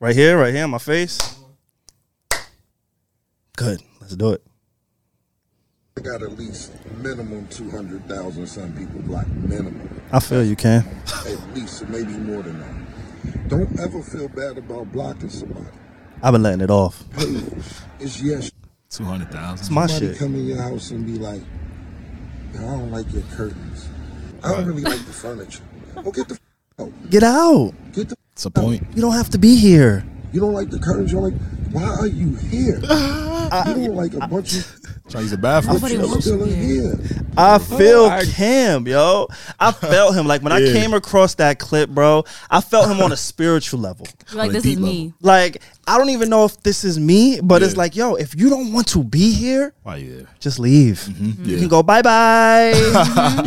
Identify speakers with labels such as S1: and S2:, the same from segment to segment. S1: Right here, right here, on my face. Good. Let's do it.
S2: I got at least minimum 200,000 some people black, minimum.
S1: I feel you, Cam.
S2: At least, maybe more than that. Don't ever feel bad about blocking somebody.
S1: I've been letting it off.
S2: It's yes,
S3: Two hundred thousand.
S1: It's my
S2: somebody
S1: shit.
S2: come in your house and be like, "Yo, I don't like your curtains. I don't really like the furniture. Well, get the f- out.
S1: Get out.
S2: Get the
S3: It's a point.
S1: You don't have to be here.
S2: You don't like the curtains. You're like, why are you here? you don't like a bunch of
S3: Trying to use the bathroom.
S2: but
S4: Nobody
S2: you're
S4: wants
S2: still
S4: you
S2: in here.
S1: I feel
S3: Oh, I-
S1: Cam, yo. I felt him. Like when I
S3: Yeah.
S1: came across that clip, bro, I felt him on a spiritual level.
S4: You're like
S3: On a
S4: this is
S3: deep level.
S4: me.
S1: Like, I don't even know if this is me, but it's
S3: Yeah.
S1: like, yo, if you don't want to be here,
S3: Why you there?
S1: just leave. You
S3: Mm-hmm. Yeah. Mm-hmm.
S1: can go bye bye.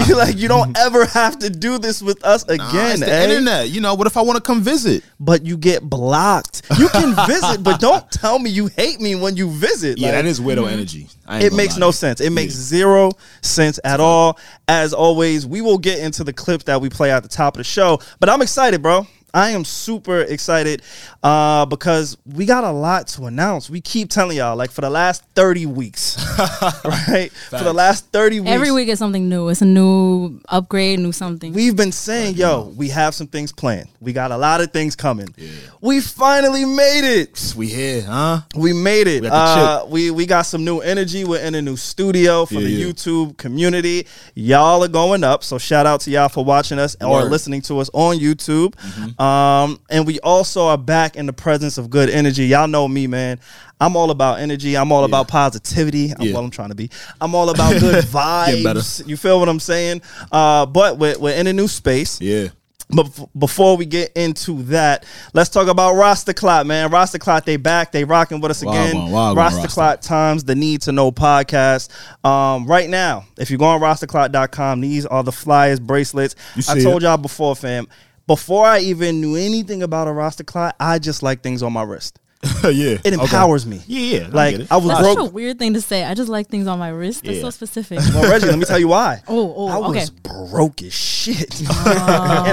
S1: you like you don't ever have to do this with us
S3: Nah,
S1: again.
S3: it's the
S1: eh?
S3: internet. You know, what if I want to come visit?
S1: But you get blocked. You can visit, but don't tell me you hate me when you visit.
S3: Yeah,
S1: Like,
S3: that is widow energy. I ain't
S1: it
S3: gonna
S1: makes
S3: lie
S1: no
S3: to you.
S1: sense. It makes zero sense at all. As always, we will get into the clip that we play at the top of the show. But I'm excited, bro. I am super excited uh, because we got a lot to announce. We keep telling y'all, like for the last 30 weeks, right? For the last 30 weeks.
S4: Every week is something new. It's a new upgrade, new something.
S1: We've been saying, yo, we have some things planned. We got a lot of things coming. We finally made it.
S3: We here, huh?
S1: We made it.
S3: We
S1: We,
S3: got the
S1: uh, we we got some new energy. We're in a new studio for
S3: Yeah,
S1: the
S3: yeah.
S1: YouTube community. Y'all are going up, so shout out to y'all for watching us or
S3: Word. Mm-hmm.
S1: listening to us on YouTube. Um, and we also are back in the presence of good energy. Y'all know me, man. I'm all about energy. I'm all about positivity. I'm,
S3: Yeah.
S1: Well, I'm trying to be. I'm all about good
S3: Getting better.
S1: vibes. You feel what I'm saying? Uh, but we're, we're in a new space.
S3: Yeah.
S1: But bef- before we get into that, let's talk about Roster Clot, man. Roster Clot, they back. They rocking with us
S3: Wild
S1: again.
S3: one, wild one,
S1: Roster
S3: Rasta.
S1: Clot times the need to know podcast. Um, right now, if you go on rosterclot.com, these are the flyest bracelets.
S3: You
S1: I
S3: see
S1: told
S3: it.
S1: y'all before, fam. Before I even knew anything about a Roster Clot, I just like things on my wrist.
S3: yeah.
S1: It
S3: Okay.
S1: empowers me.
S3: Yeah, yeah.
S1: Like,
S3: get it.
S1: I was
S4: That's
S1: broke.
S4: such a weird thing to say. I just like things on my wrist. That's
S3: Yeah.
S4: so specific.
S1: Well, Reggie, let me tell you why.
S4: Oh, oh,
S1: I was
S4: okay. Oh.
S1: broke as shit, and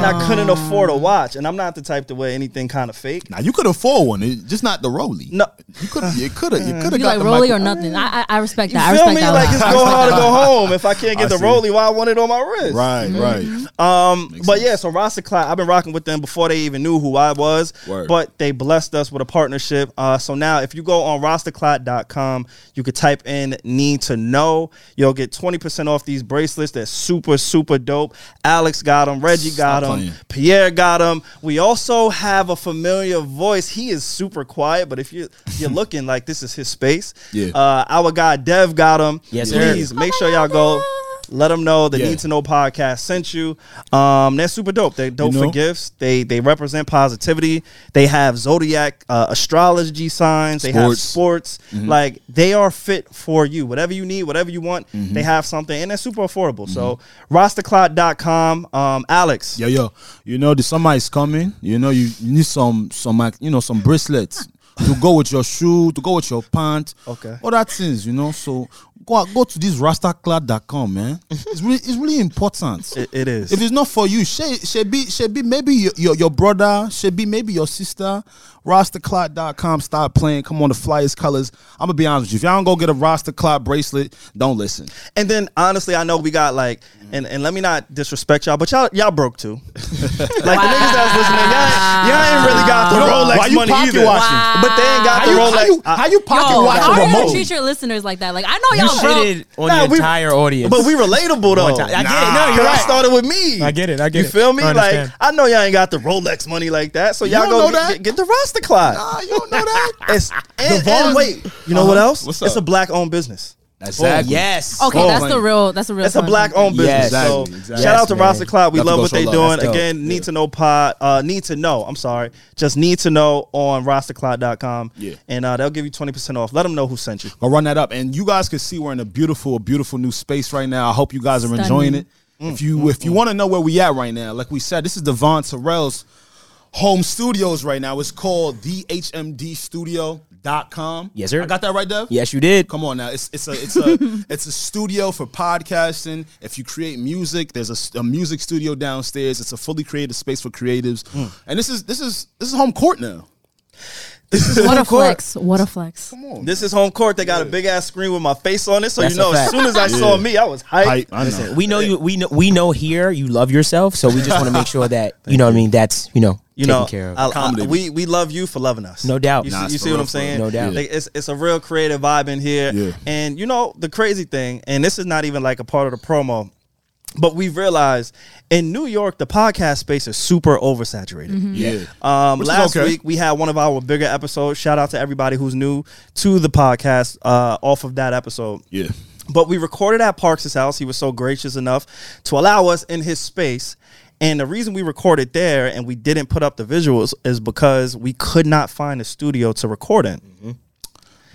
S1: I couldn't afford a watch. And I'm not the type to wear anything kind of fake.
S3: Now you could afford one, it, just not the Roly.
S1: No.
S3: you could have. You could have. You could have
S4: you
S3: got
S4: like
S3: the
S4: Rolly
S3: Michael-
S4: or nothing. I, I I respect
S1: You
S4: that. I
S1: feel
S4: respect
S1: me?
S4: that. a
S1: Like
S4: lot.
S1: it's
S4: I
S1: go
S4: respect
S1: hard
S4: that
S1: or
S4: a
S1: go
S4: lot.
S1: home. If I can't get
S3: I
S1: the
S3: see.
S1: rolly, why I want it on my wrist?
S3: Right,
S4: Mm-hmm.
S3: right.
S1: Um,
S3: Makes
S1: but
S3: sense.
S1: yeah, so Rasta Clyde, I've been rocking with them before they even knew who I was.
S3: Word.
S1: But they blessed us with a partnership. Uh, so now if you go on rostaclot.com, you could type in need to know. You'll get 20% off these bracelets. They're super, super dope. Alex got them, Reggie got
S3: Stop
S1: them,
S3: playing.
S1: Pierre got them. We also have a familiar voice. He is super quiet, but if you you're looking like this is his space.
S3: Yeah.
S1: Uh, our guy Dev got them. Yes,
S5: sir.
S1: Please make sure y'all go. Let them know the
S3: Yeah.
S1: Need to Know podcast sent you. Um, they're super dope. They're dope
S3: You
S1: for
S3: know?
S1: gifts. They they represent positivity. They have zodiac uh, astrology signs. They have
S3: Sports. Mm-hmm.
S1: sports. Like they are fit for you. Whatever you need, whatever you want,
S3: Mm-hmm.
S1: they have something, and they're super affordable. So rostaclot.com. Um, Alex,
S3: Yo, yo. You know the summer is coming. You know you, you need some some like, you know some bracelets to go with your shoe, to go with your pants.
S1: Okay.
S3: Other things, you know. So go out- go to this rastaclad.com, man. It's really it's really important.
S1: it, it is.
S3: If it's not for you, she should be should be maybe your, your, your brother, should be maybe your sister. Rosterclot.com, stop playing. Come on, the flyest colors. I'm gonna be honest with you. If y'all don't go get a Rosterclot bracelet, don't listen.
S1: And then honestly, I know we got like, and, and let me not disrespect y'all, but y'all y'all broke too. like the niggas that's listening, y'all, y'all ain't really got the
S3: You know, why
S1: Rolex
S3: you
S1: money
S3: pocket
S1: either.
S3: watching?
S1: But they ain't got
S3: How you,
S1: the
S3: how
S1: Rolex.
S3: you,
S1: I-
S3: how you pocket
S4: Yo,
S3: watch a
S4: how are you gonna
S3: remote?
S4: Oh, treat your listeners like that? Like I know
S5: You
S4: y'all broke.
S5: shitted on
S1: Nah,
S5: the
S1: we-
S5: entire audience.
S1: but we relatable though.
S5: One time. I get it. No, you're
S1: Cause I
S5: right.
S1: started with me.
S5: I get it, I get
S1: you
S5: it.
S1: feel me?
S5: I
S1: like
S5: understand.
S1: I know y'all ain't got the Rolex money like that, so y'all
S3: don't
S1: go
S3: know
S1: get,
S3: that?
S1: get, get the roster clock.
S3: Ah, you don't know that.
S1: It's and,
S3: Vaughn-
S1: and wait, you know what
S3: Uh-huh.
S1: else?
S3: What's
S1: It's
S3: up?
S1: a black owned business.
S3: Exactly.
S5: Yes.
S4: Okay,
S3: Oh,
S4: that's
S3: man.
S4: the real. That's the real.
S1: It's a
S4: one.
S1: black owned business.
S5: Yes.
S1: So
S3: Exactly, exactly.
S1: shout out to
S5: Yes, man.
S1: Roster Cloud. We
S3: Have to
S1: love
S3: go
S1: what
S3: show
S1: they
S3: love.
S1: doing.
S3: That's dope.
S1: Again, need to know pod uh need to know. I'm sorry. Just need to know on rostercloud.com.
S3: Yeah.
S1: And uh, they'll give you 20% off. Let them know who sent you.
S3: I'll run that up. And you guys can see we're in a beautiful, beautiful new space right now. I hope you guys are
S4: Stunning.
S3: enjoying it. If you if you want to know where we at right now, like we said, this is Devon Terrell's home studios right now. It's called thehmdstudio.com.
S5: Yes, sir.
S3: I got that right, Dev?
S5: Yes, you did.
S3: Come on now, it's it's a it's a it's a studio for podcasting. If you create music, there's a s- a, music studio
S5: Mm.
S3: downstairs. It's a fully creative space for creatives, and this is this is this is home court now.
S1: This is
S4: What
S1: home
S4: a
S1: court.
S4: flex. What a flex.
S1: This is home court. They got a big ass screen with my face on it, so
S5: That's
S1: you know
S5: a
S1: as
S5: fact.
S1: soon as I saw me, I was hyped.
S3: I, I know.
S5: We know you. We know. We know here you love yourself, so we just want to make sure that you know. what I mean, that's you know,
S1: You
S5: taken
S1: know,
S5: care of.
S1: I- I-
S3: Comedy.
S1: we we love you for loving us.
S5: No doubt.
S1: You
S5: Nah,
S1: see,
S3: it's
S1: you
S3: for
S1: see what
S3: real,
S1: I'm
S3: for real.
S1: saying?
S5: No doubt.
S1: Like, it's it's a real creative vibe in here.
S3: Yeah.
S1: And you know the crazy thing, and this is not even like a part of the promo, but we realized in New York the podcast space is super oversaturated.
S5: Mm-hmm.
S3: Yeah.
S5: uh,
S1: Um,
S3: Which is
S1: last
S3: okay.
S1: week we had one of our bigger episodes. Shout out to everybody who's new to the podcast uh, off of that episode.
S3: Yeah.
S1: But we recorded at Parks' house. He was so gracious enough to allow us in his space. And the reason we recorded there and we didn't put up the visuals is because we could not find a studio to record in.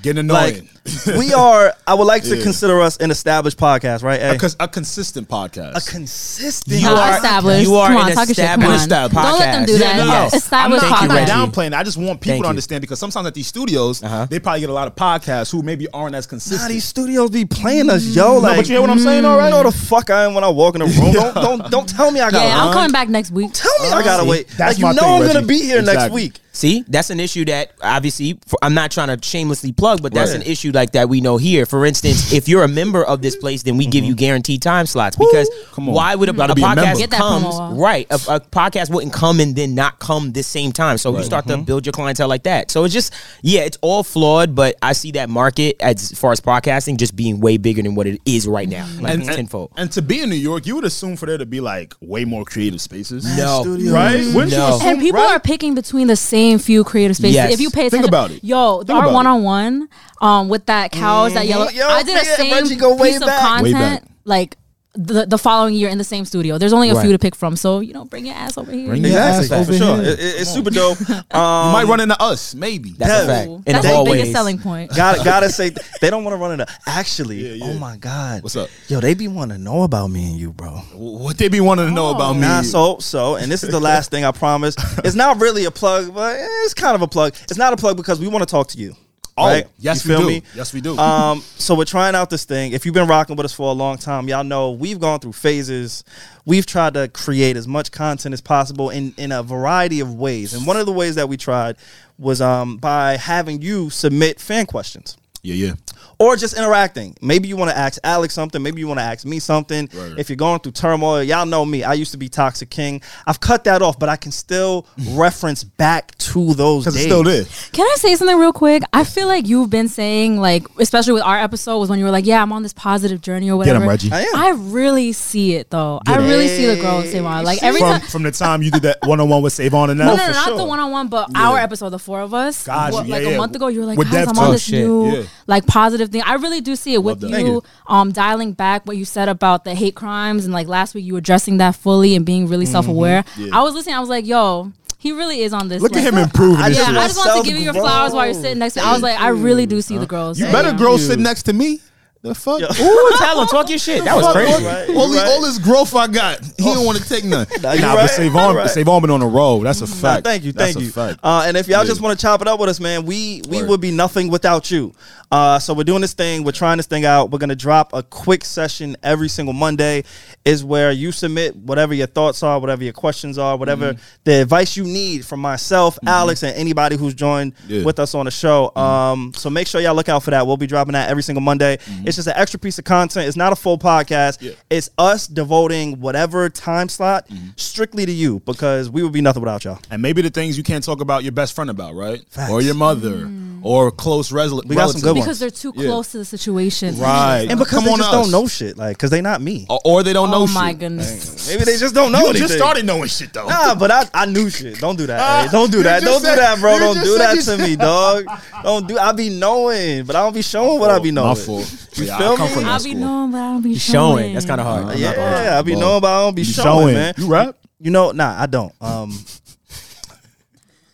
S3: Getting
S1: Like
S3: annoying.
S1: we are, I would like to
S3: Yeah.
S1: consider us an established podcast, right? A,
S3: Because a consistent podcast.
S1: a consistent.
S5: You
S4: No,
S5: are-
S4: established.
S5: you are
S4: Come
S5: an
S4: on, talk your shit. Come on.
S5: established
S4: Don't let them do
S5: podcast.
S4: that.
S5: Yeah, no, no.
S4: Yes. Established
S5: I'm
S3: I'm
S5: not-
S3: not
S5: Reggie.
S4: podcast.
S3: downplaying. it. I just want people
S5: Thank
S3: to
S5: you.
S3: understand because sometimes at these studios,
S5: Uh-huh.
S3: they probably get a lot of podcasts who maybe aren't as
S1: Nah,
S3: consistent.
S1: these studios be playing us, yo. Like,
S3: but you hear what I'm saying, all right?
S1: You know the fuck I am when I walk in the room. Don't don't don't tell me I got. to
S4: Yeah, I'm coming back next week.
S1: Tell me I gotta
S5: See,
S1: wait.
S3: that's
S1: Like you
S3: my
S1: know
S3: thing,
S1: I'm gonna
S3: Reggie.
S1: be here next
S3: Exactly.
S1: week.
S5: See, that's an issue that obviously for, I'm not trying to shamelessly plug, but that's
S1: Right.
S5: an issue like that we know here. For instance, if you're a member of this place, then we give you guaranteed time slots because
S3: Mm-hmm. Come on.
S5: why would a, a
S3: Gotta be a member.
S5: podcast
S4: Get that
S5: comes
S4: promo out.
S5: right? A, a podcast wouldn't come and then not come the same time. So you start
S3: Mm-hmm.
S5: to build your clientele like that. So it's just yeah, it's all flawed, but I see that market as far as podcasting just being way bigger than what it is right now,
S4: Mm-hmm.
S5: like
S3: and,
S5: tenfold.
S3: and to be in New York, you would assume for there to be like way more creative spaces.
S5: No.
S1: Studios.
S3: Right? Wouldn't
S5: No.
S3: you assume,
S4: And people
S3: right?
S4: are picking between the same few creative spaces.
S5: Yes.
S4: If you pay
S3: Think
S4: attention,
S3: about it.
S4: Yo,
S3: Think about
S4: our
S3: it. Mm-hmm.
S4: one on one, um, with that couch, that yellow.
S1: Yo,
S4: I did
S1: man,
S4: the
S1: Reggie
S4: same
S1: go way
S4: piece
S1: back.
S4: of
S3: Way
S4: content
S3: back.
S4: like the the following year in the same studio. There's only a
S5: Right.
S4: few to pick from, so you know, bring your ass over here.
S3: Bring your
S1: Exactly,
S3: ass over
S1: for sure.
S3: here.
S1: It- it- it's super dope.
S3: You
S1: Um,
S3: might run into us, maybe.
S5: That's
S1: Yeah.
S5: a fact.
S4: Ooh,
S5: In
S4: That's
S5: the
S4: the
S5: hallways.
S4: biggest selling point.
S1: gotta gotta say they don't want to run into. Actually,
S3: Yeah, yeah.
S1: oh my god,
S3: What's up?
S1: Yo, they be want to know about me and you, bro.
S3: what they be wanting to know about me.
S1: Nah, so so, and this is the last thing I promise. It's not really a plug, but it's kind of a plug. It's not a plug because we want to talk to you.
S3: oh,
S1: right?
S3: yes,
S1: You feel
S3: we do.
S1: me?
S3: Yes, we do.
S1: um, so we're trying out this thing. If you've been rocking with us for a long time, y'all know we've gone through phases. We've tried to create as much content as possible in in a variety of ways. And one of the ways that we tried was um, by having you submit fan questions
S3: yeah, yeah.
S1: or just interacting. Maybe you want to ask Alex something. Maybe you want to ask me something.
S3: Right.
S1: If you're going through turmoil, y'all know me. I used to be Toxic King. I've cut that off, but I can still reference back to those days.
S3: Because it's still there.
S4: Can I say something real quick? I feel like you've been saying, like, especially with our episode, was when you were like, "Yeah, I'm on this positive journey" or
S3: Get
S4: whatever.
S3: him, Reggie.
S1: I am.
S4: I really see it though. I really see the growth, Savon. Like every
S3: From,
S4: time,
S3: from the time you did that one on one with Savon and
S4: No,
S3: now.
S4: no, no, not the
S1: sure.
S4: one on one, but our episode, the four of us.
S3: Gotcha.
S4: What,
S3: Yeah,
S4: like
S3: yeah.
S4: a month ago, you were like,
S3: With
S4: guys,
S3: Dev
S4: I'm
S3: Talk
S4: on this
S5: shit.
S4: new
S3: Yeah.
S4: like positive thing. I really do see it with
S3: that.
S4: you,
S3: Thank you.
S4: um dialing back what you said about the hate crimes and like last week you addressing that fully and being
S3: Mm-hmm.
S4: really self aware. I was listening, I was like, yo, he really is on this.
S3: Look at
S4: Like,
S3: him improving
S1: I
S3: this
S4: Yeah,
S1: just-
S3: shit.
S4: I just wanted
S1: Self
S4: to give you your
S1: growth.
S4: flowers while you're sitting next to me. I was like, I really do see the girls.
S3: You better
S4: Damn.
S3: grow sit next to me. The fuck?
S5: Ooh, tell him, talk your shit. That was
S3: Fuck,
S5: crazy.
S3: all-
S1: Right, you
S3: all, the-
S1: right.
S3: all this growth I got, he don't want to take none.
S1: Nah, you
S3: but
S1: right,
S3: Savon,
S1: you right.
S3: Savon been on the road. That's a
S1: Nah,
S3: fact.
S1: thank you,
S3: That's
S1: thank
S3: a
S1: you.
S3: fact.
S1: Uh, and if y'all
S3: Yeah.
S1: just want to chop it up with us, man, we we
S3: Word.
S1: would be nothing without you. Uh, so we're doing this thing. We're trying this thing out. We're gonna drop a quick session every single Monday, is where you submit whatever your thoughts are, whatever your questions are, whatever
S3: Mm-hmm.
S1: the advice you need from myself, Alex, and anybody who's joined
S3: Yeah. Mm-hmm.
S1: with us on the show. Um, so make sure y'all look out for that. We'll be dropping that every single Monday. It's just an extra piece of content. It's not a full podcast.
S3: Mm-hmm. Yeah. Mm-hmm.
S1: It's us devoting whatever time slot strictly to you because we would be nothing without y'all.
S3: and maybe the things you can't talk about your best friend about, right? Or your mother, or close resol-
S1: Mm. We got some good
S3: relatives.
S4: because they're too
S3: Yeah.
S4: close to the situation.
S3: Right.
S1: and because
S3: Come
S1: they
S3: on
S1: just
S3: us.
S1: don't know shit, like, cause they not me.
S3: Or- Or they don't know
S4: Oh
S3: shit.
S4: my goodness.
S1: Maybe they just don't know.
S3: You
S1: anything.
S3: just started knowing shit though.
S1: Nah, but I, I knew shit. Don't do that.
S3: Ah,
S1: hey. Don't do
S3: you
S1: that.
S3: just
S1: Don't
S3: said-
S1: do that, bro.
S3: you
S1: Don't
S3: just
S1: do
S3: said
S1: that
S3: you
S1: to me, dog. Don't do. I be knowing, but I don't be showing what I be knowing.
S3: Oh, My fault.
S1: You
S3: Yeah, I
S1: feel
S3: come
S1: me?
S3: from that
S4: I'll
S3: school.
S4: be knowing, but I don't be showing.
S5: Showing. That's kind of hard.
S1: Yeah,
S3: gonna-
S1: I be
S3: Well,
S1: knowing, but I don't be
S3: you
S1: showing,
S3: showing.
S1: man.
S3: You rap?
S1: You know, nah, I don't. Um,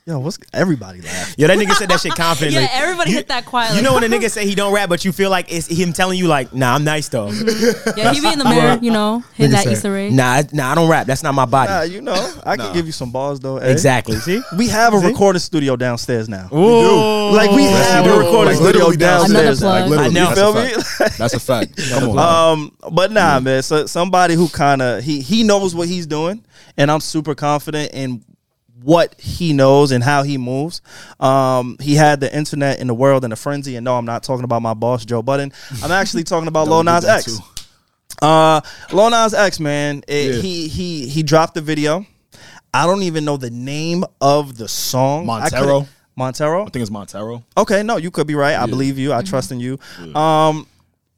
S1: yo, what's everybody laughing?
S5: Yo, that nigga said that shit confidently.
S4: Yeah, everybody
S5: You-
S4: hit that quietly.
S5: You know when a nigga say he don't rap, but you feel like it's him telling you like, nah, I'm nice though.
S4: Mm-hmm. Yeah, he be in the mirror, you know, hit that
S5: Nigga say,
S4: Easter egg.
S5: Nah, I- nah, I don't rap. That's not my body.
S1: Nah, you know, I can give you some bars though. eh?
S5: exactly. See?
S1: We have a recording studio downstairs now.
S5: Ooh.
S1: Like we have a
S3: Like,
S1: recording studio
S3: literally
S1: downstairs.
S4: downstairs. Another
S3: Like
S4: plug.
S3: literally,
S5: I know.
S3: that's
S1: Feel
S3: a
S1: me?
S3: fact. That's a fact. Come on.
S1: Um, but nah, man. So somebody who kind of he he knows what he's doing, and I'm super confident in what he knows and how he moves. Um, he had the internet and the world in a frenzy. And no, I'm not talking about my boss, Joe Budden. I'm actually talking about Lil
S3: Don't do
S1: Nas
S3: that
S1: X.
S3: too.
S1: Uh, Lil Nas X, man, it,
S3: Yeah.
S1: he he he dropped the video. I don't even know the name of the song. I couldn't-
S3: Montero.
S1: Montero.
S3: I think it's Montero.
S1: Okay, no, you could be right. I believe you. I trust in you.
S3: Mm-hmm.
S1: Um,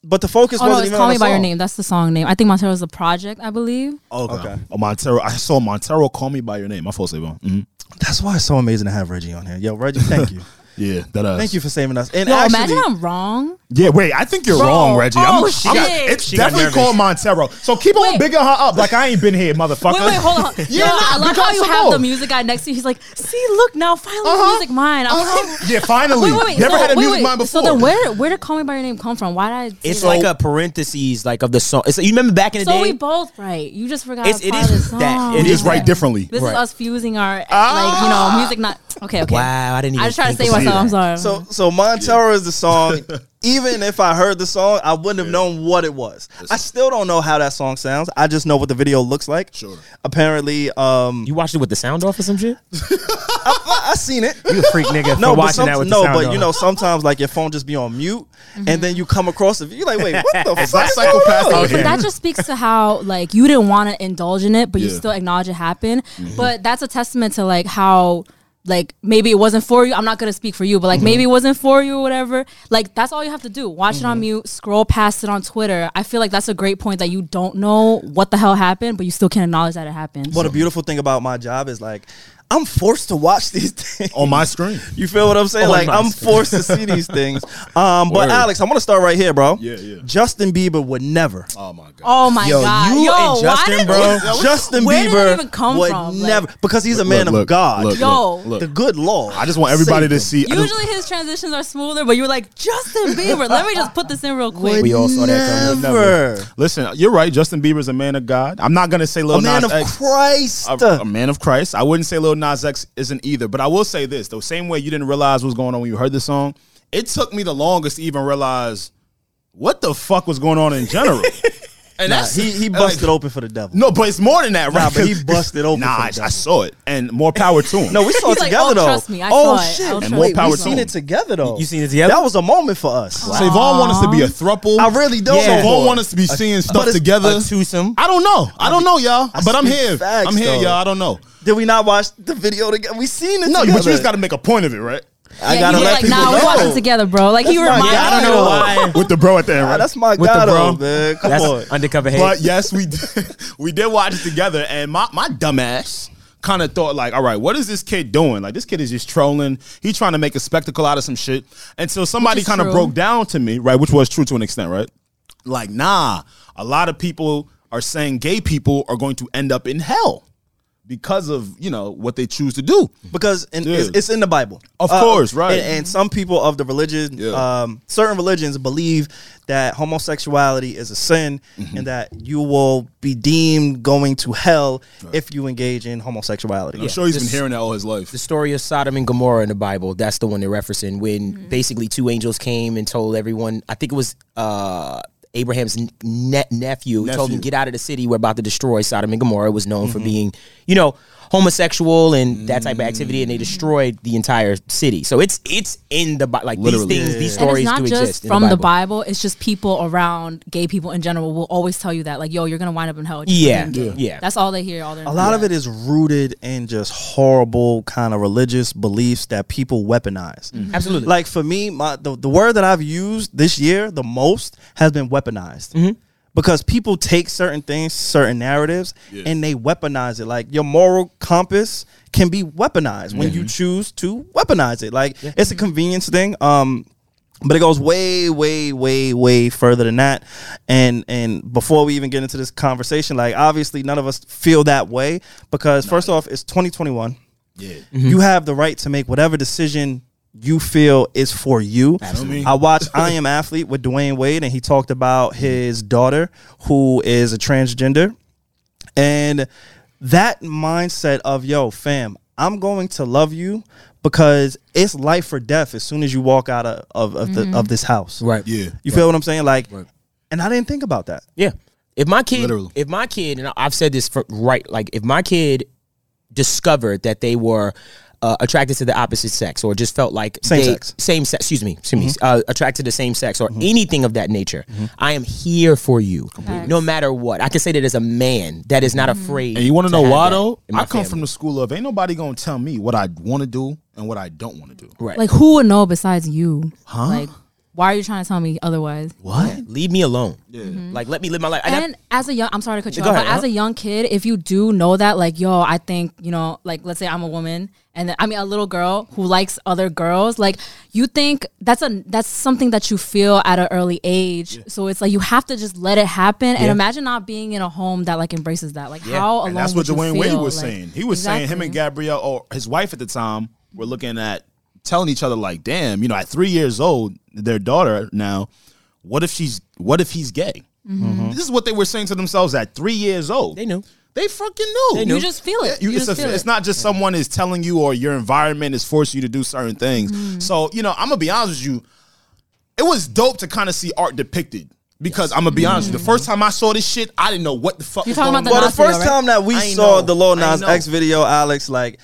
S1: but the focus
S4: Oh no,
S1: wasn't
S4: it's
S1: even
S4: Call
S1: on
S4: Me
S1: the
S4: by Your
S1: song.
S4: Name. That's the song name. I think Montero's the project. I believe.
S3: Okay.
S1: Okay.
S3: Oh, Montero. I saw Montero call me by your name. I thought so. Mm-hmm.
S1: That's why it's so amazing to have Reggie on here. Yo, Reggie, thank you,
S3: Yeah, that us.
S1: thank you for saving us. And
S4: Yo,
S1: actually,
S4: imagine I'm wrong.
S3: Yeah, wait. I think you're
S4: Bro.
S3: wrong, Reggie.
S4: Oh,
S3: I'm, I'm-
S4: shit.
S3: it's
S5: She got
S3: definitely
S5: nervous.
S3: called Montero. So keep on
S4: Wait.
S3: bigging her up like I ain't been here, motherfucker.
S4: Wait, wait, hold on.
S3: Yeah,
S4: Yo,
S3: nah,
S4: I love how
S3: because
S4: you
S3: of
S4: have
S3: all.
S4: the music guy next to you. He's like, see, look now, finally
S3: Uh-huh.
S4: music mine. I'm
S3: Uh-huh.
S4: like,
S3: Yeah, finally.
S4: Wait, wait, wait.
S3: Never
S4: so,
S3: had a
S4: wait,
S3: music
S4: wait.
S3: mind before.
S4: So then, where where did "Call Me by Your Name" come from? Why did I? say
S5: It's
S4: that?
S5: like a parentheses, like of the song. It's, you remember back in
S4: So
S5: the day?
S4: we both right. You just forgot
S5: It's-
S4: it's,
S5: it
S4: part
S5: is
S4: of the song.
S5: that. It
S3: We
S5: is
S3: just write differently.
S4: This
S5: Right.
S4: is us fusing our
S3: Ah.
S4: like you know music. Not okay. Okay.
S5: Wow, I didn't even
S4: I just try to
S5: think
S4: save
S5: about
S4: myself. I'm
S5: that.
S4: sorry.
S1: So so Montero is the song. Even if I heard the song, I wouldn't have known what it was. I still don't know how that song sounds. I just know what the video looks like.
S3: Sure.
S1: Apparently, um,
S5: You watched it with the sound off or some shit?
S1: I, I seen it.
S5: You a freak nigga
S1: No, but some, no, but you know, sometimes like your phone just be on mute,
S4: Mm-hmm.
S1: and then you come across it. You're like, wait, what the
S3: Is that
S1: fuck?
S3: psychopath out
S4: But
S3: here?
S4: that just speaks to how like you didn't want to indulge in it, but you
S3: Yeah.
S4: still acknowledge it happened. But that's a testament to like how like maybe it wasn't for you. I'm not gonna speak for you, but like maybe it wasn't for you or whatever. Like that's all you have to do. Watch it on mute, scroll past it on Twitter. I feel like that's a great point that you don't know what the hell happened, but you still can acknowledge that it happened.
S1: What a beautiful thing about my job is like, I'm forced to watch these things.
S3: on my screen.
S1: You feel what I'm saying?
S5: Oh,
S1: like
S5: nice.
S1: I'm forced to see these things. Um, but
S3: Word.
S1: Alex, I want to start right here, bro.
S3: Yeah, yeah.
S1: Justin Bieber would never.
S3: Oh my god.
S4: Oh my god,
S5: you
S4: yo,
S5: and
S4: why
S5: Justin,
S4: did-
S5: bro.
S1: Justin
S4: where did
S1: Bieber
S4: it even come
S1: would
S4: from? Like-
S1: never because he's a man
S3: Look,
S1: of
S3: look,
S1: God.
S3: look,
S4: Yo.
S3: look,
S1: the
S3: look.
S1: good Lord.
S3: I just want everybody
S1: Saved
S3: to
S1: him.
S3: see. I just-
S4: Usually his transitions are smoother, but you were like Justin Bieber. Let me just put this in real quick.
S5: We all saw that coming.
S1: Never.
S3: Listen, you're right. Justin Bieber's a man of God. I'm not gonna say Lil
S1: A man
S3: Nas
S1: of
S3: X.
S1: Christ.
S3: a, a man of Christ. I wouldn't say Lil Nas X isn't either, but I will say this: the same way you didn't realize what was going on when you heard the song, it took me the longest to even realize what the fuck was going on in general. and
S1: Nah, he he busted open for the devil.
S3: No, but it's more than that,
S1: Nah,
S3: right?
S1: but he
S3: 'Cause-
S1: busted open for
S3: Nah,
S1: the
S3: I, I
S1: devil.
S3: saw it, and more power to him.
S1: No, we saw it
S4: He's like,
S1: together
S4: oh,
S1: though.
S4: trust me, I
S1: oh
S4: saw it.
S1: shit!
S4: I'll
S3: And more
S1: Wait,
S3: power
S1: we
S3: to
S1: seen
S3: him.
S1: it together though.
S5: You seen it together?
S1: That was a moment for us.
S3: Savon wants to be a thruple.
S1: I really don't.
S5: Yeah.
S3: Savon
S1: Savon
S3: want us to be seeing stuff
S1: it's
S3: together.
S5: a twosome.
S3: I don't know. I don't know, y'all.
S1: I
S3: but I'm
S1: speak
S3: here.
S1: facts,
S3: I'm here,
S1: though.
S3: y'all. I don't know.
S1: Did we not watch the video together? We seen it
S3: No,
S1: together.
S3: but you just got to make a point of it, right?
S1: I
S4: yeah,
S1: gotta
S4: he
S1: let
S4: was like,
S1: people
S4: nah, we
S1: know.
S4: watching together, bro. Like he
S1: That's my
S4: reminded
S1: guy,
S5: I don't know why.
S3: With the bro at the end,
S1: Ah,
S3: right?
S1: that's my
S5: With the
S1: guy,
S5: bro.
S1: though, man. Come
S5: That's
S1: on.
S5: undercover hate.
S3: But yes, we did, we did watch it together, and my my dumbass kind of thought like, all right, what is this kid doing? Like this kid is just trolling. He trying to make a spectacle out of some shit. And so somebody
S4: is
S3: kind of
S4: true.
S3: broke down to me, right, which was true to an extent, right? Like, nah, a lot of people are saying gay people are going to end up in hell because of you know what they choose to do.
S5: Mm-hmm.
S1: because in,
S3: Dude.
S1: it's, it's in the Bible, Uh,
S3: Of course, right.
S1: And, and some people of the religion,
S3: Yeah.
S1: um, certain religions believe that homosexuality is a sin and that you will be deemed going to hell if you engage in homosexuality.
S3: I'm sure he's
S5: This-
S3: been hearing that all his life.
S5: the story of Sodom and Gomorrah in the Bible. That's the one they're referencing. When
S4: Mm-hmm.
S5: basically two angels came and told everyone, I think it was uh, Abraham's n- ne- nephew, told
S3: Nephew. Mm-hmm.
S5: him, get out of the city. We're about to destroy Sodom and Gomorrah. It was known for being, you know, homosexual and that type of activity, and they destroyed the entire city. So it's it's in the Bi- like
S3: Literally.
S5: these things, these
S4: And
S5: stories
S4: it's not
S5: do
S4: just
S5: exist in
S4: from the Bible. It's just people around gay people in general will always tell you that, like, yo, you're gonna wind up in hell. just for
S5: Yeah,
S4: being gay.
S5: yeah.
S4: That's all they hear. All their
S1: A lot of it is rooted in just horrible kind of religious beliefs that people weaponize.
S5: Absolutely.
S1: Like for me, my the, the word that I've used this year the most has been weaponized. Because people take certain things, certain narratives, and they weaponize it. Like your moral compass can be weaponized when you choose to weaponize it. Like it's a convenience thing. Um, but it goes way, way, way, way further than that. And and before we even get into this conversation, like obviously none of us feel that way because first off, it's 2021
S3: yeah.
S1: you have the right to make whatever decision you feel is for you.
S3: Absolutely.
S1: I watched I Am Athlete with Dwayne Wade, and he talked about his daughter who is a transgender. And that mindset of, yo, fam, I'm going to love you because it's life or death as soon as you walk out of, of, of, the, of this house.
S5: Right.
S3: Yeah.
S1: You feel what I'm saying? Like, and I didn't think about that.
S5: Yeah. If my kid,
S3: Literally.
S5: if my kid, and I've said this for right, like if my kid discovered that they were uh, attracted to the opposite sex or just felt like
S1: Same
S5: they-
S1: sex.
S5: same sex excuse me excuse
S3: Mm-hmm.
S5: me uh, attracted to the same sex or anything of that nature i am here for you no matter what i can say that as a man that is not afraid
S3: And you want to
S5: to
S3: know
S5: have
S3: why
S5: that
S3: though?
S5: in
S3: I
S5: my
S3: come
S5: family.
S3: from the school of ain't nobody gonna tell me what I want to do and what I don't want to do.
S5: right
S4: Like who would know besides you? Huh? Like why are you trying to tell me otherwise?
S3: What?
S5: leave me alone like let me live my life I got-
S4: And as a young, I'm sorry to cut you
S5: Go
S4: off,
S5: ahead,
S4: but as
S5: uh-huh.
S4: a young kid, if you do know that, like, yo, I think, you know, like, let's say I'm a woman, and then, I mean, a little girl who likes other girls, like, you think that's a that's something that you feel at an early age. So it's like you have to just let it happen. And
S5: Yeah.
S4: imagine not being in a home that like embraces that. Like,
S5: Yeah.
S4: how alone
S3: And that's what
S4: would you
S3: Dwayne
S4: feel?
S3: Wade was
S4: Like,
S3: saying. He was saying him
S4: exactly.
S3: and Gabrielle or his wife at the time were looking at telling each other like, "Damn, you know, at three years old, their daughter now, what if she's what if he's gay?"
S4: Mm-hmm.
S3: This is what they were saying to themselves at three years old.
S5: They knew.
S3: They fucking knew.
S5: They knew.
S4: You just feel it.
S3: You-
S4: You
S3: it's,
S4: just
S3: a-
S4: feel
S3: it's
S4: it.
S3: not just someone is telling you or your environment is forcing you to do certain things.
S4: Mm-hmm.
S3: So, you know, I'm gonna be honest with you. It was dope to kind of see art depicted because I'm gonna be honest with
S4: Mm-hmm.
S3: you. The first time I saw this shit, I didn't know what the fuck.
S4: You're
S3: was
S4: talking
S3: going on.
S4: about
S1: Well, the
S4: Nas video,
S1: first
S4: right?
S1: time that we
S5: I
S1: saw
S5: know.
S1: the Lil
S5: I
S1: Nas
S5: know.
S1: X video, Alex, like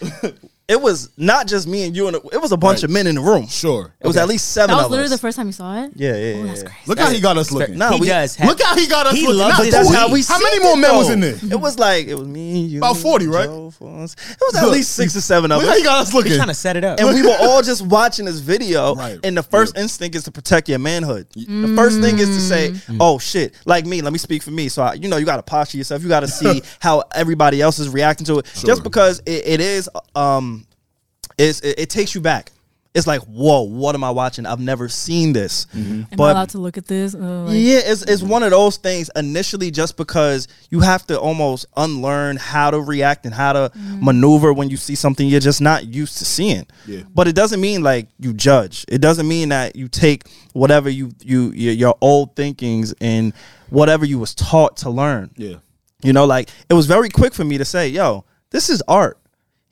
S1: it was not just me and you, and it was a bunch
S3: Right.
S1: of men in the room.
S3: Sure.
S1: it was at least seven
S4: That was
S1: of
S4: literally
S1: us.
S4: the first time you saw it.
S1: yeah, yeah, yeah.
S4: Ooh, that's
S1: yeah.
S4: crazy.
S3: Look how he got us looking.
S1: Nah,
S5: he
S1: we-
S5: does have,
S3: Look how he got us
S5: he
S3: looking.
S5: loves
S3: Nah,
S5: this
S1: That's
S5: movie.
S1: how we.
S3: How
S1: seen
S3: many
S1: it,
S3: more men
S1: though.
S3: was in there?
S1: It was like it was me, you,
S3: About 40, right?
S1: Joe Foss. It was at least six or seven of
S3: Look how
S1: us.
S3: he got us
S5: He's
S3: looking.
S5: trying to set it up.
S1: and we were all just watching this video
S3: Right.
S1: and the first instinct is to protect your manhood
S4: Mm.
S1: the first thing is to say oh shit like me let me speak for me so I, you know you got to posture yourself you got to see how everybody else is reacting to it just because it, it is um it's, it, it takes you back it's like whoa what am i watching i've never seen this
S4: Am I
S1: but
S4: allowed to look at this? Uh, like,
S1: yeah, it's, it's one of those things initially just because you have to almost unlearn how to react and how to maneuver when you see something you're just not used to seeing.
S3: Yeah.
S1: But it doesn't mean like you judge. It doesn't mean that you take whatever you you your, your old thinkings and whatever you was taught to learn.
S3: yeah.
S1: You know, like it was very quick for me to say, yo, this is art.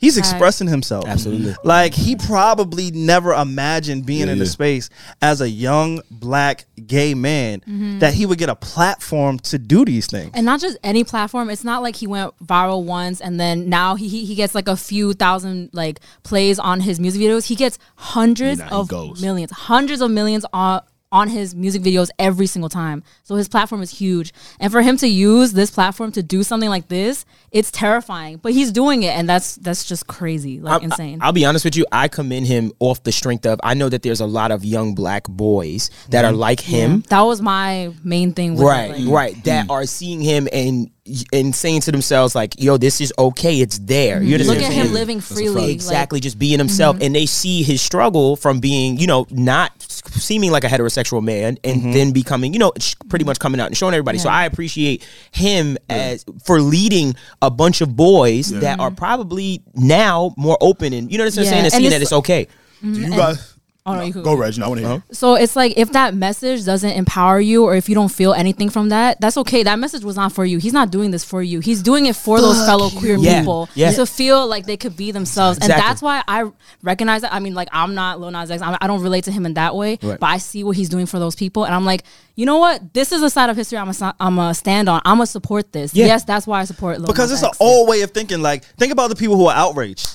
S1: He's expressing himself.
S5: Absolutely.
S1: Like he probably never imagined being in the
S3: yeah.
S1: space as a young black gay man that he would get a platform to do these things.
S4: and not just any platform. It's not like he went viral once and then now he he, he gets like a few thousand like plays on his music videos. He gets hundreds
S3: Nah, he
S4: of
S3: goes.
S4: millions, hundreds of millions on on his music videos every single time. So his platform is huge. And for him to use this platform to do something like this, it's terrifying. But he's doing it and that's that's just crazy, like
S5: I'm-
S4: insane.
S5: I, will be honest with you. I commend him off the strength of I know that there's a lot of young black boys that
S4: Mm-hmm.
S5: are like him.
S4: that was my main thing with it,
S5: Right,
S4: like- hmm.
S5: right. That are seeing him and and saying to themselves like, "Yo, this is okay. It's there." You
S4: Mm-hmm. Look at
S5: understand? what I'm
S4: him
S5: saying?
S4: living freely. like- mm-hmm.
S5: exactly just being himself and they see his struggle from being you know not seeming like a heterosexual man and
S1: Mm-hmm.
S5: then becoming you know sh- pretty much coming out and showing everybody so i appreciate him as for leading a bunch of boys that are probably now more open and you know what
S4: Mm-hmm.
S5: i'm
S4: Yeah.
S5: saying
S4: And
S5: and seeing
S4: it's-
S5: that it's okay
S4: Mm-hmm.
S3: Do you guys
S4: oh, no, you could
S3: go, Reg? No, I want to hear.
S1: Uh-huh.
S3: you.
S4: So it's like if that message doesn't empower you or if you don't feel anything from that, that's okay. That message was not for you. He's not doing this for you. He's doing it for those fellow queer
S5: Yeah,
S4: people
S5: yeah.
S4: to feel like they could be themselves.
S5: Exactly.
S4: And that's why I recognize that. I mean, like I'm not Lil Nas X. I'm, I don't relate to him in that way,
S5: Right.
S4: but I see what he's doing for those people. And I'm like, you know what? This is a side of history I'm a, I'm a stand on. I'm a support this.
S5: Yeah.
S4: Yes, that's why I support Lil
S1: Because it's an
S4: Nas X.
S1: old way of thinking. Like, think about the people who are outraged.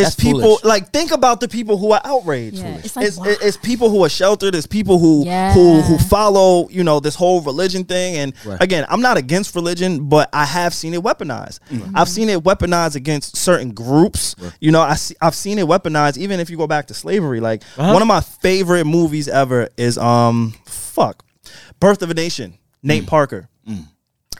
S1: It's
S5: That's
S1: people
S5: foolish.
S1: like think about the people who are outraged.
S4: Yeah, Foolish.
S1: It's,
S4: it's like,
S1: it's,
S4: why?
S1: it's people who are sheltered. It's people who who who
S4: Yeah.
S1: follow you know this whole religion thing. And
S5: Right.
S1: again, I'm not against religion, but I have seen it weaponized.
S5: Mm-hmm.
S4: Mm-hmm.
S1: I've seen it weaponized against certain groups. You know, I see, I've seen it weaponized. Even if you go back to slavery, like
S5: Uh-huh.
S1: one of my favorite movies ever is um fuck, Birth of a Nation. Nate
S5: Mm.
S1: Parker.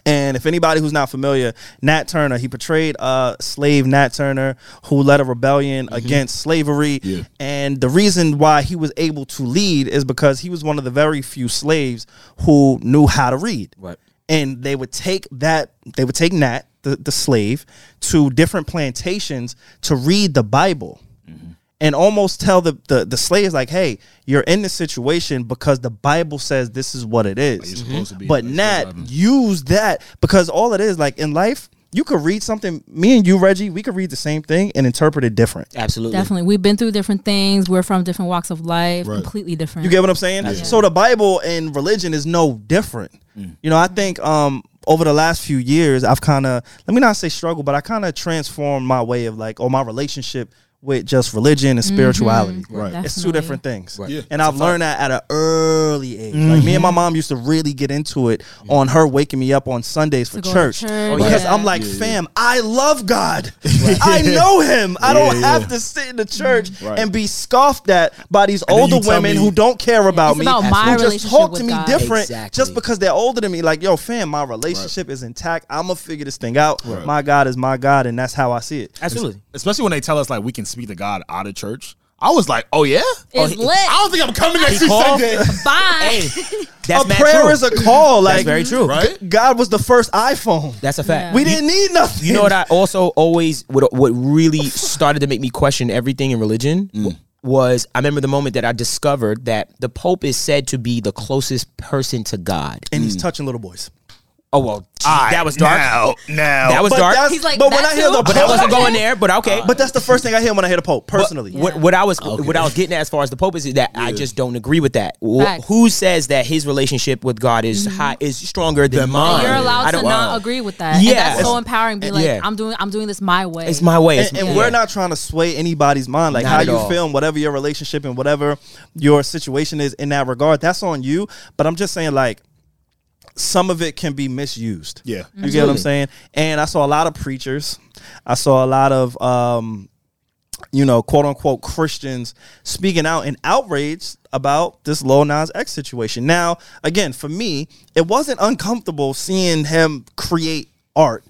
S1: And if anybody who's not familiar, Nat Turner, he portrayed uh, slave Nat Turner who led a rebellion against slavery.
S3: Mm-hmm. Yeah.
S1: And the reason why he was able to lead is because he was one of the very few slaves who knew how to read.
S5: Right.
S1: And they would take that, they would take Nat, the, the slave, to different plantations to read the Bible
S3: Mm-hmm.
S1: and almost tell the, the the slaves like, "Hey, you're in this situation because the Bible says this is what it is."
S3: supposed to be
S1: but
S3: like
S1: Nat
S3: surviving.
S1: use that because all it is like in life, you could read something. Me and you, Reggie, we could read the same thing and interpret it different.
S5: absolutely
S4: Definitely. We've been through different things. We're from different walks of life,
S3: Right.
S4: completely different.
S1: You get what I'm saying? So the Bible and religion is no different. You know, I think um over the last few years, I've kind of let me not say struggle, but I kind of transformed my way of like or my relationship with just religion and spirituality.
S3: Right.
S1: It's two
S4: Definitely.
S1: different things.
S5: Right. Yeah.
S1: And I've learned that at an early age. Like me and
S4: Mm-hmm.
S1: my mom used to really get into it on her waking me up on Sundays for
S4: go to
S1: church.
S4: church, Oh,
S1: Because
S4: yeah.
S1: I'm like, fam, I love God. I know him. I
S3: Yeah,
S1: don't
S3: yeah. Mm-hmm.
S1: have to sit in the church
S3: Right.
S1: and be scoffed at by these
S3: then
S1: older
S3: you tell
S1: women
S3: me-
S1: who don't care about
S4: It's
S1: me.
S4: about
S1: who
S4: my
S1: just
S4: relationship
S1: talk
S4: with
S1: to me
S4: God.
S1: different just
S5: Exactly.
S1: because they're older than me. Like, yo, fam, my relationship is intact. I'm gonna figure this thing out. My God is my God, and that's how I see it.
S5: Absolutely.
S3: Especially when they tell us like we can speak to God out of church. I was like, oh yeah,
S4: It's lit.
S3: I don't think I'm coming next week
S5: called-
S3: Sunday,
S4: Bye.
S5: That's
S1: a
S5: mad
S1: prayer
S5: true.
S1: is a call. Like
S5: That's very true.
S3: right?
S1: God was the first iPhone.
S5: That's a fact.
S4: Yeah.
S1: we didn't need nothing.
S5: You know what I also always what what really started to make me question everything in religion
S1: Mm.
S5: was I remember the moment that I discovered that the Pope is said to be the closest person to God.
S1: and he's touching little boys.
S5: Oh well, geez, that was dark.
S3: Now, now
S5: That was
S1: But
S5: dark.
S1: that's- Ah.
S4: He's like
S1: but when
S4: that
S1: I hear
S4: too?
S1: the
S5: but I wasn't
S1: Pope-
S5: going there. But okay.
S1: But that's the first thing I hear when I hear the Pope personally.
S5: What, what I was what I was getting at as far as the Pope is that I just don't agree with that. Wh-
S4: Facts. Mm-hmm.
S5: Who says that his relationship with God is high, is stronger than, mine?
S4: You're allowed
S5: I
S4: to
S5: don't-
S4: not agree with that.
S5: Yeah.
S4: and that's so
S5: It's-
S4: empowering. Be
S5: uh,
S4: like,
S5: yeah.
S4: I'm doing, I'm doing this my way.
S5: It's my way. It's-
S1: And, and
S5: yeah.
S1: we're not trying to sway anybody's mind. Like
S5: Not
S1: how
S5: at
S1: you
S5: all.
S1: film, whatever your relationship and whatever your situation is in that regard, that's on you. But I'm just saying, like, some of it can be misused.
S3: Yeah.
S1: You get what I'm saying? And I saw a lot of preachers. I saw a lot of um, you know, quote unquote Christians speaking out and outraged about this Lil Nas X situation. Now, again, for me, it wasn't uncomfortable seeing him create art.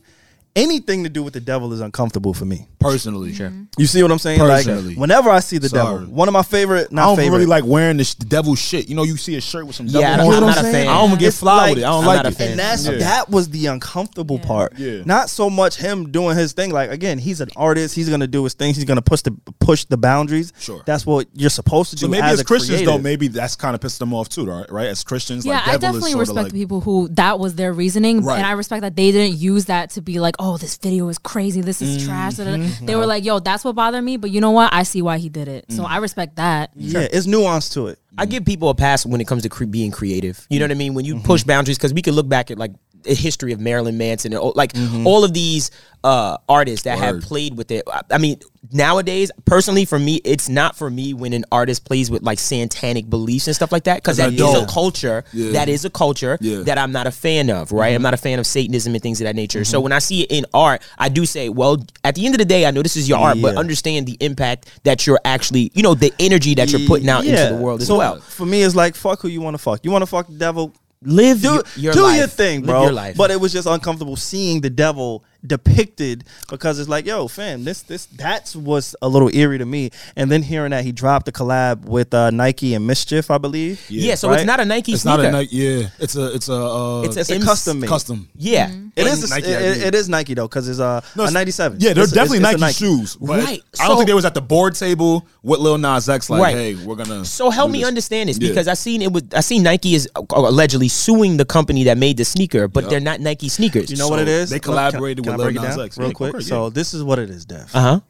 S1: Anything to do with the devil is uncomfortable for me.
S3: personally.
S4: Mm-hmm.
S1: You see what I'm saying?
S3: Personally.
S1: Like whenever I see the
S3: Sorry.
S1: devil, one of my favorite,
S3: I
S1: not
S3: don't
S1: favorite,
S3: really like wearing the, sh- the devil shit. You know, you see a shirt with some devil
S5: Yeah,
S3: on
S5: I don't,
S3: it.
S5: I'm
S3: You know
S5: not
S3: what
S5: a
S3: I'm
S5: fan.
S3: saying? I don't get
S1: It's
S3: fly
S1: like-
S3: with it. I don't
S5: I'm
S3: like
S5: not a
S3: it.
S5: fan.
S1: And that's
S3: Yeah.
S1: that was the uncomfortable part.
S3: Yeah.
S1: Not so much him doing his thing. Like again, he's an artist. He's gonna do his things. He's gonna push the push the boundaries.
S3: Sure.
S1: That's what you're supposed to do.
S3: So maybe
S1: as,
S3: as
S1: a
S3: Christians,
S1: creative.
S3: though, maybe that's kind of pissed them off too, right? Right? As Christians,
S4: yeah,
S3: like
S4: I
S3: devil is
S4: definitely
S3: sort of
S4: respect
S3: like
S4: the people who that was their reasoning,
S3: Right.
S4: and I respect that they didn't use that to be like, "Oh, this video is crazy. This is trash." da, da, da. They were like, "Yo, that's what bothered me," but you know what? I see why he did it, so I respect that.
S1: yeah, it's nuance to it.
S5: I give people a pass when it comes to cre- being creative. You know what I mean? When you push
S3: Mm-hmm.
S5: boundaries, because we could look back at like the history of Marilyn Manson and all- like all of these uh, artists that have
S3: Mm-hmm. Word.
S5: played with it. I- I mean, nowadays, personally, for me, it's not for me when an artist plays with like satanic beliefs and stuff like that, because
S3: 'Cause I
S5: that is a
S3: don't.
S5: culture.
S3: Yeah.
S5: That is a culture
S3: Yeah. Mm-hmm.
S5: that I'm not a fan of. Right? I'm not a fan of Satanism and things of that nature. So when I see it in art, I do say, well, at the end of the day, I know this is your art, but
S1: Yeah.
S5: understand the impact that you're actually, you know, the energy that you're putting out into the world as
S1: So
S5: well.
S1: For me, it's like fuck who you want to fuck. You want to fuck the devil.
S5: Live
S1: Do,
S5: your, your
S1: do
S5: life.
S1: your thing,
S5: Live
S1: bro.
S5: your life.
S1: But it was just uncomfortable seeing the devil depicted because it's like, yo, fam, this this that's was a little eerie to me. And then hearing that he dropped a collab with uh, Nike and Mischief, I believe.
S5: yeah, so
S1: Right?
S5: it's not a Nike
S3: It's
S5: sneaker.
S3: not a night. Yeah, it's a it's a uh,
S5: It's a-
S1: It's a
S5: Ms-
S1: custom made.
S3: custom.
S5: Yeah,
S1: It
S3: And
S1: is,
S3: Nike
S1: it,
S3: ID.
S1: it- it is Nike though, because it's a,
S3: No,
S1: a
S3: it's-
S1: 97.
S3: Yeah, they're
S1: It's-
S3: definitely
S1: it's-
S3: Nike,
S1: it's a
S3: shoes. But
S5: Right,
S3: I don't
S5: so-
S3: think they was at the board table with Lil Nas X. Like,
S5: Right.
S3: hey, we're gonna.
S5: So help
S3: do
S5: me
S3: this.
S5: understand this
S3: Yeah.
S5: because I seen it was I seen Nike is uh, allegedly suing the company that made the sneaker, but they're not Nike sneakers.
S1: You know what it is?
S3: they
S1: Look,
S3: collaborated
S1: can,
S3: with
S1: can I break
S3: Lil
S1: it
S3: Nas
S1: down
S3: X.
S1: real
S3: Yeah,
S1: quick.
S3: of course, yeah.
S1: So this is what it is, Def.
S5: Uh huh.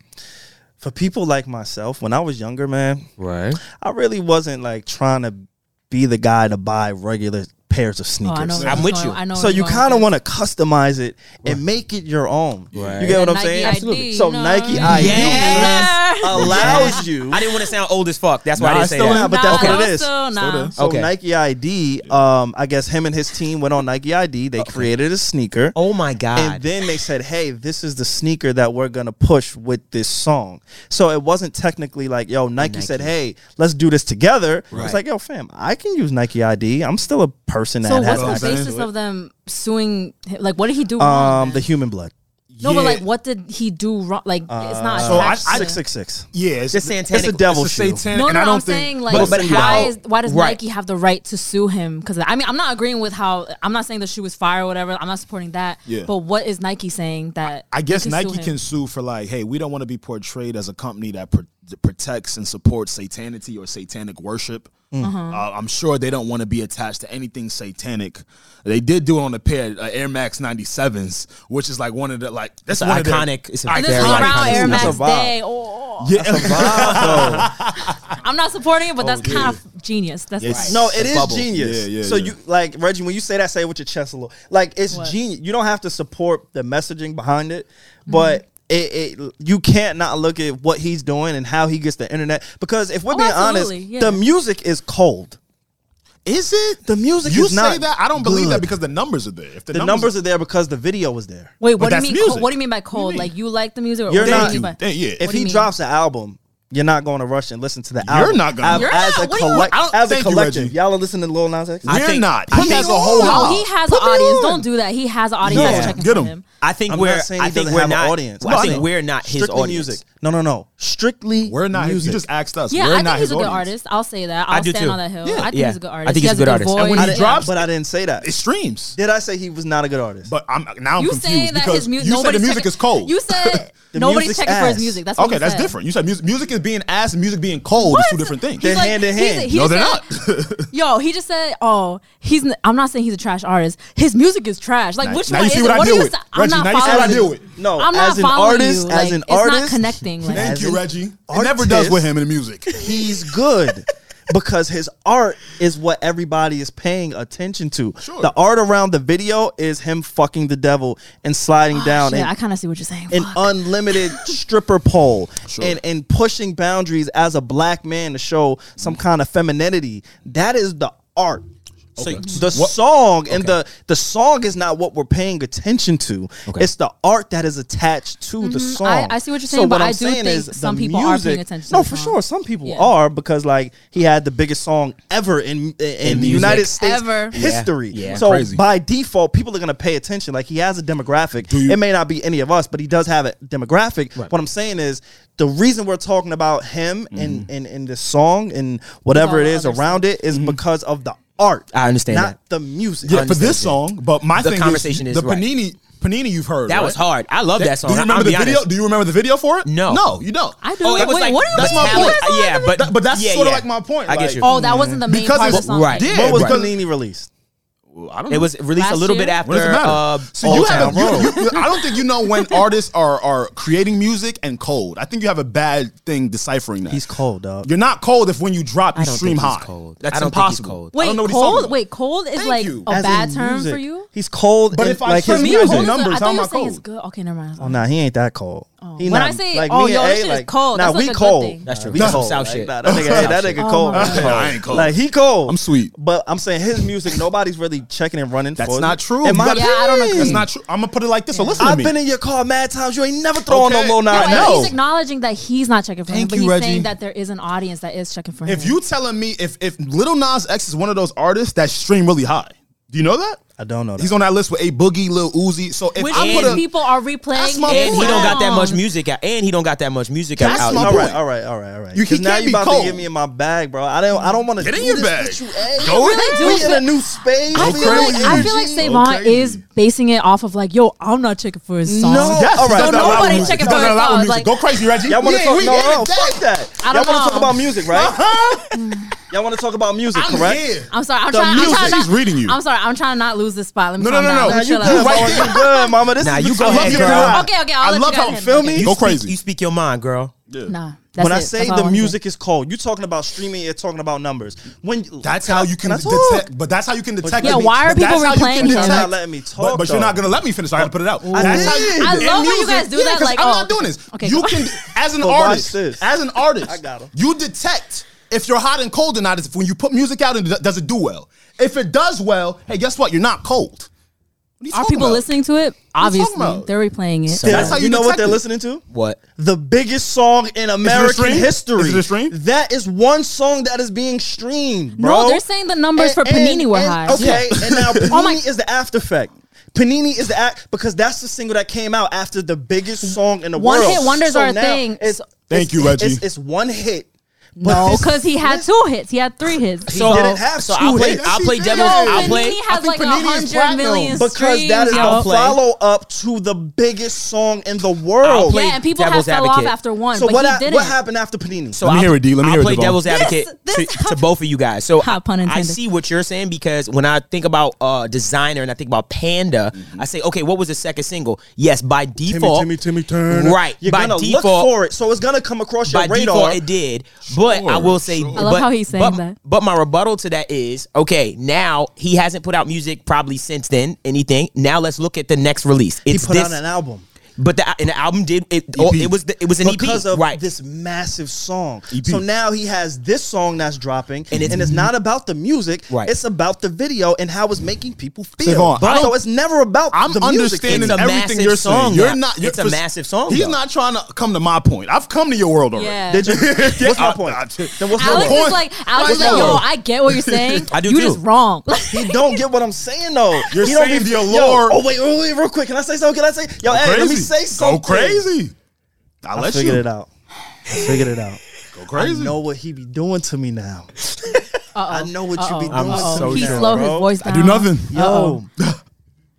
S1: For people like myself, when I was younger, man,
S5: Right.
S1: I really wasn't like trying to be the guy to buy regular pairs of
S4: Oh, I
S1: sneakers.
S4: know where
S5: I'm
S4: he's
S5: with
S4: going-
S5: you.
S4: I know
S1: so you kind of want to customize it and make it your own. You get what I'm saying?
S4: Absolutely.
S1: So Nike ID
S5: Yes.
S1: allows you.
S5: I didn't want to sound old as fuck. That's why
S3: Nah, I
S5: I didn't say
S3: still
S5: that.
S1: Nah, but that's
S4: Nah,
S1: what it is.
S4: still nah.
S3: Still
S1: So
S5: Okay.
S1: Nike ID, um, I guess him and his team went on Nike ID. They created a sneaker.
S5: oh my god.
S1: And then they said, "Hey, this is the sneaker that we're gonna push with this song." So it wasn't technically like, "Yo, Nike, said, hey, let's do this together." It's
S5: Right.
S1: like, "Yo, fam, I can use Nike ID. I'm still a person that
S4: So
S1: has
S4: what's the
S1: access."
S4: basis of them suing? him? Like, what did he do wrong?
S1: um
S4: then?
S1: the human blood.
S4: no,
S3: Yeah.
S4: but
S3: Uh,
S4: like, what did he do wrong? Like, it's not.
S3: So I-
S4: attached
S3: I-
S4: to-
S1: Six six six.
S3: yeah, it's
S5: It's satanic.
S1: It's a devil
S3: it's a
S1: shoe.
S3: satanic.
S4: No,
S3: and
S4: no,
S3: I don't
S4: I'm
S3: think,
S4: saying like,
S5: But- but
S4: why
S5: how-
S4: is why does
S5: right.
S4: Nike have the right to sue him? Because I mean, I'm not agreeing with how I'm not saying the shoe was fire or whatever. I'm not supporting that.
S3: Yeah.
S4: But what is Nike saying that?
S3: I guess
S4: they
S3: Nike
S4: sue him?
S3: can sue for like, hey, we don't want to be portrayed as a company that pr- that protects and supports satanity or satanic worship.
S1: Mm.
S4: Uh-huh.
S3: Uh, I'm sure they don't want to be attached to anything satanic. They did do it on a pair uh, Air Max 97s, which is like one of the like that's
S5: It's an
S3: one of their-
S5: iconic- it's an
S4: And this is
S5: Very
S4: around
S5: iconic.
S4: Air
S1: That's a
S4: Max
S1: vibe.
S4: Day. Oh,
S3: Yeah, Oh,
S1: Wow,
S4: I'm not supporting it, but that's kind of genius. That's
S3: Yes.
S4: right.
S1: No, it is
S5: bubble.
S1: genius.
S3: Yeah, yeah,
S1: so
S3: yeah.
S1: you like Reggie when you say that, say it with your chest a little. Like it's
S4: What?
S1: genius. You don't have to support the messaging behind it,
S4: Mm-hmm.
S1: but it, it you can't not look at what he's doing and how he gets the internet. Because if we're
S4: Oh,
S1: being honest,
S4: absolutely, yeah.
S1: the music is cold.
S3: Is it
S1: The music
S3: You
S1: is
S3: say
S1: not
S3: that I don't believe that
S1: good.
S3: because the numbers are there. If the,
S1: The numbers are there because the video was there.
S4: Wait,
S3: But
S4: what do you
S3: that's
S4: mean?
S3: music.
S4: Cold? What do you mean by cold?
S3: mean?
S4: Like you like the music? Or
S1: You're
S4: what do you
S1: not-
S4: mean by-
S3: Thank you. Yeah.
S1: if
S4: What do
S1: he
S4: you mean?
S1: drops an album, you're not going to rush and listen to the
S3: You're
S1: album.
S3: not gonna-
S1: As-
S3: You're
S1: as
S4: not.
S1: a
S4: What do you-
S1: collect-
S3: I don't-
S1: as a
S3: thank you,
S1: collective.
S3: Reggie.
S1: y'all are listening to Lil Nas X.
S5: I
S3: We're
S5: think-
S3: not.
S5: I
S3: He
S5: think-
S3: has a whole
S1: No,
S4: No,
S3: album.
S4: he has
S1: Put
S4: an
S1: me
S4: audience.
S1: on.
S4: Don't do that. He has an audience.
S1: Yeah.
S4: checking
S3: Get
S4: for
S3: him.
S4: him.
S5: I think
S1: I'm
S5: we're.
S1: not saying he
S5: I think
S1: doesn't
S5: we're
S1: have an
S5: not.
S1: audience.
S5: I
S1: I'm
S5: think
S1: saying
S5: we're not his
S1: strictly
S5: audience.
S1: music. No, no, no. Strictly
S3: We're not. His,
S1: music.
S3: you just asked us.
S4: Yeah,
S3: We're
S4: I think
S3: not
S4: he's
S3: his
S4: a good
S3: audience.
S4: artist. I'll say that. I'll
S5: do
S4: stand
S5: too.
S4: on that hill.
S3: Yeah.
S4: I think
S5: Yeah.
S4: he's a good
S5: I
S4: artist.
S5: think
S4: he
S5: he's a
S4: has
S5: good
S4: a
S5: artist. And
S4: Voice.
S5: when he
S1: I didn't-
S5: drops-
S1: but I didn't say that.
S3: It streams.
S1: Did I say he was not a good artist?
S3: But I'm now I'm
S4: you
S3: confused
S4: saying that
S3: because
S4: his music?
S3: you said the music is cold.
S4: You said
S1: The
S4: nobody's
S1: music's
S4: checking for his
S1: ass.
S4: music. That's what
S3: okay,
S4: you
S3: that's
S4: said.
S3: different. You said music, music is being ass and music being cold is two
S4: What?
S3: different things.
S4: He's
S1: They're hand in
S4: he's-
S1: hand.
S4: he
S3: no, they're
S4: said-
S3: not.
S4: Yo, he just said, "Oh, he's." N- I'm not saying he's a trash artist. His music is trash. Like
S3: Now-
S4: which
S3: now
S4: one
S3: you see
S4: is
S3: what
S4: it?
S3: I
S4: what
S3: deal
S4: do you?
S3: with.
S4: Sa- I'm
S3: Reggie,
S4: not
S3: now you see what I
S4: following
S3: deal
S4: you.
S3: with.
S1: No,
S4: I'm not
S1: as an
S4: following
S1: artist,
S4: you.
S1: as
S4: Like,
S1: an
S4: it's not
S1: artist-
S4: connecting. Like,
S3: Thank
S1: As
S3: you,
S1: an
S3: Reggie. It never does
S1: artist-
S3: with him in the music.
S1: he's good because his art is what everybody is paying attention to.
S3: Sure.
S1: The art around the video is him fucking the devil and sliding down
S4: Ah, Shit, I
S1: and
S4: kind of see what you're saying.
S1: an
S4: Fuck.
S1: unlimited stripper pole and, and pushing boundaries as a black man to show some kind of femininity. That is the art. The song and the the song is not what we're paying attention to. It's the art that is attached to the song.
S4: Mm-hmm. I- I see what you're saying, but I do think some
S1: the
S4: people are paying attention to
S1: No,
S4: the
S1: for
S4: song.
S1: sure, some people
S4: Yeah.
S1: are because like he had the biggest song ever in in, the
S5: music.
S1: United States
S4: Ever. Yeah.
S1: history.
S5: Yeah.
S1: So
S3: Crazy.
S1: by default, people are gonna pay attention. Like he has a demographic.
S3: you-
S1: it may not be any of us, but he does have a demographic. What I'm saying is the reason we're talking about him and and and this song and whatever
S4: all
S1: it
S4: the
S1: is
S4: other
S1: around it is because of the art.
S5: I understand
S1: not
S5: that.
S1: the music.
S3: yeah, for
S5: understand
S3: this
S5: that.
S3: song, but my
S5: The
S3: thing
S5: conversation
S3: is,
S5: is
S3: the
S5: right.
S3: panini panini you've heard.
S5: That
S3: right?
S5: was hard. I love that song.
S3: Do you
S5: I-
S3: remember
S5: I'll
S3: the
S5: be
S3: video?
S5: honest.
S3: Do you remember the video for it?
S5: No.
S3: no, you don't.
S4: I do.
S5: Oh, it was
S4: Wait,
S5: like
S4: what are you
S5: that's
S3: my
S4: talking
S3: point.
S4: about?
S5: Yeah, but
S3: That- but that's
S5: yeah,
S3: sort of
S5: yeah.
S3: like my point.
S5: I get
S3: like,
S5: you.
S4: Oh, that wasn't the main
S3: Because
S4: part of the
S3: it's-
S4: song.
S5: right.
S4: Yeah.
S5: Yeah.
S1: What was
S5: Right.
S1: Panini released?
S3: I don't
S5: It was released a
S4: Last
S5: little
S4: year?
S5: bit after.
S3: What does it matter?
S5: Uh,
S3: See,
S5: Old
S3: you
S5: Town
S3: have a,
S5: Road.
S3: you, you- I don't think you know when artists are are creating music and cold. I think you have a bad thing deciphering that.
S1: He's cold, dog.
S3: You're not cold if when you drop you
S5: I don't
S3: stream
S5: think he's
S3: high.
S5: cold.
S3: That's
S5: I don't think he's
S3: impossible.
S5: cold.
S3: I
S4: Wait,
S3: don't know what he's talking
S4: cold.
S3: about.
S4: Wait, cold is
S3: Thank
S4: like
S3: you.
S4: a
S1: As
S4: bad
S1: in
S4: term for
S1: music.
S4: you.
S1: He's cold.
S3: But
S1: in,
S3: if I-
S1: like
S3: for
S1: his
S3: me,
S4: cold
S1: music.
S4: is a-
S3: Numbers,
S4: I
S3: how
S4: thought
S3: am
S4: you
S3: I
S4: were saying it's
S3: cold?
S4: good. Okay, never mind.
S1: Oh, nah, he ain't that cold. He
S4: When I say, oh,
S1: me
S4: yo,
S1: and
S4: this
S1: A,
S4: shit is cold, that's
S1: nah,
S4: like
S1: we
S4: a good
S1: cold.
S4: thing.
S5: That's true.
S1: We
S5: We some
S1: cold.
S5: South
S1: Like,
S5: shit.
S1: Nah, that nigga, that nigga
S4: Oh
S1: cold.
S4: my
S1: I'm
S4: God.
S3: I ain't cold.
S1: Like he cold.
S3: I'm sweet.
S1: But I'm saying his music, nobody's really checking and running.
S3: That's
S1: for it.
S3: not true.
S1: In
S3: You
S1: my
S3: gotta-
S4: Yeah, I don't
S1: opinion.
S3: That's not true. I'm gonna put it like this. So listen to
S1: I've
S3: me.
S1: been in your car mad times. You ain't never throwing
S3: Okay.
S1: no low
S4: No,
S1: nine.
S4: and
S3: No.
S4: he's Oh, acknowledging that he's not checking for him,
S3: Thank
S4: but
S3: you,
S4: he's
S3: Reggie.
S4: saying that there is an audience that is checking for him.
S3: if you telling me if if Little Nas X is one of those artists that stream really high, do you know that?
S1: I don't know. That.
S3: He's on that list with a boogie, Lil Uzi. So if
S4: which
S3: I
S5: means
S3: put a,
S4: these people are
S3: That's
S4: replaying,
S3: my
S5: and
S4: his
S5: he don't got that much
S4: songs.
S5: music out. And he don't got that much music
S3: That's
S5: out.
S3: my
S1: all
S3: boy.
S1: right, all right, all right, all right.
S3: You- he
S1: 'Cause now
S3: can't
S1: you
S3: be
S1: about
S3: cold.
S1: to get me in my bag, bro. I don't. I don't want to
S3: Get in
S1: do
S3: your
S1: this
S3: bag.
S1: With you, eh?
S3: Go I really in. do
S1: We in
S4: feel-
S1: a new space.
S4: I
S1: We
S4: feel,
S1: in a
S4: like,
S1: new
S4: I feel like
S1: energy.
S4: Savon
S3: crazy.
S4: is basing it off of like, yo, I'm not checking for his song.
S1: No.
S3: Yes,
S1: All right. So
S3: he's done that
S1: nobody
S3: with music.
S4: checking
S3: He's done
S4: for
S3: that
S4: himself,
S3: with music.
S4: like-
S3: Go crazy, Reggie.
S1: Y'all want to
S3: Yeah,
S1: talk?
S3: we
S1: No,
S3: in
S1: no,
S3: it.
S1: fuck that.
S4: I
S1: Y'all
S4: don't
S1: want to talk
S4: know.
S1: about music, right? Y'all want to talk about music,
S3: Uh-huh. I'm
S1: correct?
S3: here.
S4: I'm sorry. I'm
S3: The
S4: trying.
S3: music.
S4: I'm trying not,
S3: She's reading you.
S4: I'm sorry. I'm trying to not lose this spot. Let me
S3: No, no,
S4: calm
S3: no,
S4: down.
S3: no.
S4: Let me
S3: You-
S4: chill
S3: you
S4: out.
S3: right
S1: Oh, you good, mama. This
S5: Nah,
S1: is
S5: you
S1: the
S5: go
S3: I
S1: truth.
S3: love
S5: ahead,
S3: you,
S5: girl.
S3: girl.
S4: Okay, okay, I'll
S3: I
S4: let
S3: love
S4: you
S3: how
S4: have him.
S3: feel
S4: Okay.
S3: me.
S5: You
S3: Go
S5: speak- You
S3: crazy.
S5: speak your mind, girl.
S4: Nah, that's
S1: when
S4: it.
S1: I say
S4: That's all
S1: the
S4: wanna
S1: music is cold, you talking about streaming it, talking about numbers. When
S3: That's how you can
S1: I talk?
S3: detect. But that's how you can detect.
S4: Yeah,
S3: the beat.
S4: why are
S3: But that's
S4: people
S3: how you
S4: replaying
S3: can
S4: him?
S3: detect-
S4: You're
S1: not letting me
S3: But,
S1: talk,
S3: but you're
S1: though.
S3: not gonna let me finish. I gotta put it out.
S1: I
S3: That's how
S1: did.
S3: you.
S1: I
S3: in
S4: love when you
S3: music-
S4: guys do
S3: yeah,
S4: that,
S3: 'cause
S4: like,
S3: I'm
S4: oh.
S3: not doing this.
S4: Okay,
S3: you
S4: go.
S3: can, as an
S1: So watch
S3: artist,
S1: this.
S3: as an artist,
S1: I got 'em.
S3: you detect if you're hot and cold or not. If when you put music out and it do- does it do well? If it does well, hey, guess what? You're not cold. What you
S4: Are
S3: talking
S4: people
S3: about?
S4: listening to it?
S3: What you talking
S4: Obviously,
S3: about?
S4: they're replaying it.
S5: So-
S3: That's how
S1: you,
S3: you
S1: know what
S3: detect
S1: they're
S3: it.
S1: listening to?
S5: What?
S1: The biggest song in American
S3: stream?
S1: history.
S3: Is it a stream?
S1: That is one song that is being streamed, bro.
S4: No, they're saying the numbers for Panini were high.
S1: Okay, and now Panini
S4: Oh my-
S1: is the after effect. Panini is the act because that's the single that came out after the biggest song in the
S4: One
S1: world.
S4: hit wonders are a
S1: now
S4: thing.
S1: It's,
S3: Thank
S1: it's-
S3: you, Reggie.
S1: It's, it's one hit. but
S4: no,
S1: this-
S4: because he had
S1: this-
S4: two hits. He had three hits.
S5: So,
S1: didn't have
S5: so
S1: two
S5: I'll play.
S1: hits.
S5: I'll play
S3: Yes, he
S5: devil's.
S3: did.
S5: I'll
S3: Yo,
S5: play.
S4: Panini
S3: I
S4: has
S3: think
S4: like a
S3: Panini is
S4: hundred
S3: platinum.
S4: million
S1: because
S4: streams.
S1: that is
S4: yo.
S1: the follow up to the biggest song in the world.
S5: play
S4: yeah, and people have
S5: devil's
S4: fell off
S5: advocate.
S4: after one,
S1: so
S4: but
S1: what?
S4: he
S1: hap-
S4: didn't.
S1: what happened after Panini?
S5: So
S3: Let me
S5: I'll-
S3: hear it, D. Let me
S5: I'll
S3: hear it,
S5: play
S3: Devon.
S5: devil's
S4: This-
S5: advocate to,
S4: this-
S5: to both of you guys. So
S4: Ha, pun
S5: I- I
S4: intended.
S5: see what you're saying because when I think about uh, designer and I think about Panda, I say, okay, what was the second single? Yes, by default,
S1: Timmy, Timmy Turner.
S5: Right,
S1: You're
S5: by
S1: gonna
S5: default,
S1: look for it, so it's gonna come across your
S5: by
S1: radar.
S5: default it did. But I
S3: Sure,
S5: will say,
S3: sure.
S4: I love
S5: but-
S4: how he's saying
S5: but-
S4: that.
S5: But my rebuttal to that is okay. Now he hasn't put out music probably since then. Anything. Now let's look at the next release.
S1: He
S5: It's
S1: put
S5: this,
S1: out an album
S5: but the, and the album did it. oh, it was the, it was an
S1: because
S3: E
S5: EP,
S1: of
S5: right?
S1: this E massive song.
S3: EP.
S1: So now he has this song that's dropping, and it's,
S5: it's-
S1: not about the music.
S5: Right.
S1: It's about the video and how it's making people feel.
S3: Savon, I
S1: so
S3: don't-
S1: it's never about
S3: I'm
S1: the music.
S3: understanding
S5: It's a
S3: everything
S5: massive
S3: you're saying.
S5: song,
S3: you're
S5: though.
S3: not. You're,
S5: It's a massive song,
S3: He's
S5: though.
S3: not trying to come to my point. I've come to your world already.
S4: Yeah.
S1: Did you? What's my
S3: I-
S1: point?
S3: I-
S1: then what's my
S4: Alex
S1: point?
S4: is like, Alex is
S3: Right
S4: like,
S3: now.
S4: yo, I get what you're saying.
S5: I do
S4: You
S5: too.
S4: just wrong.
S1: He don't get what I'm saying though.
S3: You're
S1: He don't
S3: saying the
S1: yo,
S3: allure-
S1: oh wait, wait, wait, real quick. Can I say something? Can I say? Yo, hey, let me say something.
S3: Go crazy. I
S1: I
S3: let
S1: figured
S3: you
S1: it out. I figured it out.
S3: go
S1: I
S3: crazy.
S1: know what he be doing to me now. I know what you be
S4: Uh-oh.
S1: doing
S4: Uh-oh.
S1: to me
S4: He
S1: now,
S4: slowed his
S1: bro.
S4: voice down.
S3: do nothing.
S1: Yo,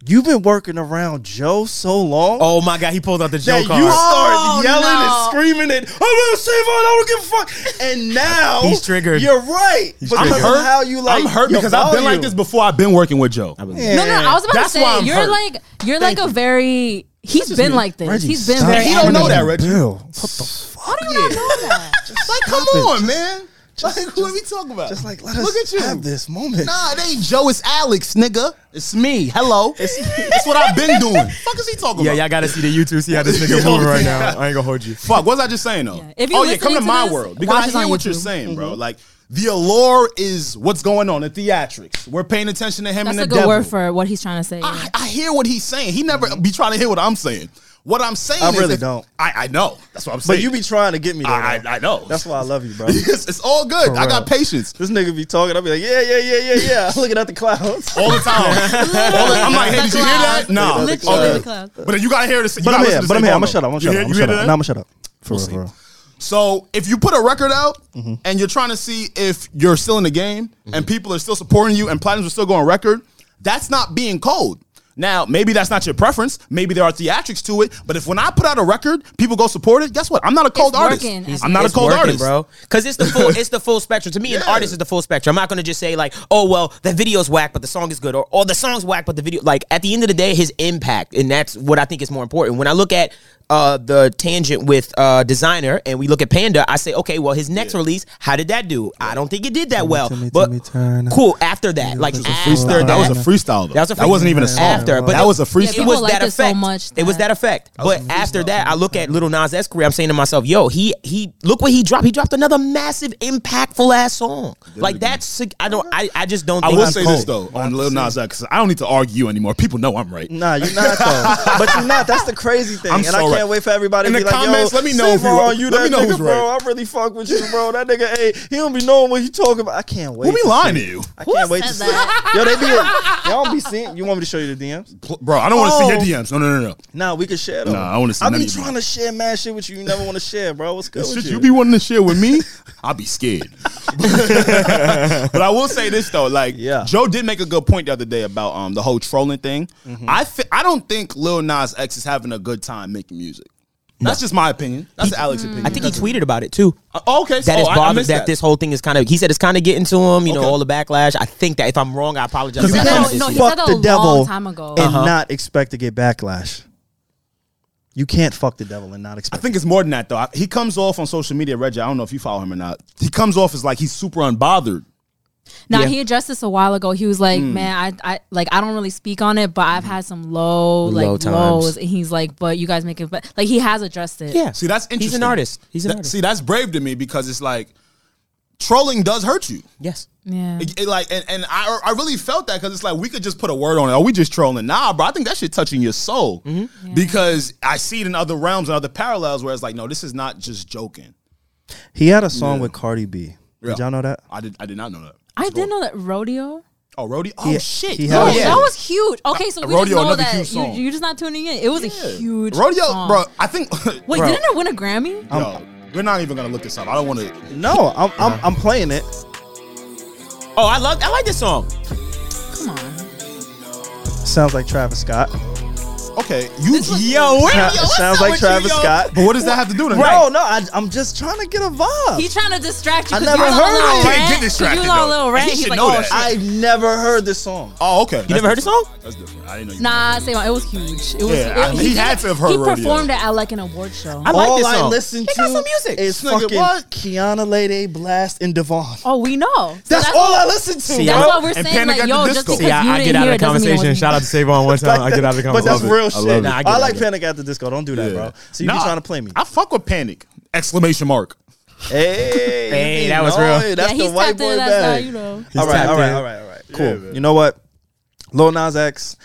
S1: you've been working around Joe so long.
S5: oh my god, he pulled out the
S1: That
S5: joke
S1: you
S5: card.
S4: Oh,
S1: start yelling
S4: no.
S1: and screaming and I'm gonna save on, I don't give a fuck. And now
S5: He's triggered.
S1: You're right. But
S3: I'm
S1: because
S3: hurt.
S1: of how you like
S3: I'm hurt
S1: your
S3: because I've been like
S1: volume.
S3: this before. I've been working with Joe.
S4: No, no, no. I was about
S3: That's
S4: to
S3: why
S4: say
S3: I'm
S4: you're
S3: hurt.
S4: like you're like a very. He's been like this.
S1: Reggie,
S4: he's been
S1: stop.
S4: very.
S3: He don't know
S4: animated.
S3: that, Reggie.
S4: How do you not know that?
S3: Like, come on, man. like, who are we talking about?
S1: Just like let us
S3: Look at you.
S1: have this moment.
S3: Nah, it ain't Joe. It's Alex, nigga. It's me. Hello. It's, what I've been doing. fuck is he talking
S5: Yeah,
S3: about?
S5: y'all gotta see the YouTube. See how this nigga moving right now. I ain't gonna hold you.
S3: Fuck, what was I just saying though?
S4: Yeah. If you're
S3: oh yeah, come to,
S4: listening to
S3: my
S4: this,
S3: world
S4: watch
S3: because
S4: us
S3: I hear
S4: on
S3: what you're
S4: YouTube. Mm-hmm.
S3: saying, bro. Like the allure is what's going on, the theatrics. We're paying attention to him
S4: That's
S3: and the
S4: a good
S3: devil.
S4: word for what he's trying to say.
S3: I, I hear what he's saying. He never be trying to hear what I'm saying. What I'm saying,
S1: I
S3: is
S1: really
S3: if-
S1: don't.
S3: I, I know. That's what I'm saying.
S1: But you be trying to get me there.
S3: I-
S1: though.
S3: I- I know.
S1: That's why I love you, bro.
S3: Yes, it's all good. I got patience
S1: This nigga be talking. I'll be like, yeah, yeah, yeah, yeah, yeah. I'm looking at the clouds.
S3: all the time. All the- I'm like, hey, did you hear that? Nah.
S4: Literally
S3: Okay.
S4: the clouds.
S3: But then you gotta hear this. you
S1: But I'm
S3: gotta
S1: here.
S3: listen to
S1: But I'm
S3: Savon,
S1: here. I'm gonna
S3: though.
S1: shut up. I'm gonna shut up. I'm
S3: You hear- you
S1: shut
S3: hear
S1: up.
S3: that?
S1: Nah, I'm gonna shut up. For real, for real.
S3: So if you put a record out and you're trying to see if you're still in the game and people are still supporting you and platinums are still going record, that's not being cold. Now, maybe that's not your preference. Maybe there are theatrics to it. But if when I put out a record, people go support it, guess what? I'm not a cold artist.
S4: working. He's-
S3: I'm not a
S5: It's
S3: cold
S5: working,
S3: artist.
S5: bro. Because it's the full, it's the full spectrum. To me, an
S3: Yeah.
S5: artist is the full spectrum. I'm not gonna just say like, oh well, the video's whack, but the song is good, or oh the song's whack, but the video. Like at the end of the day, his impact, and that's what I think is more important. When I look at uh, the tangent with uh, designer, and we look at Panda. I say, okay, well, his next release, how did that do? I don't think it did that well,
S1: tell me,
S5: but
S1: tell me, turn up.
S5: cool. After that, like
S1: was a
S5: after
S1: freestyle.
S5: that,
S3: That was a freestyle. Though.
S5: That was a freestyle.
S3: not even a song.
S5: After, but
S3: that was a freestyle.
S5: It
S4: people
S5: was
S4: like
S5: that
S4: it so
S5: effect.
S4: much
S5: It was
S4: that-
S5: that effect. But after that, I look at Little Nas X career. I'm saying to myself, "Yo, he he look what he dropped. He dropped another massive, impactful ass song. Like that's sick. I don't. I, I just don't.
S3: I
S5: Think
S3: will
S5: he's
S3: say this
S5: cold.
S3: though on Lil Nas X, 'cause I don't need to argue you anymore. People know I'm right.
S1: Nah, you're not though. but you're not. That's the crazy thing.
S3: I'm
S1: and I
S3: so
S1: can't
S3: right.
S1: wait for everybody
S3: In
S1: to
S3: the
S1: be like,
S3: comments,
S1: yo,
S3: let me know
S1: say
S3: if you-
S1: more on you,
S3: let me
S1: that
S3: know
S1: nigga,
S3: who's
S1: bro.
S3: right.
S1: I really fuck with you, bro. That nigga, hey, he don't be knowing what he talking about. I can't wait.
S3: Who be
S1: to
S3: lying
S1: see.
S3: to you,
S1: I can't wait to
S4: said
S1: see. it. Yo, they be y'all be seeing. You want me to show you the DMs?
S3: bro? I don't want to
S1: Oh.
S3: see your DMs. No, no, no, no.
S1: Nah, we can share them.
S3: Nah, I wanna see
S1: I
S3: none
S1: be
S3: of your
S1: trying to share mad shit with you. You never want to share, bro. What's good
S3: Shit,
S1: with
S3: you. be wanting to share with me, I'll be scared. but I will say this though, like
S1: Yeah.
S3: Joe did make a good point the other day about um the whole trolling thing.
S5: Mm-hmm.
S3: I thi- I don't think Lil Nas X is having a good time making music. That's just my opinion. That's Alex's opinion.
S5: I think he tweeted about it too.
S3: Uh, okay, so
S5: That is
S3: I- I
S5: bothered
S3: missed
S5: that,
S3: that.
S5: this whole thing is kind of. He said it's kind of getting to him. You know,
S3: Okay.
S5: all the backlash. I think that if I'm wrong, I apologize.
S1: You
S4: No,
S5: I
S1: can't
S5: haven't
S4: no,
S5: seen
S4: he
S5: it.
S1: fuck
S4: said that a
S1: the
S4: long
S1: devil
S4: time ago.
S1: and
S3: Uh-huh.
S1: not expect to get backlash. You can't fuck the devil and not
S3: I
S1: expect.
S3: think it's more than that though. I- He comes off on social media, Reggie. I don't know if you follow him or not. He comes off as like he's super unbothered.
S4: Now
S5: Yeah. Hmm.
S4: he addressed this a while ago. He was like, "Man, I, I like I don't really speak on it, but I've had some low like
S5: Low times.
S4: lows." And he's like, "But you guys make it." But like he has addressed it.
S5: Yeah.
S3: See, that's interesting.
S5: He's an artist. He's an
S3: That-
S5: artist.
S3: See, that's brave to me because it's like trolling does hurt you.
S5: Yes.
S4: yeah.
S3: It, it like and, and I I really felt that because it's like we could just put a word on it. Oh, we just trolling. Nah, bro. I think that shit touching your soul because I see it in other realms and other parallels where it's like, no, this is not just joking.
S1: He had a song with Cardi B. Did
S3: Yeah.
S1: y'all know that?
S3: I did I did not know that.
S4: I did know that rodeo.
S3: Oh, Roddy. Oh
S1: He-
S3: shit.
S1: he
S4: Oh,
S1: had-
S3: yeah.
S4: that was huge. Okay, so we
S3: Rodeo,
S4: just know
S3: another
S4: that
S3: huge
S4: you,
S3: song.
S4: you're just not tuning in. It was a huge
S3: Rodeo,
S4: song.
S3: bro. I think.
S4: Wait,
S3: bro,
S4: didn't it win a Grammy?
S1: Um,
S3: yo, we're not even gonna look this up. I don't want to.
S1: No, I'm I'm, I'm playing it.
S5: Oh, I love. I like this song.
S4: Come on.
S1: Sounds like Travis Scott.
S3: Okay, you.
S4: This was-
S5: Yo, where, yo,
S1: Tra-
S5: what's
S1: sounds
S5: up
S1: like
S5: with you,
S1: Travis
S5: yo?
S1: Scott.
S3: But what does that have to do to
S1: No, no, I, I'm just trying to get a vibe.
S4: He's trying to distract you.
S1: I
S4: 'cause
S1: never
S4: you was on a
S1: heard
S4: little
S1: it. He
S4: rant.
S6: can't get
S4: You
S6: distracted,
S4: was on a
S6: though.
S4: little
S6: He
S4: rant. He's
S6: should
S4: like,
S6: know
S4: oh,
S6: that.
S4: shit.
S1: I've never heard this song.
S3: Oh, okay.
S5: You never heard the song?
S6: That's different. I didn't know. You
S4: Nah, say It was huge. It was.
S6: Yeah,
S4: it-
S6: I- he had to have heard
S4: He
S6: rodeo.
S4: performed it at uh, like an award show.
S5: I like
S1: All
S5: this
S1: I
S5: song.
S1: listen
S5: He
S1: to
S5: got some music.
S1: is
S3: Nigga,
S1: fucking
S3: what?
S1: Kiana Lede Blast and Devon.
S4: Oh, we know. So
S1: that's, all I listen to.
S5: See,
S1: bro.
S4: That's why we're
S6: And
S4: saying
S6: Panic
S4: like,
S6: at the
S4: yo, just
S6: Disco.
S4: because
S5: See, I,
S4: you
S5: I
S4: didn't
S5: get out
S4: hear
S5: of
S4: it doesn't mean it
S5: the conversation.
S4: wasn't
S5: Shout out to Savon one time. I get out of the
S1: But that's
S5: conversation.
S1: real
S3: I
S1: shit.
S3: love
S1: I,
S3: it. Nah,
S5: I get it, I
S1: like
S5: get it.
S1: Panic at the Disco. Don't do that,
S3: Yeah.
S1: bro. So you
S6: Nah,
S1: be trying to play me.
S3: I fuck with panic! Exclamation mark.
S1: hey,
S5: Hey,
S1: you
S5: that
S1: be
S5: was
S1: knowing.
S5: real.
S1: That's
S4: yeah,
S1: the
S4: he's
S1: white
S4: tapped
S1: boy
S4: in. That's how
S1: bag.
S4: you know.
S1: all right,
S5: tapped
S1: all right,
S5: in.
S1: all right, all right. Cool. You know what? Lil Nas X,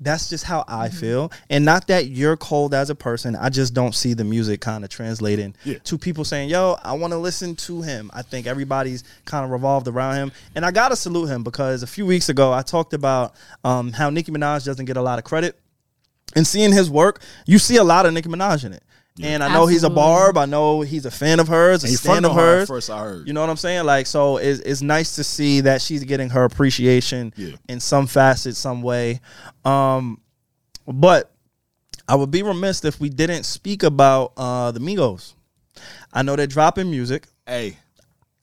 S1: that's just how I
S4: Mm-hmm.
S1: feel. And not that you're cold as a person. I just don't see the music kind of translating
S6: Yeah.
S1: to people saying, yo, I want to listen to him. I think everybody's kind of revolved around him. And I got to salute him because a few weeks ago, I talked about um, how Nicki Minaj doesn't get a lot of credit and seeing his work, you see a lot of Nicki Minaj in it. And I know he's a
S4: Absolutely.
S1: barb. I know he's a fan of hers, a
S3: he
S1: stand of
S3: front on her at
S1: hers.
S3: first, I heard.
S1: You know what I'm saying? Like, so it's, it's nice to see that she's getting her appreciation
S3: Yeah.
S1: in some facet, some way. Um, but I would be remiss if we didn't speak about uh, the Migos. I know they're dropping music.
S3: Hey,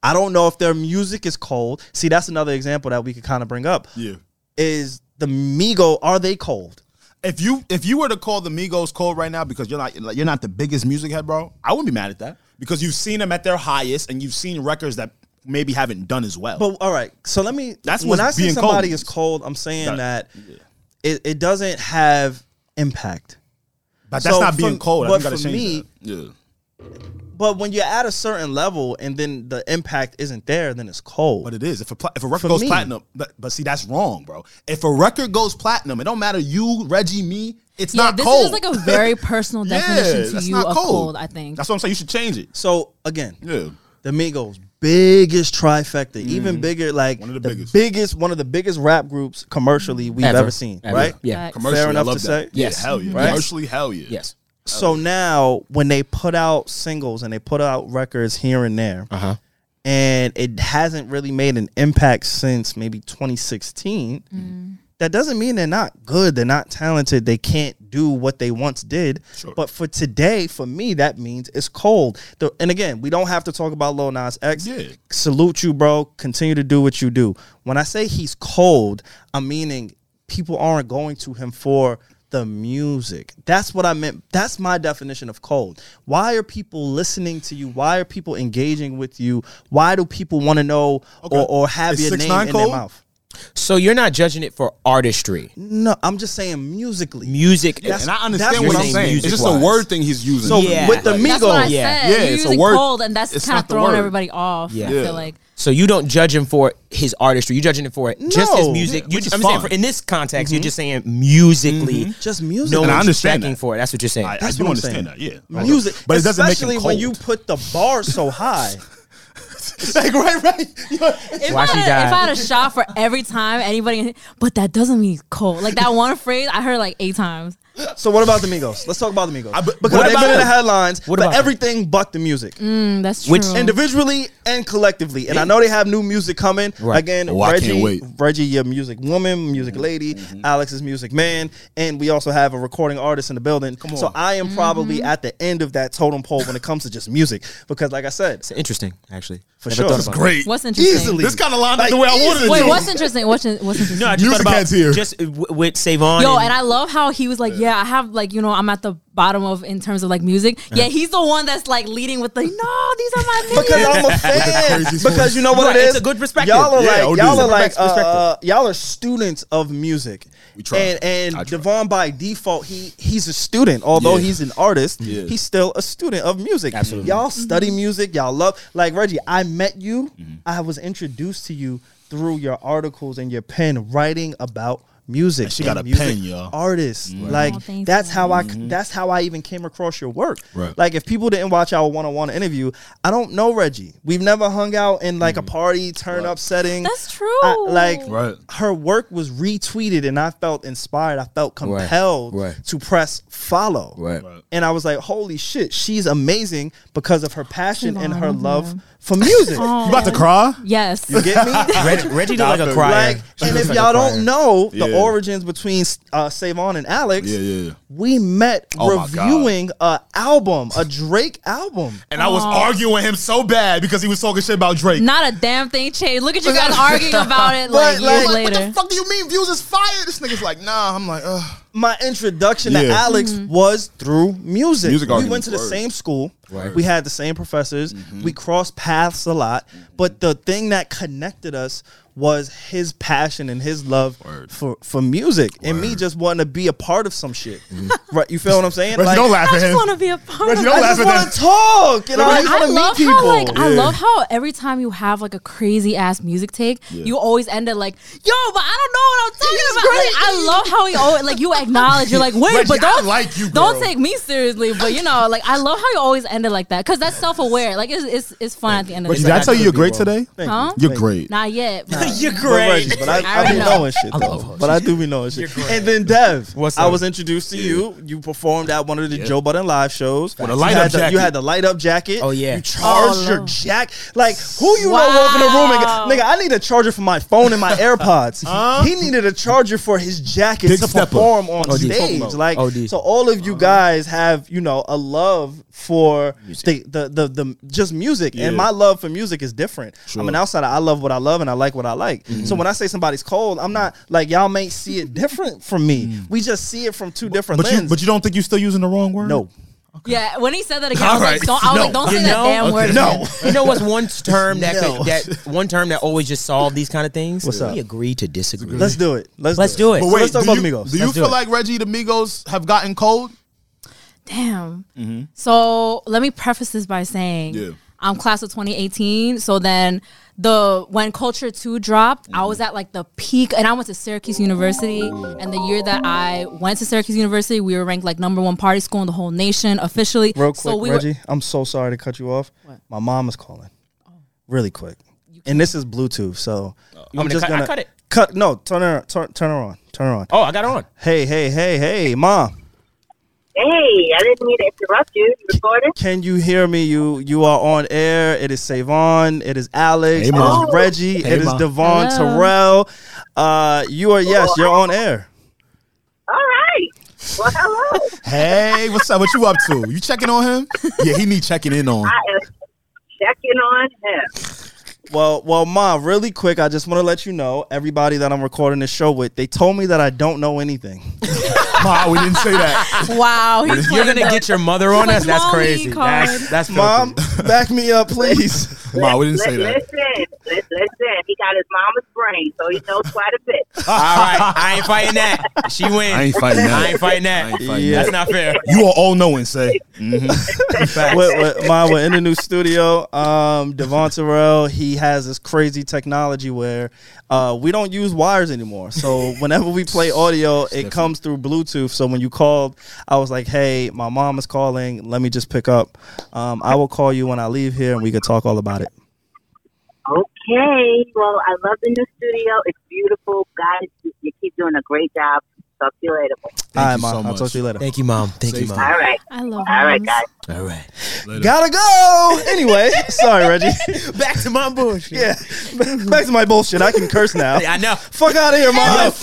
S1: I don't know if their music is cold. See, that's another example that we could kind of bring up.
S3: yeah.
S1: Is the Migo are they cold?
S3: If you if you were to call the Migos cold right now because you're not like, you're not the biggest music head, bro, I wouldn't be mad at that because you've seen them at their highest and you've seen records that maybe haven't done as well.
S1: But all right, so let me.
S3: That's
S1: when
S3: what
S1: I say
S3: being
S1: somebody
S3: cold
S1: is cold. I'm saying that,
S3: That-
S1: it, it doesn't have impact.
S3: But that's
S1: so
S3: not being
S1: for-
S3: cold. I
S1: but
S3: think you gotta
S1: for
S3: change
S1: me-
S3: that. yeah.
S1: But when you're at a certain level and then the impact isn't there, then it's cold.
S3: But it is. If a pla- if a record
S1: For
S3: goes
S1: me.
S3: platinum, but, but see that's wrong, bro. If a record goes platinum, it don't matter you, Reggie, me. It's
S4: Yeah,
S3: not
S4: this
S3: cold.
S4: is like a very personal
S3: Yeah,
S4: definition to
S3: that's
S4: you
S3: not
S4: of cold. I think.
S3: that's what I'm saying. You should change it.
S1: so again,
S3: Yeah.
S1: the Migos, biggest trifecta, even bigger, like
S3: Mm-hmm. One of the biggest.
S1: one of the biggest rap groups commercially we've ever, seen, right?
S5: Yeah.
S4: Facts.
S3: Commercially,
S1: enough
S3: I love
S1: to say?
S3: that. Yeah,
S5: Yes.
S3: hell yeah.
S1: Right?
S3: Commercially, hell yeah.
S5: Yes.
S1: So now, when they put out singles and they put out records here and there, and it hasn't really made an impact since maybe 2016, that doesn't mean they're not good. They're not talented. They can't do what they once did. But for today, for me, that means it's cold. The- and again, we don't have to talk about Lil Nas X.
S3: Yeah.
S1: Salute you, bro. Continue to do what you do. When I say he's cold, I'm meaning people aren't going to him for the music. That's what I meant. That's my definition of cold. Why are people listening to you? Why are people engaging with you? Why do people want to know or, or have
S3: Is
S1: your
S3: 6ix9ine
S1: name in
S3: cold?
S1: their mouth?
S5: So you're not judging it for artistry,
S1: No, I'm just saying musically.
S5: music.
S1: That's-
S3: And I understand
S1: That's
S3: what
S1: what
S3: I'm
S1: I'm
S3: saying. It's just a
S5: music-wise.
S3: word thing he's using.
S1: so
S5: Yeah.
S1: with the
S4: That's what I
S1: Migos,
S5: Yeah.
S4: said.
S3: Yeah,
S4: You're
S3: it's a
S4: using
S3: word.
S4: cold, and that's
S3: It's
S4: kind of
S3: not the
S4: throwing
S3: word.
S4: everybody off.
S5: Yeah.
S4: I
S3: Yeah.
S4: feel like
S5: So you don't judge him for his artistry. You judge him for just his
S1: No.
S5: music.
S3: Yeah,
S5: you
S3: which is
S5: I'm saying for,
S3: fine.
S5: in this context, you're just saying musically.
S1: just music.
S5: No
S3: And I
S5: one's
S3: understand
S5: checking
S3: that.
S5: for it. That's what you're saying.
S3: I, I
S1: That's
S3: do
S1: what I'm
S3: understand that.
S1: saying.
S3: Yeah,
S1: music,
S3: but it doesn't make
S1: especially
S3: him cold.
S1: when you put the bar so high.
S3: like right, right.
S4: if
S5: Why
S4: I,
S5: she
S4: had,
S5: died.
S4: if I had a shot for every time anybody, but that doesn't mean cold. Like that one phrase I heard like eight times.
S1: So what about the Migos? Let's talk about the Migos
S3: I- but-
S1: because
S3: what
S1: they've
S3: about
S1: been in the
S3: them?
S1: headlines
S5: What
S1: for
S5: about them?
S1: everything but the music, Mm-hmm.
S4: Mm, that's true.
S5: Which
S1: individually and collectively. And I know they have new music coming
S5: Right.
S1: again.
S3: Oh, I
S1: Reggie,
S3: can't wait.
S1: Reggie, your music woman, music lady. Alex is music man, and we also have a recording artist in the building. So I am probably
S4: Mm-hmm.
S1: at the end of that totem pole when it comes to just music because, like I said,
S5: It's interesting, actually.
S1: for
S5: Never
S1: sure,
S5: thought
S1: it's
S5: about it.
S6: Great.
S4: What's interesting?
S1: Easily.
S6: This kind of lined up the way I wanted it.
S4: Wait,
S6: to.
S4: what's interesting? What's, in- what's interesting?
S5: No, I just
S6: Music
S5: thought about
S6: heads here.
S5: just w- with Savon.
S4: Yo, and I love how he was like, yeah, I have like, you know, I'm at the bottom of in terms of like music. Yeah, he's the one that's like leading with the no, these are my niggas.
S1: because I'm a fan. because you know what
S5: Right,
S1: it is.
S5: it's a good perspective.
S1: Y'all are
S5: Yeah,
S1: like
S5: it would be.
S1: y'all
S5: It's
S1: are
S5: a
S1: like
S5: perfect perspective.
S1: uh, y'all are students of music. We
S3: try.
S1: And
S3: I
S1: and
S3: try.
S1: Devon by default he he's a student. Although
S3: Yeah.
S1: he's an artist,
S3: Yeah.
S1: he's still a student of music.
S5: Absolutely.
S1: Y'all study music. Y'all love like Reggie. I met you. I was introduced to you through your articles and your pen writing about. Music.
S3: she got
S1: and
S3: a pen,
S1: music
S3: y'all.
S1: Artists like
S4: Oh, thank
S1: that's
S4: you.
S1: how I that's how I even came across your work.
S3: Right.
S1: Like if people didn't watch our one-on-one interview, I don't know Reggie. We've never hung out in like a party turn up setting.
S4: That's true.
S1: I- like
S3: Right.
S1: her work was retweeted and I felt inspired. I felt compelled
S5: Right.
S1: to press follow.
S5: Right. Right.
S1: And I was like, holy shit, she's amazing because of her passion and her
S4: Savannah.
S1: love for music.
S4: Oh.
S3: You about to cry?
S4: Yes.
S1: You get me?
S5: Reggie, Reggie looked like a
S3: Nah,
S5: crier.
S1: Like,
S5: She
S1: and
S5: looks
S1: if
S5: like a
S1: y'all
S5: crier.
S1: don't know, the
S3: Yeah.
S6: Yeah.
S1: origins between uh, Savon and Alex,
S6: Yeah, yeah, yeah.
S1: we met
S6: Oh my God.
S1: reviewing a album, a Drake album.
S6: And I was arguing with him so bad because he was talking shit about Drake.
S4: Not a damn thing changed. Look at you guys arguing about it
S1: But,
S4: like,
S1: like,
S4: years
S1: what
S4: later.
S6: What the fuck do you mean views is fire? This nigga's like, nah. I'm like, ugh.
S1: my introduction to
S6: Yeah.
S1: Alex was through music.
S6: Music
S1: we went
S6: arguments,
S1: to the
S6: word. Mm-hmm.
S1: same school. We had the same professors. We crossed paths a lot. But the thing that connected us was his passion and his love for, for music and me just wanting to be a part of some shit.
S6: Mm-hmm.
S1: Right? You feel what I'm saying?
S6: Reggie, don't laugh
S4: I
S6: at
S4: just
S6: him.
S4: want to be a part
S6: Reggie,
S4: of
S6: don't
S1: I
S4: it.
S6: laugh
S1: just
S6: at
S1: want
S6: that.
S1: to talk. You know, I
S4: Like,
S1: just
S4: I
S1: want to meet
S4: love
S1: people.
S4: how like I
S6: Yeah.
S4: love how every time you have like a crazy ass music take, you always end it like, yo, but I don't know what I'm talking about. Like, I love how he always like you acknowledge you're like, wait,
S6: Reggie,
S4: but
S6: I
S4: don't
S6: like you,
S4: don't
S6: girl."
S4: take me seriously. But you know, like I love how you always end it like that because that's self aware. Like it's, it's it's fun at the end of the
S3: Did
S4: day.
S3: I tell you you're great today?
S1: Thank
S4: Huh?
S3: You're great.
S4: Not yet. but-
S5: You're
S1: But Reggie's, but I, I,
S4: I
S1: be
S4: know.
S1: knowing shit. Though. But I do be knowing shit.
S5: great.
S1: And then Dev,
S5: What's
S1: I
S5: up?
S1: was introduced to you. You performed at one of the Joe Budden live shows.
S6: With a
S1: You
S6: light-up
S1: had the-
S6: jacket.
S1: You had the light up jacket.
S5: Oh, yeah.
S1: You charged
S4: Oh,
S1: your
S4: no.
S1: jack. Like who you know walk in the room and go,
S4: Wow.
S1: nigga, I need a charger for my phone and my AirPods. He needed a charger for his jacket
S3: Big
S1: to
S3: stepper.
S1: perform on
S5: OD.
S1: stage. Like
S5: OD.
S1: so, all
S6: Uh-huh.
S1: of you guys have you know a love for the, the the the just music, and
S6: Yeah.
S1: my love for music is different.
S3: Sure.
S1: I'm an outsider. I love what I love and I like what I like.
S6: Mm-hmm.
S1: So when I say somebody's cold, I'm not like y'all may see it different from me.
S6: Mm-hmm.
S1: We just see it from two different
S3: But you,
S1: lenses.
S3: but you don't think you're still using the wrong word?
S1: no,
S6: Mm-hmm.
S4: Yeah, when he said that again, I
S6: All
S4: was
S6: right.
S4: like, don't, I was
S6: No.
S4: like, don't
S5: You
S4: say that
S5: know?
S4: damn word. again.
S1: no.
S5: You know what's one term that
S1: No.
S5: could, that one term that always just solved these kind of things?
S1: What's up?
S5: We agree to disagree.
S1: Let's do it. Let's
S5: Let's
S1: do
S5: do
S1: it.
S5: it.
S1: So
S6: But wait,
S1: let's talk
S6: do
S1: about
S6: you,
S1: Migos.
S6: Do you
S5: Let's do
S6: feel
S5: it.
S6: like Reggie the Migos have gotten cold?
S4: Damn. So let me preface this by saying
S6: Yeah.
S4: I'm class of 2018. So then the when Culture 2 dropped, I was at like the peak and I went to Syracuse University. And the year that I went to Syracuse University, we were ranked like number one party school in the whole nation officially.
S1: Real quick,
S4: so we
S1: Reggie.
S4: were
S1: I'm so sorry to cut you off. My mom is calling.
S5: Oh.
S1: Really quick. And this is Bluetooth, so
S6: Oh.
S1: I'm
S5: gonna
S1: just
S5: cut- I
S1: gonna
S5: cut it.
S1: Cut. No, turn her. Turn, turn her on. Turn her on.
S5: Oh, I got on.
S1: Hey, hey, hey, hey, mom.
S7: Hey, I didn't mean to interrupt you. You recording?
S1: Can you hear me? You you are on air. It is Savon. It is Alex.
S3: Hey,
S1: it
S3: Ma.
S1: is Reggie.
S3: Hey,
S1: it is
S3: Ma.
S1: Devon
S4: Hello.
S1: Terrell. Uh, you are yes. You're on air.
S7: All right. Well, hello.
S6: Hey,
S3: What's up? What you up to? You checking on him? Yeah, he need checking in on.
S7: I am checking on him.
S1: Well, well, Ma. Really quick, I just want to let you know everybody that I'm recording this show with. They told me that I don't know anything.
S6: Ma, we didn't say that.
S4: wow. he's
S5: You're
S4: playing
S5: gonna
S4: the-
S5: get your mother on
S4: Like,
S5: us. That's
S4: Mom, we
S5: crazy.
S4: called.
S5: That's that's filthy.
S1: Mom, back me up, please.
S6: Ma, we didn't
S7: Li-
S6: say that.
S7: Listen, li- listen. He got his mama's brain, so he knows quite a bit.
S5: All right, I ain't fighting that. She wins.
S6: I ain't fighting that.
S5: I ain't fighting that.
S6: I ain't fighting
S1: Yeah.
S5: That's not fair.
S6: You are all knowing, say.
S1: We're, we're- Ma, we're in the new studio. Um, Devon Terrell, he has this crazy technology where uh, we don't use wires anymore. So whenever we play audio, it comes through Bluetooth. So when you called, I was like, hey, my mom is calling. Let me just pick up. Um, I will call you when I leave here and we can talk all about it.
S7: Okay. Well, I love the new studio. It's beautiful, guys. You you keep doing a great job. Talk to you later.
S1: all right,
S6: you
S1: Ma.
S6: so
S1: I'll talk
S6: much.
S1: to you later.
S5: Thank you, mom. Thank you,
S6: Safety.
S5: mom.
S7: All right.
S4: I love
S7: All right,
S4: moms.
S7: guys.
S5: All right.
S1: Gotta go. Anyway, sorry, Reggie.
S5: Back to my bullshit.
S1: yeah. Back to my bullshit. I can curse now.
S5: Yeah, I know.
S1: Fuck out of here, Mom.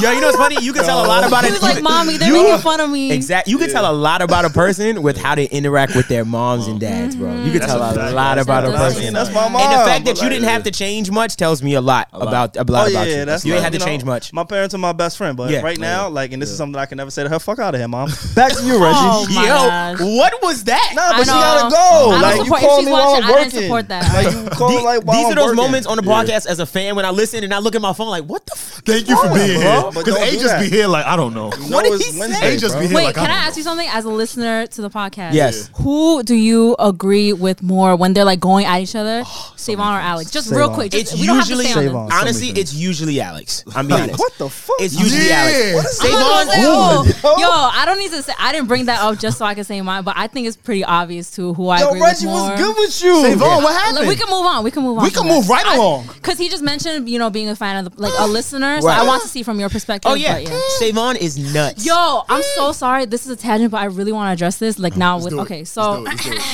S5: Yo, you know what's funny? You can tell a lot about
S4: He
S5: it.
S4: was like, mommy, they're
S5: You-
S4: making fun of me.
S5: Exactly. You can tell a lot about a person with how they interact with their moms and dads, bro. You can tell a,
S6: fact.
S5: lot
S6: That's
S5: about
S4: a
S5: a
S4: fact.
S5: person.
S4: I mean,
S1: that's my mom.
S5: And the fact that you
S1: Like- Oh,
S5: didn't have to change much tells me a lot, about a lot about you.
S1: that's
S5: you ain't
S1: like,
S5: had to
S1: know,
S5: change much.
S1: My parents are my best friend, but
S5: Yeah.
S1: right now, like, and this is something I can never say to her. Fuck out of here, mom. Back to you, Reggie.
S4: Oh my
S5: Yo,
S4: gosh.
S5: what was that?
S1: Nah, but
S4: I
S1: she
S4: know.
S1: gotta go.
S4: I don't
S1: like,
S4: support-
S1: you
S4: if
S1: call
S4: she's
S1: me while I'm
S4: watching, I
S1: working.
S4: didn't support that.
S1: Like, you call
S5: The-
S1: like while
S5: these
S1: I'm
S5: are those
S1: working.
S5: moments on the podcast as a fan when I listen and I look at my phone like, what the fuck?
S6: Thank you for being
S1: bro.
S6: here.
S1: But
S6: Because
S1: don't
S6: A
S1: do
S6: just
S1: that.
S6: be here like, I don't know.
S1: No,
S5: What did
S1: it's
S5: he say?
S1: Wednesday,
S6: They just
S1: bro.
S6: be here
S4: Wait,
S6: like,
S4: can I
S6: I don't
S4: ask you something as a listener to the podcast?
S5: Yes.
S4: Who do you agree with more when they're like going at each other? Savon or Alex? Just real
S1: Savon.
S4: quick. Just,
S5: It's
S4: we don't have to
S5: usually
S4: stay on
S1: Savon.
S4: this.
S5: Honestly, it's usually Alex. I'm being honest.
S1: What the fuck?
S5: It's usually
S6: Yeah. What
S5: Alex.
S6: is
S4: I'm not
S5: Savon,
S4: gonna say,
S1: Ooh.
S4: oh, yo, I don't need to say. I didn't bring that up just so I could say mine, but I think it's pretty obvious too who I
S1: Yo,
S4: agree
S1: Reggie
S4: with more. Uh,
S1: was good with you.
S6: Savon, what
S4: Oh, Look,
S6: happened?
S4: we can move on. We can move on.
S6: We can move right along.
S4: because he just mentioned you know being a fan of the, like a listener. So
S5: Right.
S4: I want to see from your perspective.
S5: Oh yeah.
S4: but yeah.
S5: Savon is nuts.
S4: Yo, I'm so sorry. This is a tangent, but I really want to address this. Like now with
S6: do it.
S4: okay, so
S6: Let's do it.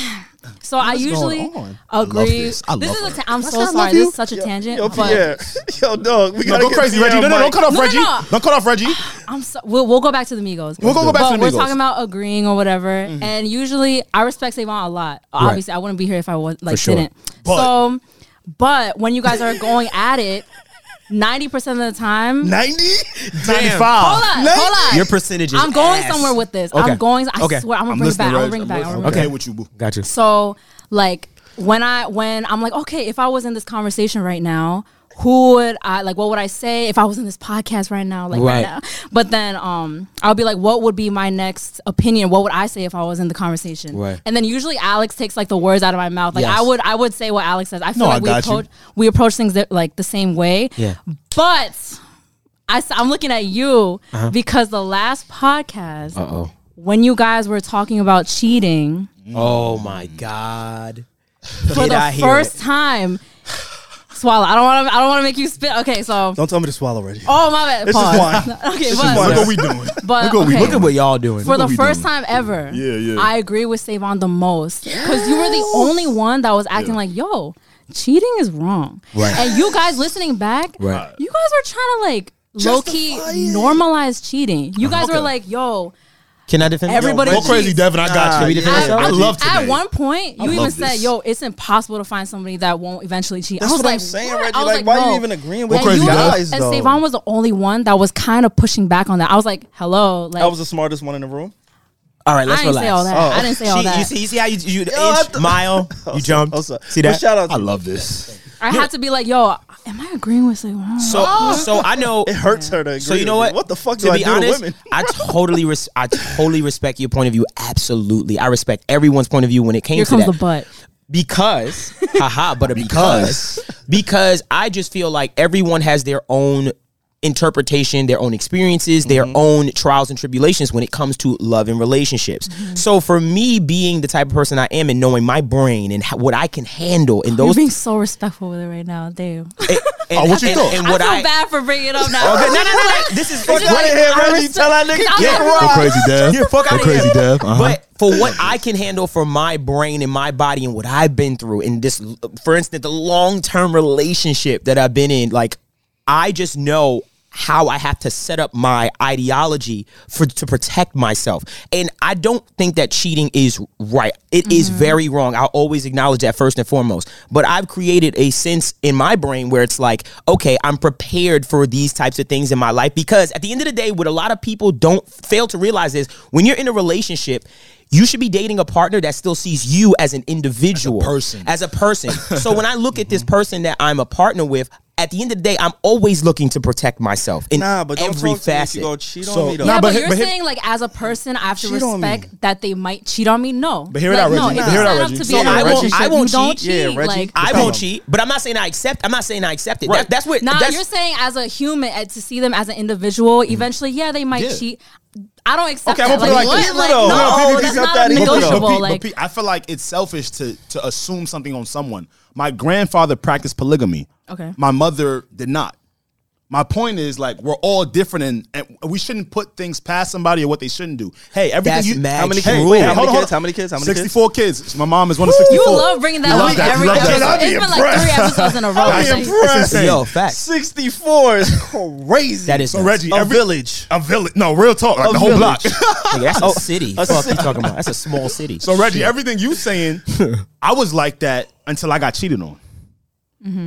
S4: So I
S3: is going
S4: usually
S3: on?
S4: agree.
S3: I love this. I love
S4: is a
S3: her.
S4: ta- I'm
S3: Did I
S4: so
S3: say I love
S4: sorry. This
S3: you?
S4: is such a tangent.
S1: Yo,
S4: but
S1: Pierre. Yo, dog. We
S6: No,
S1: gotta
S6: go
S1: get uh,
S6: crazy,
S1: Pierre
S6: Reggie. No, no,
S1: on
S6: don't cut off
S4: No, no,
S6: Reggie.
S4: no.
S6: Don't cut off Reggie.
S4: I'm so, we'll, we'll go back to the Migos.
S6: We'll go back
S4: but
S6: to the
S4: We're
S6: Migos.
S4: talking about agreeing or whatever, and usually I respect Savon a lot. Obviously, I wouldn't be here if I was like
S5: sure.
S4: didn't.
S6: But-
S4: so, but when you guys are going at it, ninety percent of the time,
S1: mic. 90?
S4: hold on, hold on.
S5: Your percentage is
S4: I'm going
S5: ass.
S4: somewhere with this.
S5: Okay.
S4: I'm going. I
S5: Okay.
S4: swear, I'm gonna
S3: I'm
S4: bring it
S3: listening,
S4: back. I'm
S3: Reg.
S4: gonna bring it
S3: I'm
S4: back. I'm
S3: listening.
S4: gonna
S5: Okay.
S4: bring it
S3: Okay
S4: back.
S3: with you, boo.
S5: Got you.
S4: So like when I when I'm like, okay, if I was in this conversation right now, who would I like what would I say if I was in this podcast right now? Like
S5: Right.
S4: right, now. But then um I'll be like, what would be my next opinion? What would I say if I was in the conversation?
S5: Right.
S4: And then usually Alex takes like the words out of my mouth. Like
S5: Yes.
S4: I would I would say what Alex says. I
S3: No,
S4: feel
S3: I
S4: like we
S3: got you.
S4: approach we approach things that, like the same way.
S5: Yeah.
S4: But I, am looking at you because the last podcast,
S5: Uh-huh. Uh-oh.
S4: when you guys were talking about cheating,
S5: Oh my God.
S4: for
S5: Did
S4: the
S5: I hear
S4: first
S5: it?
S4: time. Swallow. I don't want to. I don't want to make you spit. Okay, so.
S1: Don't tell me to swallow, Reggie.
S4: Oh my bad.
S1: This is
S4: Pause.
S1: wine.
S4: Okay,
S1: wine.
S6: Look
S4: but,
S6: what we doing.
S4: but okay.
S5: Look at what y'all doing.
S4: for the
S3: we
S4: first
S3: doing.
S4: time ever.
S3: Yeah, yeah.
S4: I agree with Savon the most because you were the only one that was acting like, "Yo, cheating is wrong,"
S5: Right.
S4: and you guys listening back,
S5: Right.
S4: you guys were trying to like. Low key normalize cheating. You guys were like, "Yo,
S5: Can I defend
S4: Everybody-
S5: Uh-huh. Yo,
S6: Go
S5: Reggie.
S6: crazy, Devin. I got
S5: Can we
S6: you.
S5: defend
S4: I-
S5: ourselves?
S6: I love
S4: at
S6: today.
S4: one point, you even
S3: love
S4: said,
S3: this.
S4: "Yo, it's impossible to find somebody that won't eventually cheat."
S1: That's
S4: I was
S1: what
S4: like,
S1: I'm saying,
S4: "What?"
S1: Reggie.
S4: I was
S1: Like, why
S4: no.
S1: you even agreeing
S4: And
S1: with
S6: crazy
S1: these
S4: you
S6: guys,
S4: guys,
S1: guys,
S4: and
S1: though?
S4: Savon was the only one that was kind of pushing back on that. I was like, "Hello, like
S1: I was the smartest one in the room.
S5: All right, let's
S4: I didn't
S5: relax.
S4: say all that.
S1: Oh.
S4: I didn't say all
S5: She-
S4: that.
S5: You see, you see how you, you inch,
S1: I th-
S5: mile, you jumped.
S1: Also,
S5: see that?
S1: But shout out to
S3: I love this.
S4: I had to be like, yo, am I agreeing with Savon?
S5: So,
S4: Oh.
S5: so I know.
S1: It hurts her to agree.
S5: So you know
S1: with me.
S5: what?
S1: What the fuck
S5: To
S1: do I
S5: be
S1: do
S5: honest,
S1: to women?
S5: I totally, res- I totally respect your point of view. Absolutely, I respect everyone's point of view when it came
S4: Here
S5: to
S4: comes
S5: that.
S4: the butt.
S5: because haha but a because because i just feel like everyone has their own interpretation their own experiences their own trials and tribulations when it comes to love and relationships so for me being the type of person i am and knowing my brain and how, what i can handle and
S4: You're
S5: those
S4: being so respectful with it right now. Damn.
S5: and, and,
S3: what you
S5: and-
S3: thought?
S5: and
S4: I
S5: Oh, what
S4: feel
S5: i
S4: bad for bringing it up now.
S5: Okay, no, no, no, no. This is fucking
S1: Right here, Reggie. Tell that nigga
S4: Yeah.
S1: get right.
S3: Go crazy, Dev.
S5: Yeah, fuck
S3: Go
S5: outta
S3: crazy,
S5: here.
S3: Dev. Uh-huh.
S5: But for what I can handle for my brain and my body and what I've been through, and this, for instance, the long term relationship that I've been in, like, I just know how I have to set up my ideology for to protect myself. And I don't think that cheating is right. It is very wrong. I'll always acknowledge that first and foremost. But I've created a sense in my brain where it's like, okay, I'm prepared for these types of things in my life because at the end of the day, what a lot of people don't fail to realize is when you're in a relationship, you should be dating a partner that still sees you as an individual, as a
S3: person.
S5: As a person. so when I look at
S1: Mm-hmm.
S5: this person that I'm a partner with, at the end of the day, I'm always looking to protect myself in
S1: Nah, but don't
S5: every
S1: talk to me if
S5: facet.
S1: you go cheat
S3: So-
S1: on me though.
S3: Nah,
S4: Yeah,
S3: but
S4: but,
S3: he-
S4: you're
S3: but he-
S4: saying like as a person, I have to
S1: Cheat on me.
S4: respect that they might cheat on me. No, but
S3: hear it out,
S4: no,
S3: Reggie.
S4: It's
S3: Hear it
S4: set
S3: out,
S4: up
S3: Reggie.
S4: to be
S5: So
S4: a
S5: I won't-
S4: relationship.
S5: I
S4: You
S5: won't
S4: don't
S5: cheat.
S1: Yeah,
S4: cheat.
S1: Reggie.
S4: Like,
S5: I
S1: Problem.
S5: won't cheat, but I'm not saying I accept. I'm not saying I accept it.
S3: Right.
S5: That- that's what.
S4: Nah,
S5: that's,
S4: you're saying as a human uh, to see them as an individual. Eventually, yeah, they might
S3: Yeah.
S4: cheat. I don't accept.
S1: Okay, I'm
S4: that.
S1: gonna put it like this, though.
S4: no,
S1: I'm gonna put it
S4: that's
S1: like
S4: not
S1: that. But- but-
S4: negotiable.
S3: Pete,
S4: like,
S3: Pete, I feel like it's selfish to to assume something on someone. My grandfather practiced polygamy.
S4: Okay.
S3: My mother did not. My point is like we're all different, and, and we shouldn't put things past somebody or what they shouldn't do. Hey, everything
S5: That's
S3: you
S5: mad
S1: How many
S5: Hey,
S1: kids?
S5: wait,
S1: Wait,
S5: how
S1: how,
S5: many
S1: many kids? How many kids? How many kids?
S3: Sixty-four kids. My mom is one of sixty-four.
S4: you love bringing that
S3: Love
S4: up
S3: that.
S4: every
S3: Love that.
S4: episode.
S3: I'd be
S4: It's been like three episodes in a row.
S1: I'd be
S4: Like,
S1: impressed.
S3: It's insane. Oh,
S5: yo facts.
S1: 64 is crazy.
S5: That is
S1: a
S5: nuts.
S3: Reggie, every-
S1: village.
S3: a village. No, real talk, like
S1: A
S3: the whole
S1: village.
S3: block.
S5: Nigga, that's a city.
S1: a
S5: Fuck
S1: city.
S5: you talking about? That's a small city.
S3: So Reggie, everything you saying, I was like that until I got cheated on.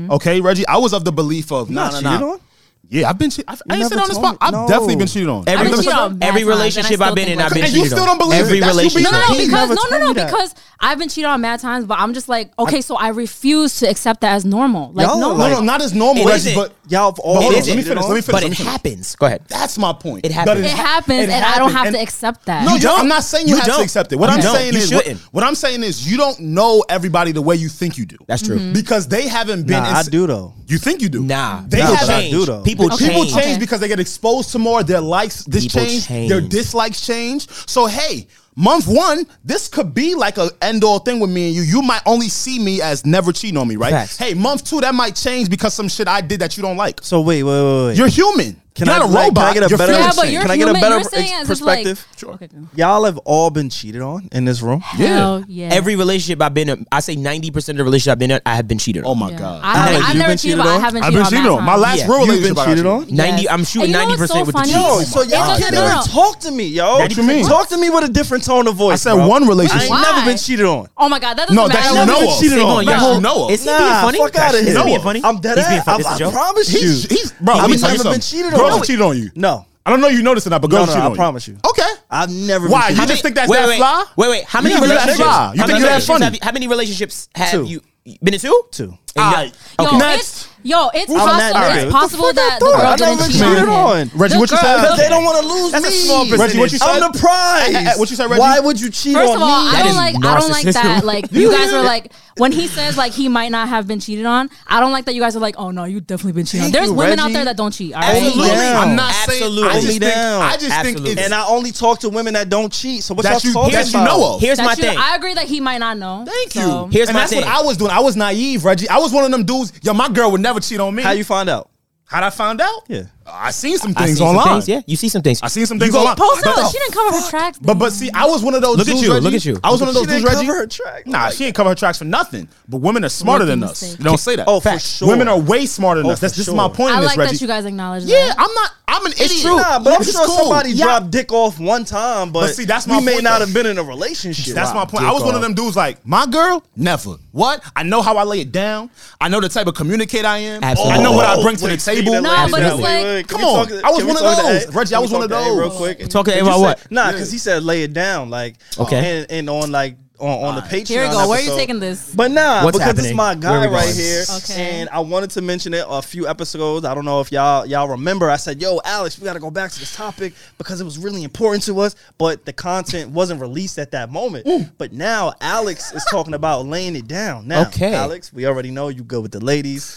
S3: Okay, Reggie, I was of the belief of nah, nah, nah.
S1: on?
S3: Yeah, I've been cheated. I've, I ain't
S1: never
S3: said it on this
S1: told
S3: spot.
S1: me.
S3: I've
S1: No.
S3: definitely been cheated on.
S5: every,
S4: I've been cheated on mad
S5: every
S4: times, and I
S5: relationship
S4: still
S5: I've been
S4: think
S5: in,
S4: we're
S5: I've been
S4: friends.
S3: And
S5: cheated
S3: you still
S5: on.
S3: don't believe it.
S5: every
S3: That's you being
S4: No,
S5: relationship.
S4: no,
S1: You
S4: no, because
S1: never
S4: no, no,
S1: told me
S4: no,
S1: that.
S4: because I've been cheated on mad times, but I'm just like, okay, so I refuse to accept that as normal. Like,
S1: Y'all
S4: no,
S1: are
S3: no, no, not as normal,
S5: It
S3: Reggie,
S5: isn't.
S3: but
S1: Y'all have all
S3: But hold
S5: It
S3: on,
S5: is
S3: let me
S5: it.
S3: finish. Let me finish.
S5: But
S3: let
S5: it
S3: me finish.
S5: happens. Go ahead.
S3: That's my point.
S5: It
S3: That
S5: happens.
S4: it
S5: ha-
S4: happens,
S3: it
S4: and I don't
S3: happened,
S4: have
S3: and-
S4: to accept that.
S3: No, you
S5: don't.
S3: I'm not saying you,
S5: You
S3: have
S5: don't.
S3: to accept it. What
S5: You
S3: I'm
S5: don't.
S3: saying
S5: You
S3: is, what,
S5: shouldn't.
S3: what I'm saying is, you don't know everybody the way you think you do.
S5: That's true. Mhm.
S3: Because they haven't been.
S1: Nah,
S3: in-
S1: I do, though.
S3: You think you do?
S5: Nah,
S3: they
S5: people
S1: but I
S3: haven't.
S5: change.
S1: do, though.
S5: People
S4: Okay.
S5: change.
S3: People change
S4: Okay.
S3: because they get exposed to more. Their likes this
S5: People
S3: change,
S5: change.
S3: Their dislikes change. So hey, month one, this could be like a end all thing with me and you. You might only see me as never cheating on me, right?
S5: Facts.
S3: Hey, month two, that might change because some shit I did that you don't like.
S1: So wait, wait, wait, wait.
S3: You're human.
S1: Can
S3: You're
S1: I
S3: not a
S1: like, Can I
S3: robot.
S1: get a
S3: You're
S1: better?
S3: feeling
S4: yeah,
S3: saying-
S4: but you're
S1: can I
S4: human.
S1: get a better
S4: you're saying
S1: ex-
S4: as if like,
S1: perspective?
S4: okay, go.
S1: Y'all have all been cheated on in this room.
S3: Yeah.
S4: Hell yeah.
S5: Every relationship I've been in, I say 90% of the relationship I've been in, I have been cheated on.
S3: Oh my
S4: Yeah.
S3: god.
S4: I haven't,
S1: Alex,
S4: I've
S1: you've
S4: never
S1: been
S4: cheated,
S1: cheated
S4: but I
S1: on?
S4: haven't
S3: I've
S4: cheated
S3: been
S4: on.
S3: cheated
S4: that
S3: on. My
S4: time.
S3: last
S5: Yeah.
S3: real
S5: You've
S1: You've been
S3: relationship. I got
S1: cheated on.
S4: Yes.
S5: 90 I'm
S4: And you
S5: shooting
S4: know
S5: 90%
S4: what's so
S5: with the
S4: funny?
S5: cheating.
S1: Yo,
S4: Oh
S1: so
S4: my
S1: y'all
S4: God,
S1: cannot
S4: yo.
S1: talk to me, yo.
S5: What you mean?
S1: Talk to me with a different tone of voice.
S3: I said
S1: bro.
S3: one
S1: I
S3: relationship.
S1: ain't
S4: Why?
S1: never been cheated on.
S4: Oh my god, that doesn't
S3: No, that
S4: matter.
S3: you
S1: Never
S3: know
S1: been
S3: of.
S1: cheated
S5: Come
S1: on.
S5: on, y'all
S3: Nah.
S5: should know.
S3: Is
S5: Is
S3: he
S5: he
S1: Nah,
S5: being funny?
S1: fuck outta
S5: Is
S1: here.
S5: he being funny?
S1: I'm dead
S5: He's
S1: ass.
S5: being funny.
S1: I-
S5: It's a
S1: I
S5: joke.
S1: promise you.
S3: He's, he's bro.
S1: I've
S3: let me
S1: never
S3: tell you
S1: been
S3: something.
S1: cheated on.
S3: Girls have cheated on you.
S1: No,
S3: I don't know. You noticed or not, but
S1: no,
S3: girls
S1: no.
S3: cheated
S1: I
S3: on you.
S1: promise you.
S3: Okay.
S1: I've never.
S3: Why?
S1: Been
S3: You
S1: cheated
S3: just
S1: on.
S3: think that's
S5: wait,
S3: that
S5: wait,
S3: fly?
S5: Wait, wait. How many
S3: You think that's
S5: relationships?
S3: fly? You
S5: how
S3: think
S5: many
S3: you that
S5: relationships
S3: funny?
S5: have you- How many relationships have
S1: Two.
S5: you been in two?
S1: Two.
S5: And y'all-
S3: Alright.
S4: Yo,
S5: Okay.
S4: it's, yo, it's
S1: I'm
S4: possible.
S1: not- alright,
S4: It's
S1: what the
S4: possible
S1: fuck
S4: that
S1: I
S4: the
S1: thought? I
S4: girl
S1: never
S4: didn't cheat
S1: cheated
S4: on
S1: on.
S4: him.
S3: Reggie,
S4: The
S3: what you
S4: girl-
S3: said?
S1: Because they don't want to lose
S3: That's a
S1: me.
S3: small Reggie, what you said?
S1: I'm the prize.
S3: Eh, eh, eh, what you said, Reggie?
S1: Why would you cheat
S4: First
S1: on
S4: of all,
S1: me?
S4: I
S5: That
S4: don't
S5: is
S4: like I don't like
S5: narcissism.
S4: that. Like you guys were like when he says like he might not have been cheated on. I don't like that you guys are like, oh no, you definitely been cheated on.
S1: Thank
S4: There's
S1: you,
S4: women out
S1: Reggie.
S4: there that don't cheat. All right?
S5: Absolutely.
S1: down.
S5: I'm not Absolutely.
S6: I
S1: Hold
S6: just
S1: me
S6: think,
S1: down.
S6: I just
S5: Absolutely.
S6: think it's
S1: and I only talk to women that don't cheat. So what
S6: That
S1: y'all
S6: you-
S1: talking
S6: that you
S1: about?
S6: know of.
S5: Here's
S4: That
S5: my
S4: you-
S5: thing.
S4: I agree that he might not know.
S6: Thank you.
S4: So-
S5: Here's
S6: and
S5: my
S6: that's
S5: thing.
S6: what I was doing. I was naive, Reggie. I was one of them dudes. Yo, my girl would never cheat on me.
S1: How you find out?
S6: How'd I find out?
S1: Yeah.
S6: I seen some
S5: I
S6: things
S5: seen some
S6: online.
S5: things, yeah, you see some things.
S6: I seen some things
S5: go-
S6: online.
S4: Post
S6: But-
S4: up. She didn't cover her tracks.
S6: But but see, I was one of those.
S5: Look at
S6: dudes,
S5: you,
S6: Reggie.
S5: look at you.
S6: I was one of those
S1: She didn't
S6: dudes, Reggie.
S1: cover her track.
S6: Nah,
S1: Like-
S6: she didn't cover her tracks for nothing. But women are smarter
S4: Rookie
S6: than us.
S4: mistake.
S6: You don't say that.
S1: Oh, for
S6: Facts.
S1: sure.
S6: Women are way smarter than
S1: Oh,
S6: us. That's
S1: for
S6: this is my
S1: sure.
S6: point
S4: I
S6: in this,
S4: like
S6: Reggie.
S4: that you guys acknowledge
S6: yeah,
S4: that.
S6: I'm not. I'm an idiot.
S1: Nah, but I'm
S6: It's
S1: sure
S6: cool.
S1: somebody
S6: Yeah.
S1: dropped dick off one time, but,
S6: see, that's my
S1: we may
S6: point,
S1: not
S6: though.
S1: have been in a relationship.
S6: That's my point. I was one of them dudes like, my girl, never. What? I know how I lay it down. I know the type of communicator I am.
S5: Absolutely.
S6: I know what I
S5: Oh,
S6: bring to the
S1: Wait, speaking
S6: table.
S1: of
S4: No,
S1: ladies,
S4: but
S1: now,
S4: it's
S1: wait,
S4: like-
S1: wait, wait, can
S6: Come
S1: we
S6: on.
S1: talk-
S6: I was
S1: can we
S6: one of
S1: talk to
S6: those.
S1: that?
S6: Reggie,
S1: Can
S6: I
S1: we
S6: was one
S1: talk
S6: of
S1: to that real
S6: those.
S1: quick.
S5: Talk to
S1: Did
S5: him
S1: you
S5: about
S1: say-
S5: what?
S1: Nah, because he said lay it down, like
S5: Okay.
S1: and, and on like on, on the Patreon.
S4: Here we go. Where are you
S1: episode.
S4: taking this?
S1: But nah,
S5: What's
S1: because it's
S5: happening?
S1: my
S5: Where
S1: guy
S5: we
S1: right
S5: going?
S1: here,
S4: Okay.
S1: and I wanted to mention it a few episodes. I don't know if y'all y'all remember. I said, "Yo, Alex, we got to go back to this topic because it was really important to us." But the content wasn't released at that moment. But now Alex is talking about laying it down. Now,
S5: Okay.
S1: Alex, we already know you go with the ladies.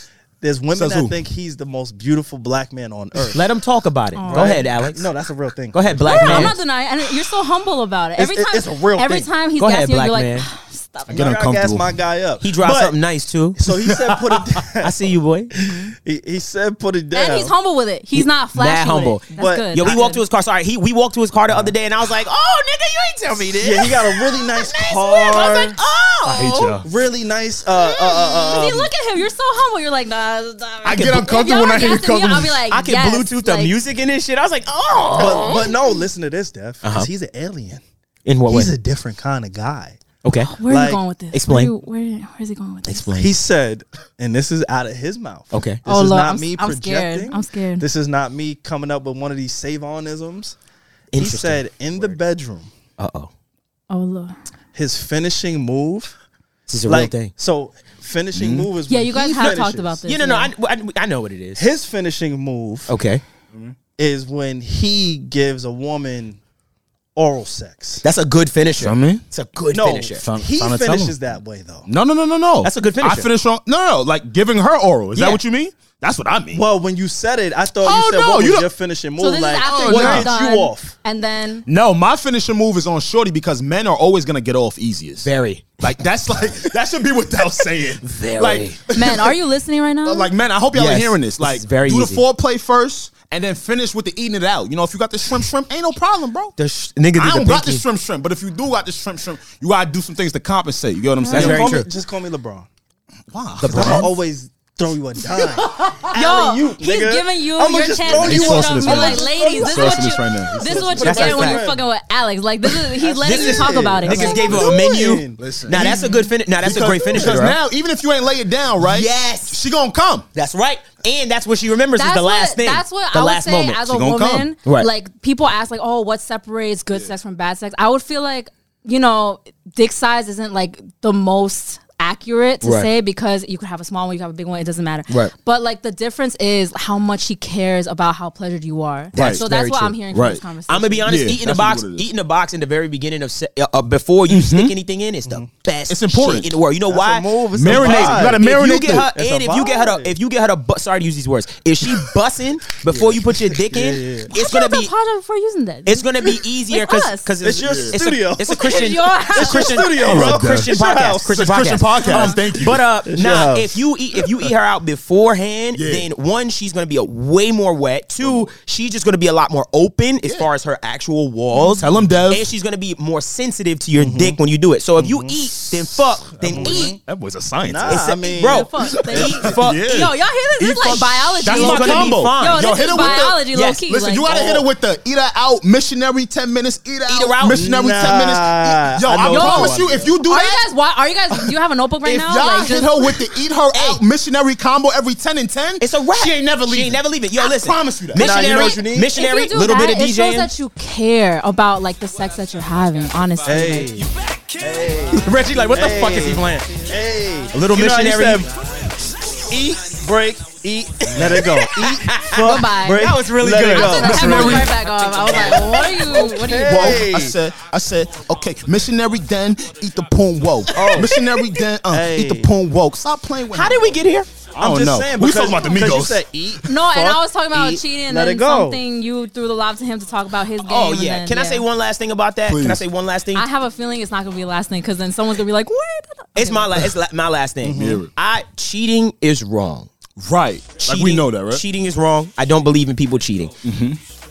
S1: There's women
S6: Says
S1: that
S6: who?
S1: think he's the most beautiful black man on earth.
S5: Let him talk about it. Go ahead, Alex.
S1: No, that's a real thing.
S5: Go ahead, black
S4: I'm
S5: man.
S4: not denying, and you're so humble about it. Every
S1: It's-
S4: time,
S1: it's a real
S4: every
S1: thing.
S4: time he's
S5: Go ahead,
S4: asking, you, you're
S5: black
S4: like, "Ah,
S5: man.
S4: stop.
S1: Get uncomfortable. my guy up.
S5: He dropped
S1: But-
S5: something nice too.
S1: So he said, "Put it."
S5: I
S1: Down.
S5: see you, boy.
S1: he, he said, "Put it down."
S4: And he's humble with it. He's not flashy.
S5: Mad humble.
S4: With it. That's
S1: But-
S4: good.
S5: Yo, we
S4: That's
S5: walked
S4: good.
S5: to his car. Sorry, he we walked to his car the other day, and I was like, "Oh, nigga, you ain't tell me this."
S1: Yeah, he got a really nice
S5: Nice
S1: car.
S5: whip. I was like, "Oh, I hate you."
S1: really nice. Uh, uh, uh, uh,
S4: See, look at him. You're so humble. You're like, nah.
S6: I get uncomfortable when I hear you
S4: coming.
S6: coming.
S4: I'll be like,
S5: I can
S4: yes,
S5: Bluetooth
S4: like,
S5: the music and this shit. I was like, "Oh."
S1: but, but no, listen to this, Def. 'cause
S5: Uh-huh.
S1: He's an alien.
S5: in what way?
S1: He's a different kind of guy.
S5: okay.
S4: Where are
S1: Like,
S4: you going with this?
S5: explain.
S4: Where, you- where, where is he going with this?
S5: Explain.
S1: He said, and this is out of his mouth.
S5: Okay.
S1: This
S4: Oh,
S1: is
S4: Lord,
S1: not
S4: I'm-
S1: me
S4: I'm
S1: projecting.
S4: scared. I'm scared.
S1: This is not me coming up with one of these save onisms. He
S5: Interesting.
S1: said, in the bedroom,
S5: "Uh oh,
S4: Oh lord.
S1: his finishing move.
S5: this is a
S1: like,
S5: real thing." Mm-hmm.
S1: so finishing move is
S4: Yeah,
S1: when
S4: you guys
S1: he
S4: have talked
S1: finishes.
S4: about this.
S5: You know, no, I, I, I know what it is.
S1: His finishing move
S5: Okay,
S1: is when he gives a woman oral sex.
S5: that's a good finisher.
S3: Something?
S5: It's a good
S1: No,
S5: finisher.
S3: Some-
S1: he
S3: Donatello.
S1: finishes that way though.
S3: No, no, no, no, no.
S5: That's a good
S3: I
S5: finisher.
S3: finish on no, no, no. Like giving her oral. Is
S5: Yeah.
S3: that what you mean? That's what I mean.
S1: Well, when you said it, I thought
S3: Oh,
S1: you said
S3: no,
S1: what
S3: you
S1: was
S3: don't-
S1: your finishing move.
S4: So this
S1: like, "Oh,
S4: is after
S1: what
S4: you're
S1: gets
S4: done,
S1: you off?
S4: and then
S3: no, my finishing move is on shorty because men are always gonna get off easiest.
S5: Very.
S3: Like that's like that should be without saying.
S5: Very.
S3: Like
S4: man, are you listening right now?
S3: Uh, like man, I hope y'all are
S5: Yes.
S3: hearing this.
S5: This
S3: Like,
S5: is very
S3: do
S5: easy.
S3: the foreplay first, and then finish with the eating it out. You know, if you got the shrimp, shrimp ain't no problem, bro.
S5: The sh- nigga did
S3: I
S5: the
S3: don't got the
S5: pinky.
S3: shrimp, shrimp. But if you do got the shrimp, shrimp, you gotta do some things to compensate. You get what I'm saying?
S5: That's very
S1: call
S5: true.
S1: Me, just call me LeBron.
S3: Wow.
S1: Because I'm always throw you a dime.
S4: Yo,
S1: Alley-oop,
S4: he's
S1: nigga.
S4: giving you
S1: I'ma
S4: your
S1: just
S4: chance
S1: throw
S4: to
S1: you
S4: get
S1: a-
S4: shit
S3: Sourcing
S4: on.
S3: this
S4: Be
S3: right
S4: like,
S3: now.
S4: ladies, this is
S3: Sourcing
S4: what
S3: this right
S4: you
S3: now.
S4: this is what you're
S5: That's
S4: getting when
S5: like
S4: you
S5: that.
S4: fucking with Alex. Like this is he's letting
S5: This
S4: you
S5: is-
S4: talk about it.
S5: Niggas
S4: Okay.
S5: gave him a
S1: I'm
S5: menu.
S1: doing.
S6: Listen.
S5: Now that's a good finish. Now that's a great finisher.
S3: Because
S5: bro.
S3: now, even if you ain't lay it down, right?
S5: Yes.
S3: she gonna come.
S5: That's right. And that's what she remembers is the last
S4: what,
S5: thing.
S4: That's what
S5: the
S4: I would
S5: last
S4: say
S5: moment.
S4: as
S5: She
S4: a
S5: gonna
S4: woman.
S5: come. Right.
S4: Like people ask, like, oh, what separates good sex from bad sex? I would feel like you know, dick size isn't like the most accurate to
S5: Right.
S4: say because you could have a small one, you could have a big one, it doesn't matter.
S5: Right.
S4: But like the difference is how much he cares about how pleasured you are.
S5: Right.
S4: So
S5: Very
S4: that's what
S5: true.
S4: I'm hearing from
S3: Right.
S4: this conversation.
S5: I'm gonna be honest.
S3: Yeah,
S5: eating a
S3: that's
S5: box,
S3: what it is.
S5: eating a box in the very beginning of se- uh, uh, before you stick anything in is the best
S3: It's important.
S5: shit in the world. You know why?
S1: a move. It's a
S5: Marinate.
S1: vibe.
S5: You gotta
S1: If
S3: you
S5: marinate.
S3: get
S5: her
S1: it. It's
S5: in,
S1: a
S5: if you get her to,
S1: vibe.
S5: if you get her to, bu- sorry to use these words. If she bussing before you put your dick in, it's
S4: You
S5: gonna
S4: have to
S5: be
S4: apologize before using that.
S5: it's gonna be easier
S4: It's
S5: because
S4: us.
S1: It's your
S5: a-
S1: studio.
S5: It's a Christian.
S4: your house.
S5: It's a Christian
S1: It's your studio,
S5: it's
S1: bro.
S5: a Christian
S1: It's your
S5: podcast.
S1: house.
S5: Christian
S3: It's a Christian
S5: podcast.
S3: podcast.
S5: Um,
S3: Thank you.
S5: But uh,
S1: your
S5: nah,
S1: house.
S5: if you eat if you eat her out beforehand,
S3: Yeah.
S5: then one, she's gonna be a way more wet. Two, she's just gonna be a lot more open as far as her actual walls.
S3: Tell 'em, Dev.
S5: And she's gonna be more sensitive to your dick when you do it. So if you eat, then fuck, then eat.
S3: That boy's a scientist.
S1: Nah,
S5: It's
S1: Ah, I
S5: a-
S1: mean,
S5: bro.
S4: Fuck, they
S5: Eat,
S4: eat.
S5: fuck,
S3: Yeah.
S5: eat.
S4: Yo, y'all hear this? This is like biology.
S3: That's my
S5: She's gonna be
S3: combo.
S5: fine.
S4: Yo,
S3: Yo,
S4: this
S3: hit
S4: is
S3: it with the-
S4: biology, low
S5: Yes,
S4: key.
S3: Listen,
S4: like,
S3: you gotta hit
S5: oh.
S3: it with the eat her out missionary ten minutes. Eat out,
S5: Eat her out?
S3: missionary ten
S1: Nah,
S3: minutes. Eat- Yo,
S1: I
S3: I,
S1: know
S3: promise
S1: how
S3: you,
S1: I
S3: if you do
S4: Are
S3: that,
S4: you guys? Why are you guys? Do you have a notebook right
S3: if
S4: now?
S3: y'all
S4: Like,
S3: hit
S4: just-
S3: her with the eat her out missionary combo every ten and ten,
S5: It's a wrap.
S3: She ain't never leaving.
S5: She ain't never leaving. Yo,
S3: I
S5: listen.
S3: promise you that.
S5: Missionary,
S1: Nah, you know what you need?
S5: missionary,
S4: If you do
S5: little
S4: that,
S5: bit of
S4: it shows
S5: DJing.
S4: that you care about like the sex that you're having. Honestly,
S1: Hey,
S5: Reggie, like, what
S1: Hey.
S5: the fuck is he playing?
S1: hey,
S5: A little
S1: You know how you
S5: missionary.
S1: said, eat, break, eat, let it go. Eat, fuck,
S4: Goodbye.
S1: break.
S5: That was really
S1: let
S5: good.
S1: It
S4: I
S1: go.
S4: took the camera right back off. I was like, what are you? What are you?
S1: Hey.
S3: Whoa. I said, I said, okay, missionary den, eat the poon woke. Oh. Missionary den, uh,
S1: Hey.
S3: eat the poon woke. Stop playing with
S5: How
S3: me.
S5: did we get here?
S1: I'm
S3: don't
S1: just
S3: know.
S1: saying
S3: We
S1: because,
S3: talking about the
S1: because you
S3: Migos.
S1: said eat.
S4: No, and
S1: fuck,
S4: I was talking about
S1: eat,
S4: cheating and
S1: let
S4: then
S1: it go.
S4: something you threw the lob to him to talk about his game.
S5: Oh
S4: and
S5: yeah.
S4: then-
S5: Can I
S4: yeah.
S5: say one last thing about that?
S3: Please.
S5: Can I say one last thing?
S4: I have a feeling it's not gonna be the last thing because then someone's gonna be like, what?
S5: it's my la- it's la- my last thing.
S3: Mm-hmm.
S5: I cheating is wrong.
S3: Right. like we
S5: Cheating-
S3: know that, right? Mm-hmm.
S5: Cheating is wrong. I don't believe in people cheating.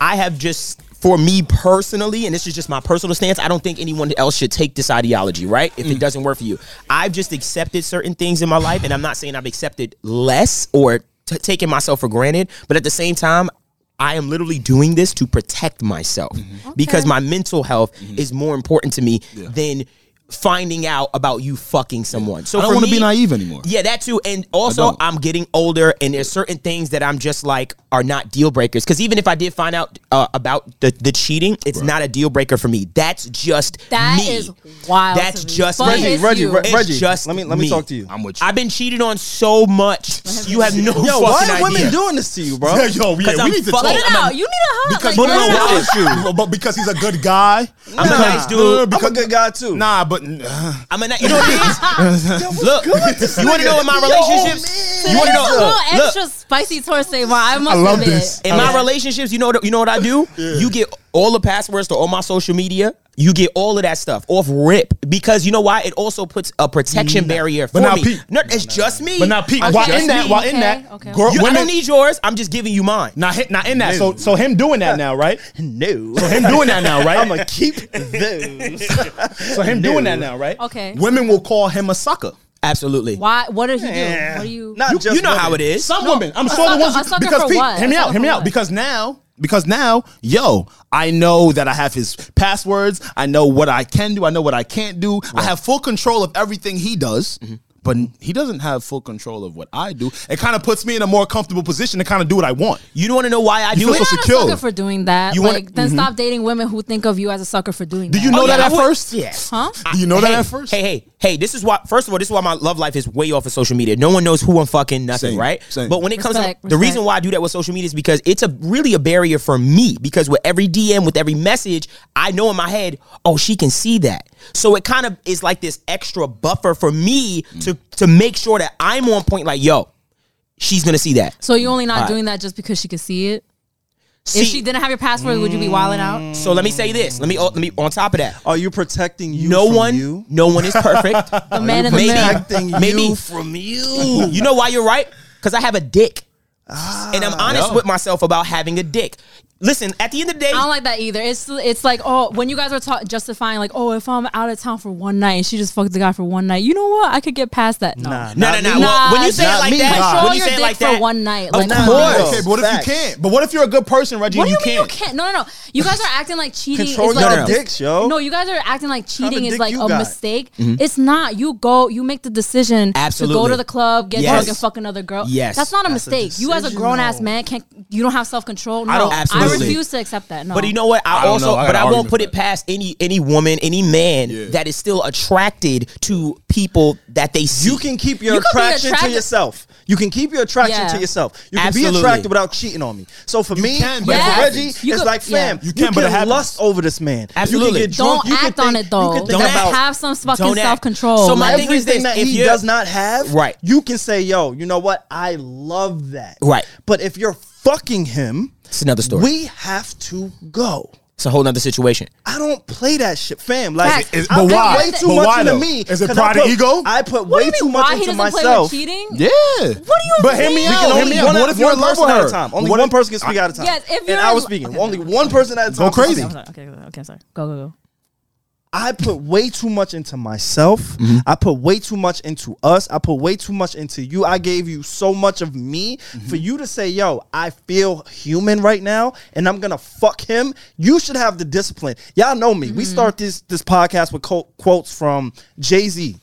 S5: I have just, for me personally, and this is just my personal stance, I don't think anyone else should take this ideology, right? If
S3: Mm.
S5: it doesn't work for you, I've just accepted certain things in my life, and I'm not saying I've accepted less or t- taken myself for granted, but at the same time, I am literally doing this to protect myself
S3: Mm-hmm.
S5: because my mental health is more important to me than finding out about you fucking someone. So
S3: I don't
S5: for
S3: want to
S5: me-
S3: be naive anymore.
S5: yeah, that too. And also,
S3: don't.
S5: I'm getting older, and there's certain things that I'm just like are not deal breakers. Because even if I did find out uh, about the, the cheating, it's not a deal breaker for me. That's just
S4: That
S5: me.
S4: is wild.
S5: That's
S4: to me.
S5: just
S4: But
S5: Reggie,
S1: Reggie,
S4: it's
S1: Reggie,
S4: you.
S1: Re-
S5: It's
S1: Reggie.
S5: just
S1: let me let me
S5: me.
S1: talk to you.
S3: I'm with you.
S5: I've been cheated on so much. You have
S1: Yo,
S5: no fucking
S1: why are
S5: idea.
S1: women doing this to you, bro?
S3: yeah, yo, yeah,
S5: Because
S3: we
S5: I'm
S3: need to
S5: fucking-
S4: Let
S3: talk.
S4: it
S5: Oh, I'm a-
S4: out. You need to hug.
S3: Because
S4: like,
S3: no,
S4: let
S3: no,
S4: it
S3: no,
S4: out.
S1: why?
S3: why? But- But because he's a good guy.
S5: I'm a nice dude.
S1: I'm a good guy too.
S3: Nah, but uh,
S5: I'm a, ni- you know what it is. Look, you want to know in my relationships? You want to
S4: It's a little
S5: know? Look,
S4: extra spicy towards Savon. I must
S3: love
S4: admit.
S3: this.
S5: In my relationships, you know what you know what I do? You get all the passwords to all my social media. You get all of that stuff off rip because you know why? It also puts a protection barrier for
S3: now,
S5: me.
S3: Pete-
S5: no, it's just me.
S3: but now, Pete,
S5: I'm
S3: while
S5: just
S3: in that,
S5: me.
S3: while in that,
S4: Okay, okay.
S3: girl,
S5: You- I
S3: women,
S5: don't need yours. I'm just giving you mine.
S3: now, hit, now in that. So, so him doing that now, right?
S1: no.
S3: Him doing that now, right?
S1: I'm gonna keep those.
S3: so him doing that now, right?
S4: Okay.
S3: Women will call him a sucker.
S5: Absolutely.
S4: Why? What did he do? What
S1: Yeah.
S4: are you?
S1: Not
S5: You,
S1: just
S5: you know
S1: women.
S5: how it is.
S3: Some women. I'm
S4: a
S3: sure the ones
S4: sucker- a sucker
S3: because
S4: for
S3: Pete,
S4: what?
S3: hear me
S4: A
S3: out,
S4: sucker
S3: hear me
S4: for
S3: out.
S4: what?
S3: Because now, because now, yo, I know that I have his passwords. I know what I can do. I know what I can't do. I have full control of everything he does. But he doesn't have full control of what I do. It kind of puts me in a more comfortable position to kind of do what I want.
S5: You don't want to know why I
S3: You feel
S5: do it.
S3: so
S4: You're not
S3: secure.
S4: a sucker for doing that.
S5: You
S4: like,
S5: wanna-
S4: then stop dating women who think of you as a sucker for doing
S3: Do
S4: that.
S3: you know
S5: Oh, yeah,
S3: that at
S5: I would-
S3: first?
S5: Yeah.
S4: Huh?
S3: Do you know that
S5: hey,
S3: at first?
S5: Hey, hey, hey, this is why, first of all, this is why my love life is way off of social media. No one knows who I'm fucking, nothing,
S3: Same,
S5: right?
S3: same.
S5: But when it comes
S4: Respect,
S5: to the reason
S4: respect.
S5: why I do that with social media is because it's a really a barrier for me. Because with every DM, with every message, I know in my head, oh, she can see that. So it kind of is like this extra buffer for me to to make sure that I'm on point, like, yo, she's gonna see that.
S4: So you're only not
S5: right.
S4: doing that just because she could see it.
S5: See, Mm.
S4: if she didn't have your password, would you be wilding out?
S5: so let me say this. Let me let me on top of that.
S1: Are you protecting you?
S5: no
S1: from
S5: one,
S1: You?
S5: no one is perfect.
S4: The man in the
S5: Maybe,
S4: mirror.
S1: Protecting
S5: maybe
S1: you from you.
S5: You know why you're right? Because I have a dick. and I'm honest with myself about having a dick. Listen, at the end of the day,
S4: I don't like that either. It's it's like oh, when you guys were ta- justifying like oh, if I'm out of town for one night and she just fucked the guy for one night, you know what? I could get past that. No,
S1: Nah, nah,
S5: no, no, no.
S4: me.
S5: Well, when you say it
S1: Not
S5: like
S1: me.
S5: that,
S4: Control
S5: when you
S4: your
S5: say it
S4: dick
S5: like
S4: for
S5: that,
S4: one night,
S5: of
S4: like, come
S5: course.
S1: on.
S3: Okay, but what
S1: Facts.
S3: if you can't? But what if you're a good person, Reggie?
S4: What do
S3: and
S4: you
S3: you
S4: mean
S3: can't?
S4: you can't? No, no, no. You guys are acting like cheating
S1: Control
S4: is like
S1: your
S4: a
S1: dicks, yo.
S4: No, you guys are acting like
S1: of
S4: cheating is
S1: dick
S4: like
S1: you
S4: a
S1: got?
S4: mistake. It's not. You go, you make the decision to
S5: Mm-hmm. Absolutely.
S4: go to the club, get
S5: Yes.
S4: drunk, and fuck another girl.
S5: Yes.
S4: that's not a
S1: a
S4: mistake. you as a
S1: decision,
S4: grown ass
S1: no.
S4: man can't. You don't have self control. No,
S5: I don't- absolutely.
S4: refuse to accept that. No,
S5: But you know what? I,
S3: don't
S5: also,
S3: know. I got
S5: but
S3: an
S5: I won't
S3: argument
S5: put
S3: for
S5: it past any any woman, any man that is still attracted to people that they see.
S1: You can keep your
S4: You could be
S1: attraction to
S4: attracted-
S1: yourself. You can keep your attraction
S4: Yeah.
S1: to yourself. You can be
S5: Absolutely.
S1: attracted without cheating on me. So for me,
S6: can,
S1: and
S6: but
S4: it
S1: for
S4: happens.
S1: Reggie,
S4: You
S1: it's
S4: could-
S1: like
S4: yeah.
S1: fam. You
S6: can, but it happens.
S1: lust over this man.
S5: Absolutely.
S1: You can get drunk.
S4: Don't
S1: you can
S4: act on
S1: think-
S4: it though.
S1: You can think
S5: Don't act.
S1: about
S4: have some fucking
S5: Don't act.
S4: self control.
S5: So my
S4: like,
S5: thing is
S1: everything
S5: this,
S1: that
S5: if
S1: he
S5: you're-
S1: does not have,
S5: Right.
S1: You can say, "Yo, you know what? I love that."
S5: Right.
S1: But if you're fucking him,
S5: It's another story.
S1: We have to go.
S5: It's a whole nother situation.
S1: I don't play that shit, fam. Like,
S4: Facts. Is-
S1: I
S4: but
S1: put
S4: why?
S1: way too
S4: But
S1: much
S6: why,
S1: into
S6: though?
S1: me.
S6: Is it
S1: 'cause
S6: pride
S1: I
S6: and
S1: put,
S6: ego?
S1: I put
S4: what
S1: way
S4: do you
S1: too
S4: mean? Why
S1: much
S4: he
S1: into
S4: doesn't play with
S1: myself.
S4: cheating? What
S6: Yeah.
S4: do you?
S1: But hear me
S4: mean?
S1: out.
S6: can
S1: Hear
S6: only-
S1: me
S6: what
S1: out.
S6: if
S1: One,
S6: you're in love
S1: person
S6: with
S1: at
S6: her?
S1: a time. Only
S6: What
S1: one
S6: if-
S1: person can speak at a time.
S4: Yes, if you're
S1: and I
S4: in
S1: was
S4: lo-
S1: speaking,
S4: okay.
S1: only one person at a time.
S6: Go
S1: can
S6: crazy.
S1: speak.
S4: Okay, okay, sorry. Go, go, go.
S1: I put way too much into myself. I put way too much into us. I put way too much into you. I gave you so much of me for you to say, yo, I feel human right now and I'm gonna fuck him. You should have the discipline. Y'all know me.
S4: Mm-hmm.
S1: We start this this podcast with co- quotes from Jay-Z.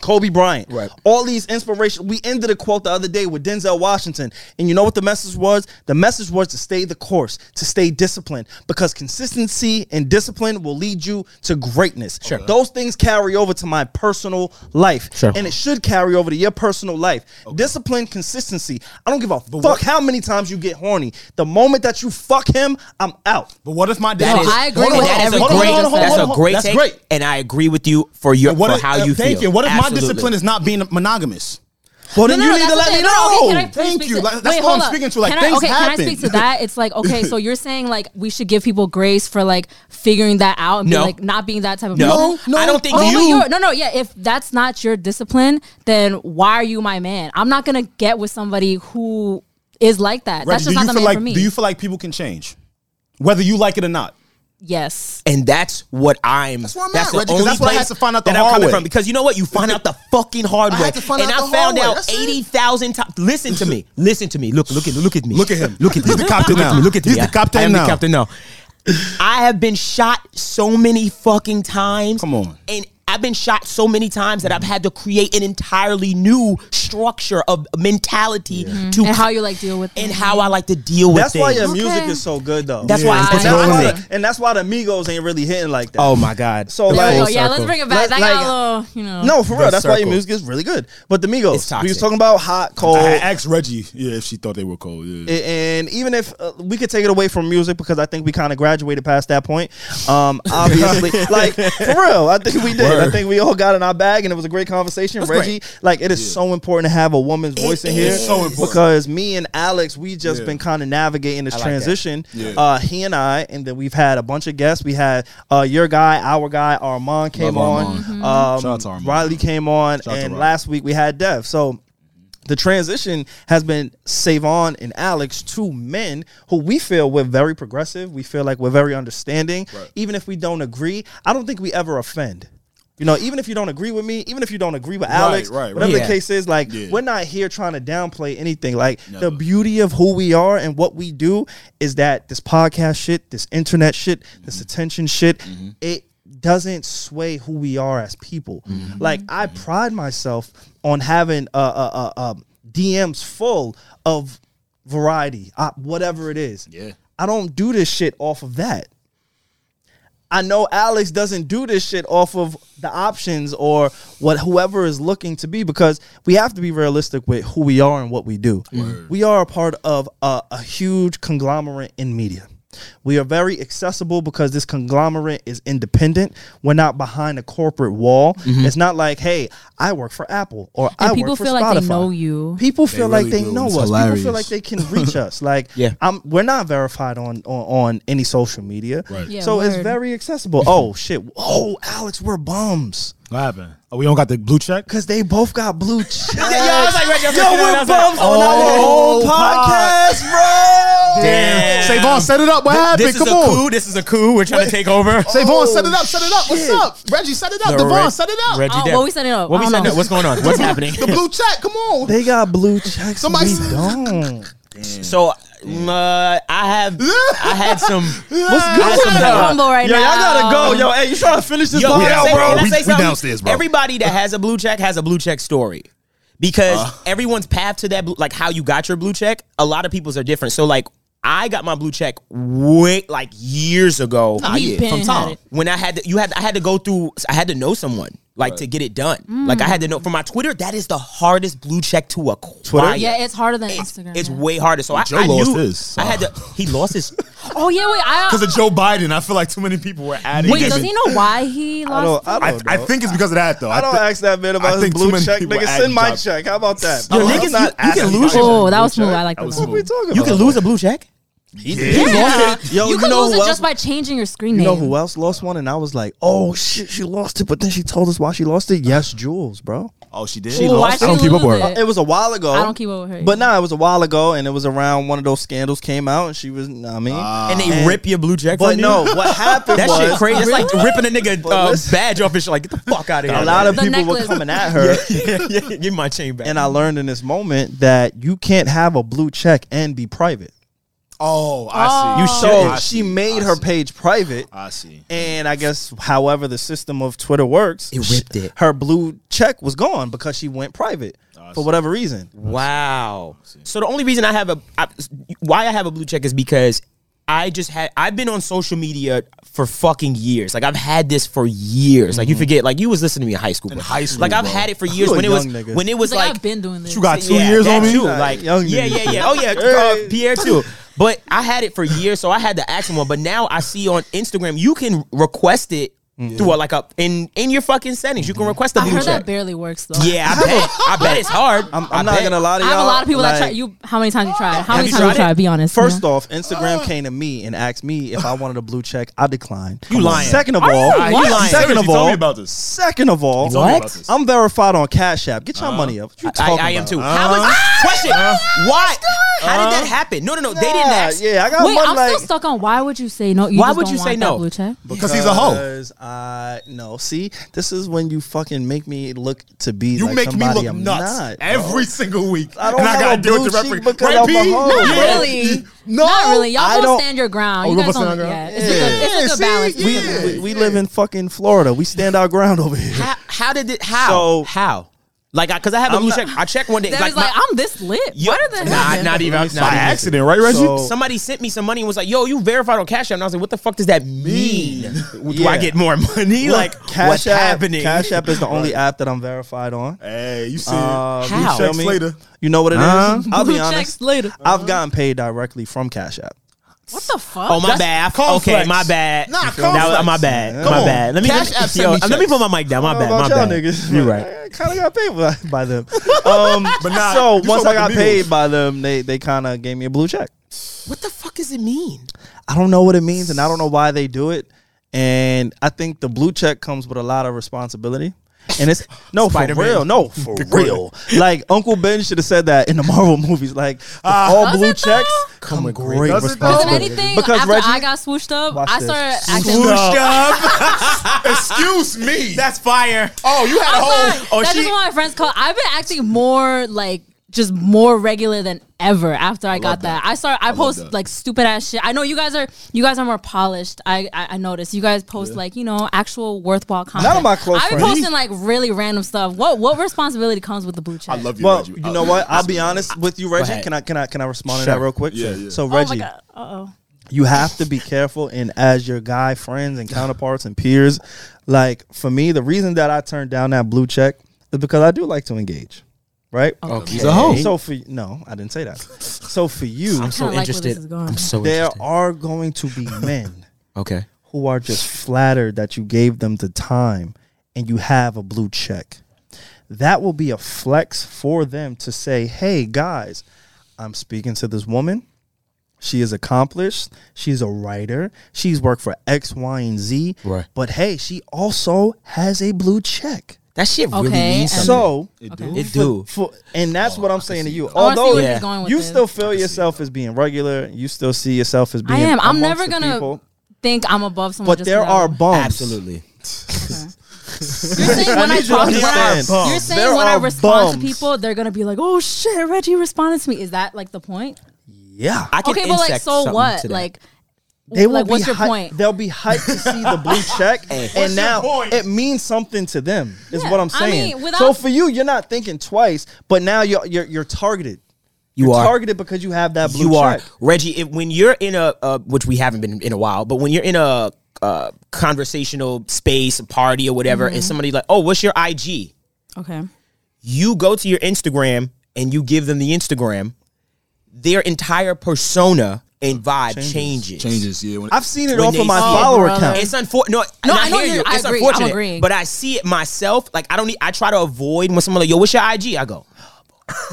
S1: Kobe Bryant,
S6: Right.
S1: All these inspiration. We ended a quote the other day with Denzel Washington, and you know what the message was? The message was to stay the course, to stay disciplined, because consistency and discipline will lead you to greatness. Sure. Those things carry over to my personal life,
S5: Sure.
S1: and it should carry over to your personal life. Discipline, consistency. I don't give a fuck how many times you get horny. The moment that you fuck him, I'm out.
S6: But what if my
S5: That
S6: dad?
S4: No,
S5: is,
S4: I agree
S5: and
S4: with
S5: that is a
S4: everything you
S5: great.
S4: just said.
S5: That's a great
S6: That's
S5: take,
S6: great.
S5: and I agree with you for your
S6: What
S5: for
S6: if,
S5: how
S6: uh,
S5: you
S6: thank
S5: feel.
S6: you. What if
S5: Absolutely.
S6: my discipline is not being monogamous?
S1: Well, then you need to
S4: that's
S1: let
S4: the
S1: me
S4: thing.
S1: know.
S4: No, no, okay, can I
S6: Thank
S4: speak
S6: you.
S4: to-
S6: Like, that's
S4: wait,
S6: what I'm
S4: hold up.
S6: speaking to. Like,
S4: Can I-
S6: things
S4: okay,
S6: happen.
S4: Can I speak to that? It's like okay, so you're saying like we should give people grace for like figuring that out and be
S5: No.
S4: like not being that type of
S5: No,
S4: person?
S5: I don't think
S4: Oh, but
S5: you.
S4: you're- no, no, yeah. If that's not your discipline, then why are you my man? I'm not gonna get with somebody who is like that. that's
S6: Reggie,
S4: just
S6: do
S4: not
S6: you
S4: the
S6: feel
S4: man
S6: like
S4: for me.
S6: do you feel like people can change, whether you like it or not?
S4: yes.
S5: And that's what I'm. That's,
S6: where I'm at,
S5: the
S6: Reggie, 'cause
S5: only
S6: that's what I
S5: place
S6: had to find out the
S5: that
S6: hard
S5: I'm coming
S6: way.
S5: from because you know what? You find out the fucking hard
S6: I
S5: way,
S6: had to find
S5: and I
S6: out the hard
S5: found
S6: way.
S5: out
S6: That's it.
S5: eighty thousand times. Listen to me. Listen to me. Look, look at, look at me.
S6: Look at him.
S5: Look at
S6: He's
S5: me.
S6: the captain
S5: Look at
S6: now.
S5: me. Look at
S6: He's
S5: me.
S6: the
S5: I-
S6: captain
S5: I am
S6: now.
S5: the captain now. I have been shot so many fucking times.
S6: Come on.
S5: And I've been shot so many times that I've had to create an entirely new structure of mentality to
S4: And how you like deal with
S5: and
S4: it.
S5: how I like to deal with
S1: That's why
S5: things.
S1: your music
S4: Okay.
S1: is so good, though.
S5: That's why it's
S1: and that's,
S5: amazing.
S1: why the, and that's why the Migos ain't really hitting like that.
S5: Oh my god.
S1: So,
S5: The
S1: like-
S4: There we
S5: full
S4: go. oh, yeah, let's
S5: circle.
S4: bring it back.
S1: Like-
S4: That
S1: like-
S4: got a little, you know.
S1: No, for real. That's why your
S5: circle.
S1: music is really good. But the Migos,
S5: It's
S1: we was
S5: toxic.
S1: talking about hot, cold,
S6: I had asked Reggie, yeah, if she thought they were cold. Yeah.
S1: and even if uh, we could take it away from music because I think we kind of graduated past that point. Um, obviously, like for real, I think we did. I
S6: Word.
S1: think we all got in our bag, and it was a great conversation. Reggie, like it is so important to have a woman's voice in here
S6: is so important.
S1: because me and Alex, we just
S6: Yeah.
S1: been kind of navigating this
S5: like that.
S1: transition.
S6: Yeah.
S1: Uh, he and I, and then we've had a bunch of guests. We had uh, your guy, our guy, Armand came
S6: Love
S1: on.
S6: Armand. Mhm.
S1: Um,
S6: Shout out to Armand.
S1: Riley came on,
S6: Shout out to
S1: and
S6: Riley.
S1: last week we had Dev. So the transition has been Savon and Alex, two men who we feel we're very progressive. We feel like we're very understanding. Even if we don't agree, I don't think we ever offend. You know, even if you don't agree with me, even if you don't agree with Alex,
S6: right, right.
S1: whatever the
S5: Yeah.
S1: case is, like
S6: Yeah.
S1: we're not here trying to downplay anything. Like the
S6: Never.
S1: beauty of who we are and what we do is that this podcast shit, this internet shit,
S6: Mm-hmm.
S1: this attention shit, it doesn't sway who we are as people.
S6: Mm-hmm.
S1: Like I pride myself on having uh, uh, uh, uh, DMs full of variety, uh, whatever it is.
S6: Yeah.
S1: I don't do this shit off of that. I know Alex doesn't do this shit off of the options or what whoever is looking to be because we have to be realistic with who we are and what we do. We are a part of a, a huge conglomerate in media. We are very accessible because this conglomerate is independent. We're not behind a corporate wall.
S6: Mm-hmm.
S1: It's not like, hey, I work for Apple or I
S4: And
S1: work
S4: people
S1: for
S4: feel
S1: Spotify.
S4: like they know you.
S1: People feel like
S6: really
S1: they
S6: do.
S1: know
S6: It's
S1: us. People
S6: hilarious.
S1: feel like they can reach us. Like,
S5: Yeah.
S1: I'm, we're not verified on, on on any social media.
S6: Right.
S4: Yeah,
S1: so it's
S4: word.
S1: very accessible. Oh shit! Oh, Alex, we're bums
S6: What happened? Oh, we don't got the blue check.
S1: because they both got blue checks. Yo,
S5: was like, Reggie, I was thinking that, I
S1: we're
S5: was like,
S1: bums on our
S6: oh,
S1: own
S6: pod.
S1: podcast, bro.
S5: Damn.
S6: Savon, set it up. What happened?
S5: This is
S6: Come
S5: a
S6: on.
S5: coup. This is a coup. We're trying to take over.
S6: Savon,
S1: Oh,
S6: set it up. Set it up. What's
S1: shit.
S6: up? Reggie, set it up.
S5: The
S6: Devon,
S5: Reg-
S6: set it up.
S5: Reggie
S4: Oh,
S5: Depp.
S4: what we setting up?
S5: What
S4: I
S5: we
S4: don't
S5: setting
S4: know.
S5: up? What's going on? What's happening?
S6: The blue check. Come on.
S1: They got blue checks.
S6: Somebody
S1: we
S6: said-
S1: don't.
S5: So uh, I have I had some.
S1: What's
S5: I had some
S4: I'm
S5: help.
S4: humble right
S1: Yo, y'all
S4: now.
S1: gotta go.
S4: um,
S1: Yo, hey, you trying to finish this
S5: Yo,
S1: part
S5: can I
S1: out,
S5: say-
S1: bro?
S5: can I
S6: We-
S5: say
S6: we
S5: something?
S6: downstairs, bro.
S5: Everybody that has a blue check has a blue check story. Because everyone's path to that, blue, like how you got your blue check, a lot of people's are different. So, like, I got my blue check way, like, years ago.
S4: We've been
S6: from
S4: had
S6: Tom.
S4: it.
S5: When I had to, you had, I had to go through, I had to know someone. like to get it done. Like I had to know for my Twitter, that is the hardest blue check to acquire.
S4: Yeah, it's harder than
S5: It's,
S4: Instagram.
S5: it's
S4: yeah.
S5: way harder. So I,
S6: Joe
S5: I
S6: lost
S5: knew
S6: his,
S5: I had to. He lost his.
S4: Oh yeah, wait. I,
S6: Because of Joe Biden, I feel like too many people were adding.
S4: wait,
S6: it.
S4: does he know why he
S1: I
S4: lost?
S1: don't. I
S6: I,
S1: don't.
S6: I
S1: know.
S6: think it's because of that though.
S1: I don't
S6: thi-
S1: ask that man
S6: I
S1: about his
S6: think too
S1: blue
S6: many
S1: check.
S6: people
S1: Nigga,
S6: add
S1: send my
S6: jobs.
S1: check. How about that?
S5: Yo,
S1: I'm
S5: niggas,
S1: not
S5: you- you can
S1: asking
S5: lose-
S1: about
S4: oh,
S1: his
S4: that
S1: blue
S4: was smooth.
S1: check.
S4: I like that.
S6: was
S1: What
S4: one.
S1: we talking
S5: You can
S1: about?
S5: lose a blue check.
S4: Yeah.
S1: Yo,
S4: you could
S1: know
S4: lose
S1: who
S4: it
S1: else-
S4: just by changing your screen
S1: You
S4: name.
S1: know who else lost one? And I was like, oh shit, she lost it. But then she told us why she lost it. Yes, Jules, bro.
S6: Oh, she did.
S4: Ooh, why'd
S1: I
S4: you
S1: don't
S6: keep up
S4: lose
S6: with her.
S4: it?
S1: It was a while ago.
S4: I don't keep up with her.
S1: But nah, it was a while ago, and it was around one of those scandals came out, and she was. nah, I mean,
S6: Ah.
S5: and they
S1: and-
S5: rip your blue check.
S1: Uh, but
S5: from
S1: no,
S5: you.
S1: what happened
S5: that
S1: was
S5: shit crazy. That's like ripping a nigga uh,
S1: listen-
S5: badge off his shit. Like get the fuck out of here.
S1: a lot of
S4: The
S1: people were
S4: necklace.
S1: coming at her,
S5: yeah, yeah, yeah, give me my chain back.
S1: and I learned in this moment that you can't have a blue check and be private.
S6: Oh, I see.
S1: You so
S6: I
S1: she
S6: see.
S1: made
S6: I
S1: her
S6: see.
S1: page private.
S6: I see.
S1: And I guess, however, the system of Twitter works,
S5: It ripped it.
S1: Her blue check was gone because she went private
S6: Oh,
S1: for whatever reason.
S5: Wow. So the only reason I have a I, why I have a blue check is because I just had I've been on social media for fucking years. Like I've had this for years. Like you
S1: Mm-hmm.
S5: forget. Like you was listening to me in high school. bro.
S6: high school,
S5: Like I've
S6: bro.
S5: had it for years
S1: You a
S5: when it was
S1: young nigga.
S5: when it was
S4: He's like,
S5: like
S4: I've been doing this.
S6: You got two years
S5: that
S6: on me.
S5: too,
S1: Nah,
S5: like,
S1: young
S5: yeah,
S1: niggas.
S5: yeah, yeah. Oh yeah,
S1: Hey.
S5: uh, Pierre too. But I had it for years, so I had to ask someone. But now I see on Instagram you can request it
S1: Mm.
S5: through a, like a in in your fucking settings. You can request a
S4: I
S5: blue
S4: heard
S5: check.
S4: that barely works though.
S5: yeah, I bet. I bet it's hard.
S1: I'm, I'm
S5: I
S1: not
S5: bet.
S1: gonna lie
S4: I
S1: to y'all.
S4: have a lot of people that try.
S1: like,
S4: You, how many times you tried? How
S5: Have
S4: many
S5: you
S4: times you
S5: tried it?
S4: tried? Be honest.
S1: First
S4: yeah.
S1: off,
S5: Uh.
S1: Instagram came to me and asked me if I wanted a blue check. I declined.
S5: You lying.
S1: Second of
S5: Are
S1: all,
S5: you lying? You lying.
S1: second
S6: Seriously,
S1: of
S6: tell
S1: all,
S6: me about this.
S1: Second of all,
S5: Tell me about What? this.
S1: I'm verified on Cash App. Get your money up. What you
S5: I,
S1: talking
S5: I am
S1: about? Ah,
S5: too. How is question? why? How did that happen? No, no, no. They didn't
S1: Yeah,
S5: ask.
S1: Uh-huh. Yeah, I got
S4: Wait,
S1: one
S4: I'm
S1: like
S4: still stuck on why would you say no? You
S5: Why
S4: just
S5: would
S4: don't
S5: you
S4: want
S5: say
S4: that
S5: no?
S4: Blue check.
S6: Because he's a hoe.
S1: Because I no, see, this is when you fucking make me look to be.
S6: You
S1: like
S6: make me
S1: somebody
S6: look
S1: I'm
S6: nuts
S1: Not,
S6: every single week.
S1: I don't
S6: and
S1: have
S6: I
S1: a
S6: gotta deal with
S1: blue
S6: the
S1: cheek
S6: referee.
S1: because
S6: right,
S1: I'm a
S6: P?
S1: hoe,
S4: Not
S1: bro.
S4: really.
S6: No,
S4: Not really. Y'all
S1: I
S4: both
S1: don't-
S4: stand your ground.
S6: Oh,
S4: you
S6: we're
S4: guys
S6: both
S4: don't.
S6: stand our
S4: Yeah,
S6: ground?
S4: it's, a good, it's a good
S6: Yeah,
S4: balance. It's
S6: see?
S4: a good
S6: Yeah.
S4: balance.
S1: We, we live in fucking Florida. We stand our ground over here.
S5: How, how did it? How?
S1: So-
S5: how? Like, I, cause I have a blue check. I checked one day.
S4: That
S5: like,
S4: was like,
S5: my-
S4: I'm this lit.
S5: yo-
S4: what are the
S5: Nah, not even. Not
S6: By
S5: even.
S6: accident, right, Reggie?
S1: So-
S5: Somebody sent me some money and was like, "Yo, you verified on Cash App," and I was like, "What the fuck does that mean? Do I
S1: Yeah.
S5: get more money? like,
S1: Cash
S5: what's
S1: App,
S5: happening?
S1: Cash App is the only app that I'm verified on.
S6: hey, you see.
S1: Uh, you
S5: How?
S1: feel
S6: Checks
S1: me?
S6: later.
S1: You know what it is? I'll be
S4: Blue
S1: honest.
S4: checks later.
S1: I've gotten paid directly from Cash App.
S4: What the fuck?
S5: Oh my bad. Okay, my bad.
S6: Nah,
S5: that was,
S6: complex.
S5: my bad.
S1: Yeah.
S5: my
S1: Come on.
S5: bad. Let me
S6: Cash
S5: let
S6: App
S5: me, yo,
S6: sent me
S5: let me
S6: checks.
S5: put my mic down. My
S1: I
S5: bad.
S1: don't know
S5: My
S1: about y'all
S5: bad.
S1: niggas.
S5: You're
S1: but
S5: right.
S1: I kind of got paid by, by them. Um,
S6: But nah,
S1: so
S6: you
S1: once
S6: talk
S1: I got
S6: about the
S1: paid
S6: Migos.
S1: by them, they they kind of gave me a blue check.
S5: What the fuck does it mean?
S1: I don't know what it means, and I don't know why they do it. And I think the blue check comes with a lot of responsibility. And it's no
S5: Spider-Man.
S1: for real, no for real. Like Uncle Ben should have said that in the Marvel movies. Like with all
S4: Does
S1: blue
S4: it though?
S1: checks come with great
S6: Ah. Does it
S4: Isn't
S6: though?
S1: responsibility.
S4: anything
S1: Because
S4: after
S1: Reggie-
S4: I got swooshed up,
S1: Watch
S4: I
S1: this.
S4: started acting.
S6: Excuse me.
S5: That's fire.
S6: oh, you had a
S4: I'm
S6: whole.
S4: sorry. That's just what my friends call. I've been acting more like just more regular than ever after I, got that. I start. I, post
S6: that.
S4: like stupid ass shit. I know you guys are. You guys are more polished. I I, I notice you guys post like you know actual worthwhile content.
S1: of my close
S4: I've been
S1: friends.
S4: posting like really random stuff. What what responsibility comes with the blue check?
S6: I love you,
S1: Well,
S6: Reggie.
S1: you know what? I'll be honest with you, Reggie.
S5: ahead.
S1: Can I can I can I respond to
S5: uh, Sure.
S1: that real quick?
S6: Yeah, yeah.
S1: So
S4: Oh my
S1: Reggie,
S4: god. Uh oh.
S1: you have to be careful and as your guy friends and counterparts and peers like for me the reason that i turned down that blue check is because i do like to engage right okay
S5: He's a hoe.
S1: so for no i didn't say that so for you
S5: I'm so
S4: kinda like where this
S5: interested.
S4: is going.
S5: I'm so
S1: there
S5: interested.
S1: are going to be men
S5: Okay.
S1: who are just flattered that you gave them the time and you have a blue check that will be a flex for them to say hey guys i'm speaking to this woman she is accomplished. She's a writer. She's worked for X, Y, and Z.
S5: Right.
S1: But hey, she also has a blue check.
S5: That shit really
S4: Okay.
S5: means something.
S1: So
S5: it do.
S1: for, and that's what I'm saying to you.
S4: I wanna see
S1: Although
S4: where
S5: Yeah.
S4: he's going with
S1: you
S4: this.
S1: still feel yourself as being regular, you still see yourself as
S4: I
S1: being.
S4: am. I'm
S1: amongst
S4: never
S1: the
S4: gonna
S1: people,
S4: think I'm above someone.
S1: but
S4: just
S1: there
S4: 'cause I-
S1: are bumps.
S5: Absolutely.
S4: You're saying when
S1: need
S4: I
S1: you to
S4: talk when I,
S1: understand.
S4: you're saying
S1: There
S4: when I
S1: are
S4: respond
S1: bums.
S4: to people, they're gonna be like, "Oh shit, Reggie responded to me." Is that like the point?
S1: Yeah.
S5: I can
S4: Okay, but like,
S5: insect
S4: so
S5: something
S4: what?
S5: to that.
S4: Like,
S1: They will
S4: like,
S1: be
S4: what's your
S1: hy-
S4: point?
S1: They'll be hyped to see the blue check, and now
S6: point?
S1: it means something to them. Is
S4: Yeah,
S1: what I'm
S4: I
S1: saying.
S4: mean, without-
S1: so for you, you're not thinking twice, but now you're you're, you're targeted.
S5: You
S1: You're
S5: are.
S1: targeted because you have that blue
S5: you
S1: check.
S5: are Reggie. If, when you're in a, uh, which we haven't been in a while, but when you're in a uh, conversational space, a party or whatever,
S4: Mm-hmm.
S5: and somebody like, oh, what's your IG?
S4: Okay.
S5: you go to your Instagram and you give them the Instagram, their entire persona and vibe changes.
S6: Changes, yeah. When,
S1: I've seen it
S5: When
S1: off
S5: they
S1: of my
S5: see it,
S1: follower
S4: brother.
S1: account.
S5: It's unfortunate. No,
S4: No,
S5: I,
S4: I know
S5: hear
S4: you're-
S5: you.
S4: I
S5: It's
S4: agree. I'm
S5: unfortunate,
S4: agreeing.
S5: but I see it myself. Like I don't. Need, I try to avoid when someone like, "Yo, what's your IG?" I go,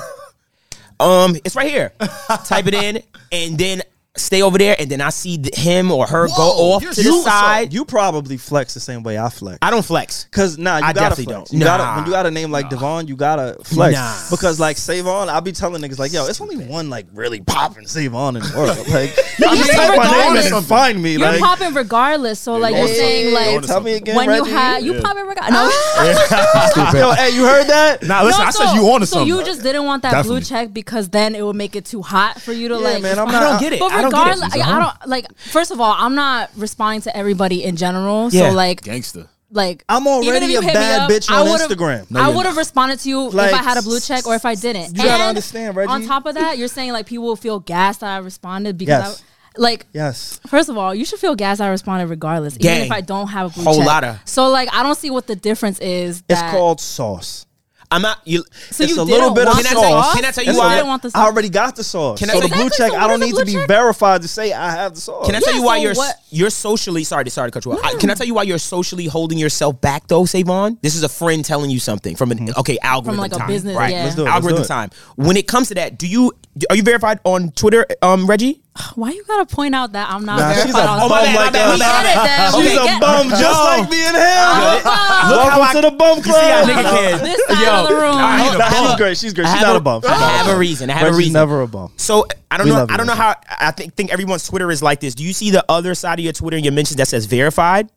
S5: "Um, it's right here." Type it in, and then stay over there, and then I see th- him or her go
S6: Whoa,
S5: off
S6: you're
S5: to
S6: so-
S5: the side.
S1: you probably flex the same way I flex.
S5: I don't flex.
S1: Cause nah, you
S5: I
S1: gotta
S5: definitely
S1: flex.
S5: don't.
S1: You
S5: Nah.
S1: gotta when you got a name like Devon, you gotta flex.
S5: Nah.
S1: Because like Savon, I'll be telling niggas like, yo, it's only one like really popping Savon in the world. Like, you
S4: You're
S1: just type my name
S4: regardless.
S1: in and find me.
S4: You're
S1: like,
S4: popping regardless. So like you're
S6: Yeah.
S4: saying
S6: Yeah.
S4: like
S1: tell me again,
S4: when
S1: Reggie.
S4: you had you popping regardless. No,
S1: yo, hey, you heard that?
S6: nah, listen,
S4: No,
S6: I said you on to
S4: So
S6: something.
S4: you just didn't want that
S6: Definitely.
S4: blue check because then it would make it too hot for you to
S1: Yeah,
S4: like.
S1: man, I'm
S5: I
S1: not-
S5: don't get it.
S4: But
S5: I don't get it.
S4: regardless, I, I don't like. First of all, I'm not responding to everybody in general.
S5: Yeah.
S4: So like,
S6: gangster.
S4: like
S1: I'm
S4: even
S1: already
S4: if you
S1: a
S4: hit me
S1: bad
S4: up,
S1: bitch
S4: I
S1: on
S4: would've-
S1: Instagram. No,
S4: I
S1: you're
S4: would have responded to you
S1: Like,
S4: if I had a blue check or if I didn't.
S1: you gotta
S4: And
S1: understand, Reggie.
S4: On top of that, you're saying like people will feel gassed that I responded because
S1: Yes.
S4: I, like
S1: Yes.
S4: First of all, you should feel gas. I responded regardless,
S5: Gang.
S4: even if I don't have a blue
S5: Whole
S4: check.
S5: lotta.
S4: So like, I don't see what the difference is.
S1: It's
S4: that-
S1: called sauce.
S5: I'm not. You,
S4: So
S1: it's
S4: you
S1: a little
S4: didn't
S1: bit of
S4: want the
S1: sauce.
S4: sauce.
S5: Can I tell you
S4: That's
S5: why-
S4: why you didn't want the
S1: I
S4: sauce?
S1: already got the sauce.
S5: Can I-
S1: so the blue
S4: Exactly,
S1: check,
S4: so
S1: I
S4: what
S1: don't
S4: is a
S1: need to
S4: blue
S1: be
S4: check?
S1: verified to say I have the sauce.
S5: Can I tell
S4: Yeah,
S5: you why
S4: so
S5: you're
S4: what-
S5: you're socially sorry to sorry to cut you off. I- can I tell you why you're socially holding yourself back though, Savon? This is a friend telling you something from an okay algorithm
S4: like, a
S5: time,
S4: business,
S5: right?
S4: yeah. Let's
S1: do it, Mm-hmm. let's
S5: algorithm
S1: do it.
S5: time. When it comes to that, do you are you verified on Twitter, um, Reggie?
S4: Why you gotta point out that I'm not
S1: Nah, she's
S4: verified?
S1: a
S4: on
S1: bum
S5: my
S4: Spotify?
S5: bad, my
S1: like
S5: bad,
S4: we
S5: my
S1: us.
S4: get it then.
S1: Oh She's
S4: we
S1: a
S4: get
S1: bum just like me and him.
S5: how I-
S1: Welcome to the bum
S5: You see how
S1: club.
S5: nigga can-
S4: This side of the room.
S5: I hate a
S1: Nah,
S5: bum.
S1: she's great. She's great.
S5: I
S1: She's
S5: have
S1: not a bum. She's
S5: I
S1: not a
S5: have
S1: bum.
S5: a reason. I have a
S1: Reggie's
S5: reason.
S1: never a bum.
S5: So I don't
S1: We
S5: know.
S1: love
S5: I
S1: you,
S5: don't know how. I think think everyone's Twitter is like this. Do you see the other side of your Twitter and your mentions that says verified?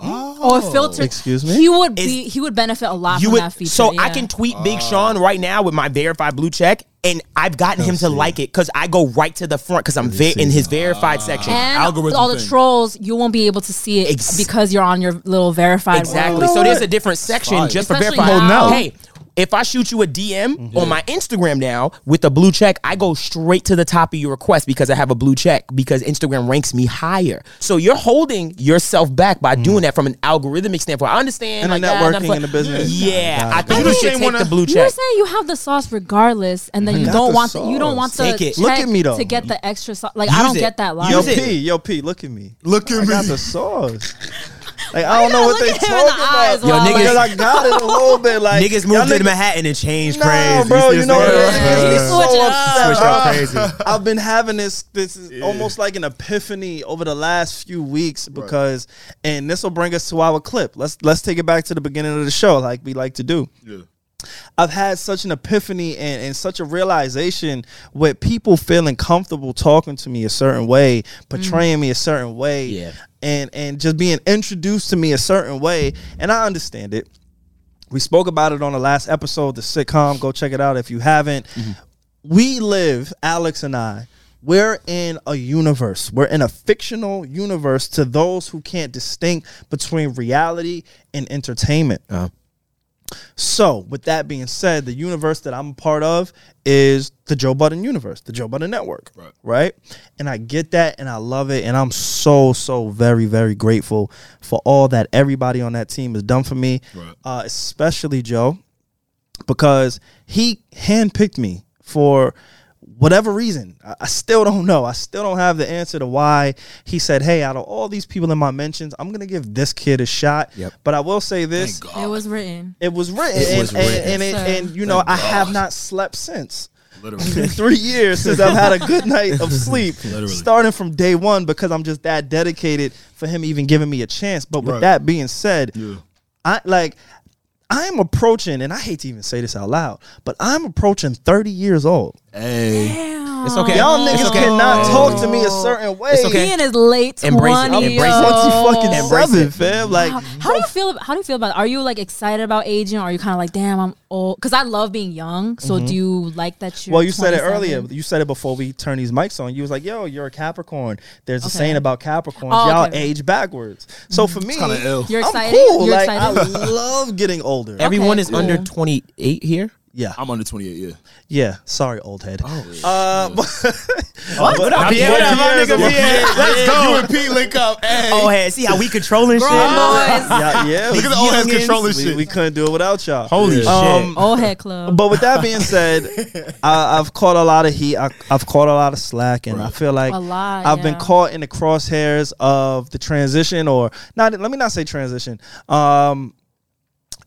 S4: Or filter.
S1: Excuse me?
S4: He would
S5: Is-
S4: be. He would benefit a lot
S5: you
S4: from
S5: would
S4: that feature.
S5: so I
S4: yeah.
S5: can tweet Big Sean right now with my verified blue check, and I've gotten him to like it because I go right to the front because I'm ver- in his verified section.
S4: And
S6: algorithm
S4: all the
S6: thing.
S4: trolls, you won't be able to see it
S5: Ex-
S4: because you're on your little verified.
S5: Exactly.
S4: world.
S5: so there's a different section
S6: fire.
S5: just for
S4: Especially
S5: verified.
S4: now. Oh, no.
S5: Hey, if I shoot you a DM on my Instagram now with a blue check, I go straight to the top of your request because I have a blue check because Instagram ranks me higher. So you're holding yourself back by doing that from an algorithmic standpoint. I understand
S1: And
S5: like
S1: the
S5: that, that's
S1: networking
S5: what-
S1: and the business.
S5: Yeah, I
S6: You
S5: think
S6: the
S5: you should
S6: same
S5: take
S6: one
S5: the
S6: that-
S5: blue
S4: You were
S5: check.
S4: saying you have the sauce regardless, and then you
S1: Got
S4: don't
S1: the
S4: want the, you
S1: sauce.
S4: don't want to
S5: Take it.
S1: Look at me, though.
S4: to get the extra sauce. Like
S5: Use
S4: I don't
S5: it.
S4: get that logic.
S1: Yo
S5: Use it.
S1: P, yo P, look at me.
S6: Look at
S1: I got
S6: me.
S1: the sauce. Like I don't know
S4: gotta
S1: what they
S4: look at him
S1: talking
S4: in the eyes
S1: about.
S4: while
S5: Yo, I-
S1: because I got it a little bit. Like
S5: Niggas
S1: y'all
S5: moved to
S1: niggas-
S5: Manhattan and changed
S1: Nah,
S5: crazy.
S1: bro,
S5: This
S1: you
S5: is
S1: know what
S5: real.
S1: it is.
S4: Yeah.
S1: So
S4: Switch up.
S1: upset.
S5: Switch up
S1: Ah.
S5: crazy.
S1: I've been having this. This is almost like an epiphany over the last few weeks because, and this will bring us to our clip. Let's let's take it back to the beginning of the show, like we like to do. I've had such an epiphany and, and such a realization with people feeling comfortable talking to me a certain way, portraying me a certain way,
S5: Yeah.
S1: and and just being introduced to me a certain way. And I understand it. We spoke about it on the last episode, the sitcom. Go check it out if you haven't. We live, Alex and I, we're in a universe. We're in a fictional universe to those who can't distinct between reality and entertainment. So, with that being said, the universe that I'm a part of is the Joe Budden universe, the Joe Budden network, right. And I get that and I love it. And I'm so, so very, very grateful for all that everybody on that team has done for me, uh, especially Joe, because he handpicked me for whatever reason. I, I still don't know. I still don't have the answer to why he said, Hey, out of all these people in my mentions, I'm going to give this kid a shot. But I will say this.
S4: It was written.
S1: It was written,
S5: It was
S1: and, and-
S5: written.
S1: and, it-
S4: Yes, sir.
S1: and, you know, I have not slept since. Literally, three years since I've had a good night of sleep. starting from day one because I'm just that dedicated for him even giving me a chance. But with that being said, I like I am approaching, and I hate to even say this out loud, but I'm approaching 30 years old.
S6: Hey.
S5: It's okay.
S1: Y'all
S5: It's
S1: niggas
S5: okay.
S1: cannot talk to me a certain way.
S5: It's okay. Oh.
S4: He in his late
S5: Embrace it.
S4: twenties.
S5: Embrace it.
S1: I'm 20 fucking
S5: Embrace
S1: seven,
S5: it.
S1: fam. Like,
S4: How do you feel? How do you feel about? It? Are you like excited about aging? Or are you kind of like, damn, I'm old? Because I love being young.
S5: Mm-hmm.
S4: So do you like that? You're
S1: Well, you said it
S4: 27?
S1: earlier. You said it before we turned these mics on. You was like, "Yo, you're a Capricorn." There's a
S4: Okay.
S1: saying about Capricorns,
S4: Oh,
S1: y'all
S4: okay.
S1: age backwards. So for me,
S6: kinda ill.
S4: You're
S1: I'm
S4: excited?
S1: cool.
S4: You're
S1: like
S4: excited?
S1: I love getting older.
S5: Everyone
S4: Okay,
S5: is under
S4: cool.
S5: 28 here.
S1: Yeah.
S6: I'm under 28, yeah.
S1: Yeah. Sorry, old head.
S6: Oh,
S1: Uh,
S5: What, what up, Pierre? What up, my nigga Pierre? Let's go.
S6: and Pete link up. Hey.
S5: Oh, hey, see how we controlling shit?
S1: yeah, yeah.
S6: Look
S1: we-
S6: at the old heads
S5: youngins.
S6: controlling
S1: we,
S6: shit.
S1: we couldn't do it without y'all. Um,
S5: Holy shit.
S4: Old head club.
S1: But with that being said, I, I've caught a lot of heat. I, I've caught a lot of slack, and I feel like
S4: A lot,
S1: I've been
S4: yeah.
S1: caught in the crosshairs of the transition, or not. Let me not say transition. Um,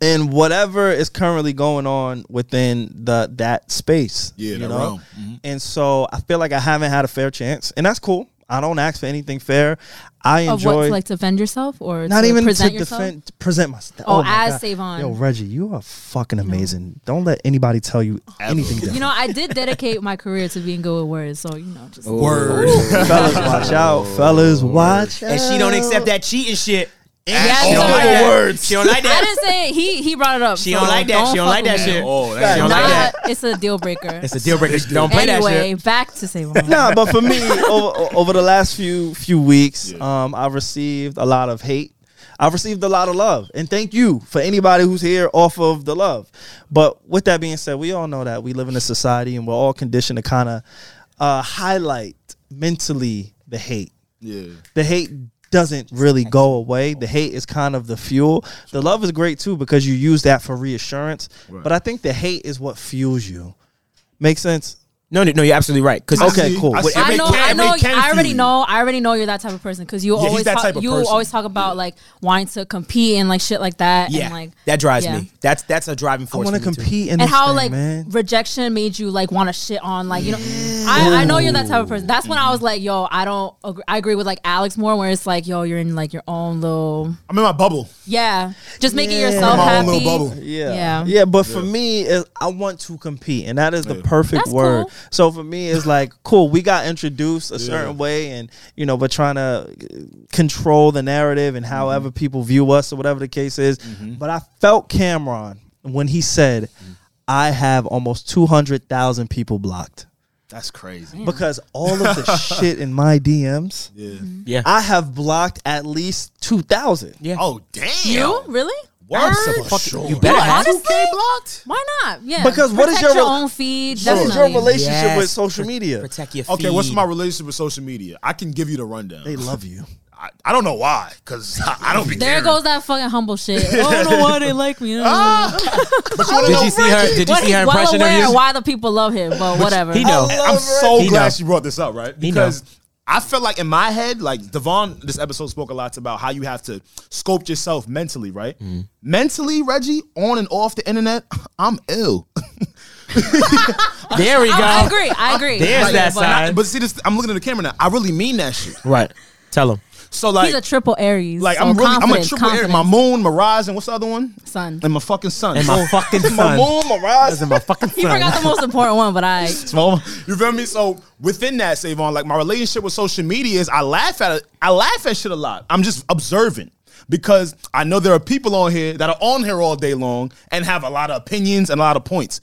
S1: in whatever is currently going on within the that space,
S6: Yeah,
S1: you
S6: that
S1: know.
S6: realm. Mm-hmm.
S1: And so I feel like I haven't had a fair chance, and that's cool. I don't ask for anything fair. I
S4: of what
S1: enjoy
S4: to like defend yourself or
S1: not
S4: to
S1: even to
S4: present yourself?
S1: defend to present myself.
S4: Oh,
S1: my
S4: as
S1: God.
S4: Savon.
S1: Yo, Reggie, you are fucking amazing. Don't let anybody tell you anything different.
S4: You know, I did dedicate my career to being good with words, so you know, just
S5: Oh.
S6: Word.
S1: fellas, watch out. Fellas, watch out.
S5: And she don't accept that cheating shit.
S4: Yes,
S5: she don't
S4: sir.
S5: like that.
S6: Oh, Words.
S5: She don't like
S4: I
S5: that.
S4: didn't say it. he he brought it up.
S5: She
S4: so
S5: don't like that. She don't
S4: fuck
S5: like that
S4: with me.
S5: shit.
S6: Oh,
S5: She
S6: that's
S5: don't like
S4: Nah,
S5: that.
S4: it's a deal breaker.
S5: It's a deal breaker. She Don't play that
S4: anyway,
S5: shit.
S4: back to Savon.
S1: Nah, but for me, over, over the last few few weeks, um, I've received a lot of hate. I've received a lot of love, and thank you for anybody who's here off of the love. But with that being said, we all know that we live in a society, and we're all conditioned to kind of uh, highlight mentally the hate.
S6: Yeah.
S1: the hate doesn't really go away. The hate is kind of the fuel. The love is great too because you use that for reassurance. But I think the hate is what fuels you. Make sense?
S5: No, no, no, you're absolutely right. Because
S1: Okay, cool.
S6: I see.
S4: I
S6: It
S4: know,
S6: can-
S4: I
S6: it
S4: know,
S6: can
S4: I already
S6: feel you.
S4: know, I already know you're that type of person because you
S6: he's
S4: always
S6: that
S4: talk,
S6: type of
S4: you
S6: person.
S4: always talk about like wanting to compete and like shit like that,
S5: yeah,
S4: and like
S5: that drives
S4: yeah.
S5: me. That's that's a driving
S1: I
S5: force.
S1: want to
S5: for me, too.
S1: compete in
S4: and
S1: this
S4: how
S1: thing,
S4: like
S1: man.
S4: rejection made you like want to shit on like you know I, I know you're that type of person that's when i was like yo i don't agree, i agree with like alex more where it's like yo you're in like your own little
S6: I'm in my bubble.
S4: yeah just making
S1: Yeah.
S4: yourself
S6: My own
S4: happy
S6: little bubble.
S1: Yeah.
S4: Yeah.
S1: yeah, But for me, it, I want to compete, and that is the perfect
S4: That's
S1: word.
S4: cool.
S1: So for me, it's like cool. We got introduced a certain way, and you know, we're trying to uh, control the narrative and however people view us or whatever the case is. But I felt Cameron when he said, "I have almost two hundred thousand people blocked."
S6: That's crazy.
S1: Because all of the shit in my DMs,
S6: Yeah.
S5: Yeah.
S1: I have blocked at least two thousand.
S5: Yeah.
S6: Oh, damn.
S4: you really
S6: Word?
S1: Absolutely.
S6: Sure.
S5: You better have.
S4: honestly,
S6: blocked?
S4: why not yeah
S1: Because what is
S4: Protect
S1: your
S4: your
S1: rel-
S4: own feed
S1: This is your
S4: definitely.
S1: relationship with
S5: Yes.
S1: social media.
S5: Protect your feed.
S6: Okay, what's my relationship with social media? I can give you the rundown.
S1: They love you.
S6: I, I don't know why, because I, I don't be
S4: there
S6: caring.
S4: goes that fucking humble shit. I don't know why they like me.
S6: Ah, but you wanna
S5: Did
S6: know
S5: you see her? Did you
S4: But
S5: see her
S4: he's well
S5: impression of
S4: aware
S5: you?
S4: why the people love him, but whatever.
S5: He know.
S6: I'm so
S5: He
S6: glad
S5: know.
S6: she brought this up, right?
S5: He know.
S6: Because I felt like in my head, like Devon, this episode spoke a lot about how you have to sculpt yourself mentally, right? Mentally, Reggie, on and off the internet, I'm ill.
S5: There we go.
S4: I, I agree. I agree.
S5: Ah, There's
S4: Like,
S5: that
S4: but
S5: side.
S6: but see, this I'm looking at the camera now. I really mean that shit.
S5: Right. Tell him.
S6: So like,
S4: He's a triple Aries.
S6: like
S4: so
S6: I'm really, I'm a
S4: confident,
S6: triple air.
S4: confident.
S6: My moon, my rise, and what's the other one?
S4: Sun.
S6: And my fucking sun.
S5: And my fucking son.
S6: My moon, my rise,
S5: And my fucking
S4: He forgot the
S5: son.
S4: most important one, but I.
S6: So you feel me? So within that, Savon, like my relationship with social media is I laugh at it. I laugh at shit a lot. I'm just observant because I know there are people on here that are on here all day long and have a lot of opinions and a lot of points.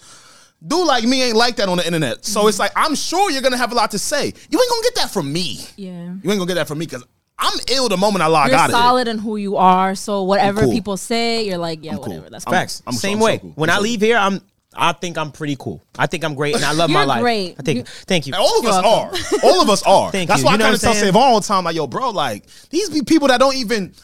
S6: Dude like me ain't like that on the internet. So it's like I'm sure you're gonna have a lot to say. You ain't gonna get that from me.
S4: Yeah.
S6: You ain't gonna get that from me because I'm ill the moment I log
S4: You're
S6: out of it.
S4: solid in who you are, so whatever
S6: cool.
S4: people say, you're like, yeah,
S6: cool.
S4: whatever. That's
S6: I'm-
S4: fine.
S5: Facts.
S6: I'm so-
S5: Same
S6: I'm so
S5: way.
S6: cool.
S5: When
S6: I'm
S5: I
S6: so
S5: leave here, I'm. I think I'm pretty cool. I think I'm great, and I love my
S4: You're
S5: life.
S4: great.
S5: I think.
S4: You-
S5: Thank you.
S6: And
S3: Oh.
S6: all of
S4: You're
S6: us
S4: welcome.
S6: are. All of us are.
S5: Thank
S6: That's
S5: you.
S6: why
S5: You know
S6: I
S5: what
S6: kind
S5: I'm
S6: of tell
S5: saying?
S6: Savon all the time, like, yo, bro, like, these be people that don't even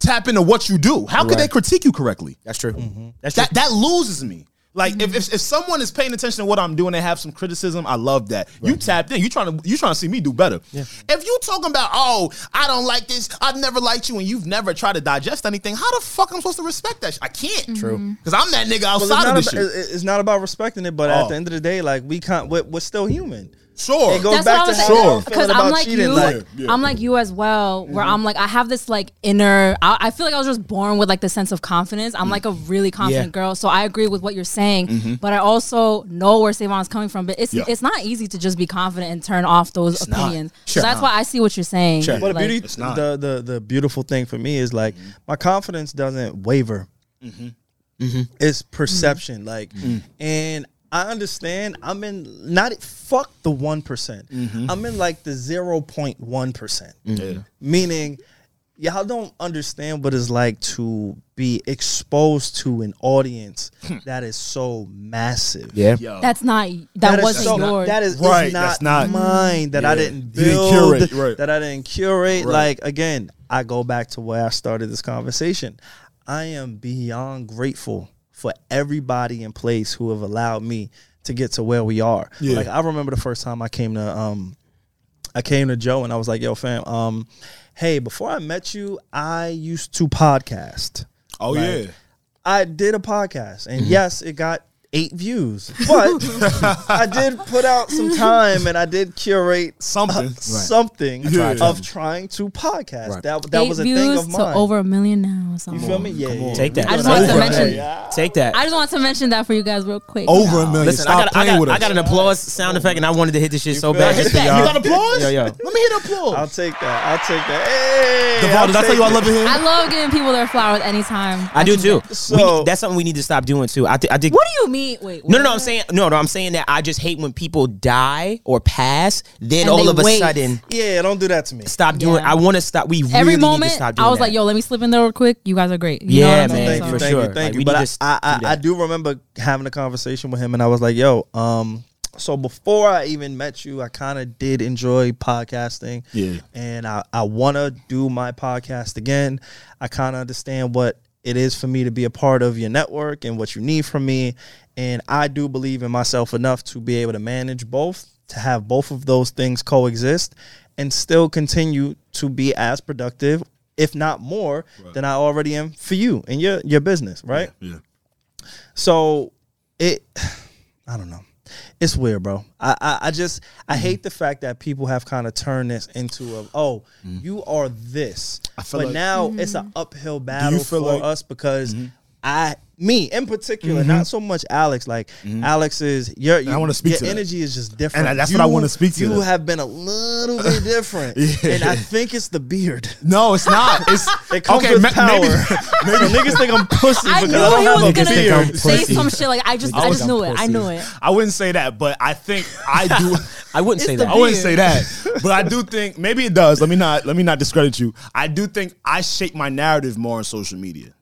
S6: tap into what you do. How could
S5: Right.
S6: they critique you correctly?
S5: That's true. That's true.
S6: That that loses me. Like if, if, if someone is paying attention to what I'm doing and have some criticism, I love that. You tapped in. You trying to you trying to see me do better. If you talking about oh I don't like this, I've never liked you, and you've never tried to digest anything, how the fuck I'm supposed to respect that? Shit? I can't. True. Because I'm that nigga
S1: Well,
S6: outside of
S1: it's,
S6: this
S1: not
S6: shit.
S1: about, it- it's not about respecting it, but
S6: Oh.
S1: at the end of the day, like we can't. We're, we're still human.
S6: sure.
S1: It goes
S4: That's
S1: back
S4: what I was
S1: to how
S4: saying.
S1: you're feeling about
S4: I'm like
S1: cheating.
S4: you,
S1: Like, Mm-hmm.
S4: I'm like you as well. Where I'm like, I have this like inner. I, I feel like I was just born with like the sense of confidence. I'm like a really confident
S5: Yeah.
S4: girl, so I agree with what you're saying. But I also know where Savon's coming from. But it's
S6: Yeah.
S4: it's not easy to just be confident and turn off those
S6: not.
S4: opinions.
S6: Sure.
S4: So that's why I see what you're saying.
S6: Sure.
S1: but the
S4: Like,
S1: beauty,
S6: It's not. Mm-hmm.
S1: the the the beautiful thing for me is like my confidence doesn't waver. It's perception, like,
S6: Mm-hmm.
S1: and I understand. I'm in not fuck the
S6: Mm-hmm.
S1: one percent. I'm in like the zero point one percent, meaning y'all don't understand what it's like to be exposed to an audience
S6: Hmm.
S1: that is so massive.
S5: Yeah.
S4: That's not.
S1: That
S4: That,
S1: is
S4: wasn't
S1: so-
S4: yours.
S1: That is, is
S6: Right,
S1: not,
S6: that's not-
S1: mine. That I didn't
S6: You didn't
S1: build.
S6: curate, right.
S1: That I didn't curate. Like again, I go back to where I started this conversation. I am beyond grateful for everybody in place who have allowed me to get to where we are. Like I remember the first time I came to um, I came to Joe and I was like, "Yo, fam, um, hey, before I met you, I used to podcast."
S6: Oh
S1: Like,
S6: yeah.
S1: I did a podcast, and
S5: Mm-hmm.
S1: yes, it got eight views, but I did put out some time and I did curate uh,
S6: Something.
S1: something
S6: Yeah.
S1: of trying to podcast. That that
S4: Eight
S1: was a
S4: views
S1: thing of
S4: to
S1: mine.
S4: over a million now. So.
S1: you feel me? Yeah, yeah.
S5: Take that.
S4: I just wanted to
S5: Over.
S4: mention-
S5: Take that.
S4: I just want to mention that for you guys real quick.
S6: Over a million.
S5: Listen,
S6: Stop
S5: I got, I
S6: playing
S5: got,
S6: with us.
S5: I got an applause sound effect, and I wanted to hit this shit so
S1: feel
S5: bad.
S1: me?
S5: Just for
S4: You
S5: y'all.
S6: got applause?
S5: Yo, yo.
S6: Let me hear the applause.
S1: I'll take that. I'll take that. Hey,
S6: Devon,
S1: I'll
S6: did I tell
S1: take
S6: you I
S1: it.
S6: love you here?
S4: I love giving people their flowers anytime.
S5: I do
S4: can
S5: too.
S4: get-
S1: So-
S5: we, that's something we need to stop doing too. I, th- I think.
S4: What do you mean? Wait.
S5: No, no, no.
S4: what?
S5: I'm saying no, no. I'm saying that I just hate when people die or pass. Then
S4: And
S5: all
S4: they
S5: of a
S4: wait.
S5: sudden,
S1: Yeah, don't do that to me.
S5: stop doing.
S4: Yeah.
S5: I want to stop. We
S4: Every
S5: really need to
S4: moment,
S5: stop doing
S4: I was
S5: that.
S4: like, "Yo, let me slip in there real quick. You guys are great." You
S5: Yeah,
S4: know what I'm
S5: man,
S4: saying?
S1: Thank
S4: So-
S1: you,
S5: for
S1: thank
S5: sure.
S1: you, thank
S5: Like,
S1: you.
S5: we
S1: But
S5: need
S1: I,
S5: to
S1: I, I,
S5: do
S1: I
S5: that.
S1: do remember having a conversation with him, and I was like, "Yo, um, so before I even met you, I kind of did enjoy podcasting,
S6: Yeah.
S1: and I, I want to do my podcast again. I kind of understand what it is for me to be a part of your network and what you need from me, and I do believe in myself enough to be able to manage both, to have both of those things coexist, and still continue to be as productive." If not more than I already am for you and your your business, right?
S6: yeah.
S1: So it, I don't know. It's weird, bro. I I, I just I
S6: Mm-hmm.
S1: hate the fact that people have kind of turned this into a oh you are this,
S6: Mm-hmm. feel
S1: but
S6: like-
S1: now
S4: Mm-hmm.
S1: it's an uphill battle for
S6: feel like- Mm-hmm.
S1: us because I me in particular, not so much Alex. Like Alex is your you,
S6: Mm-hmm. wanna speak
S1: your
S6: to that.
S1: energy is just different,
S6: And that's what I wanna speak to
S1: You
S6: that.
S1: have been a little bit different, and I think it's the beard.
S6: No, it's not. It's
S1: It comes
S6: okay.
S1: with
S6: ma-
S1: power.
S6: maybe-
S1: So niggas think I'm pussy
S4: I
S1: because
S4: knew
S1: I
S4: he
S1: don't
S4: was
S1: have a
S4: gonna
S1: beard.
S4: say some shit. Like I just, I
S5: Always
S4: just
S5: I'm
S4: knew it. I
S5: pussy.
S4: knew it.
S6: I wouldn't say that, but I think I do.
S5: I wouldn't say
S1: the
S5: that.
S6: I wouldn't say that, but I do think maybe it does. Let me not let me not discredit you. I do think I shape my narrative more on social media.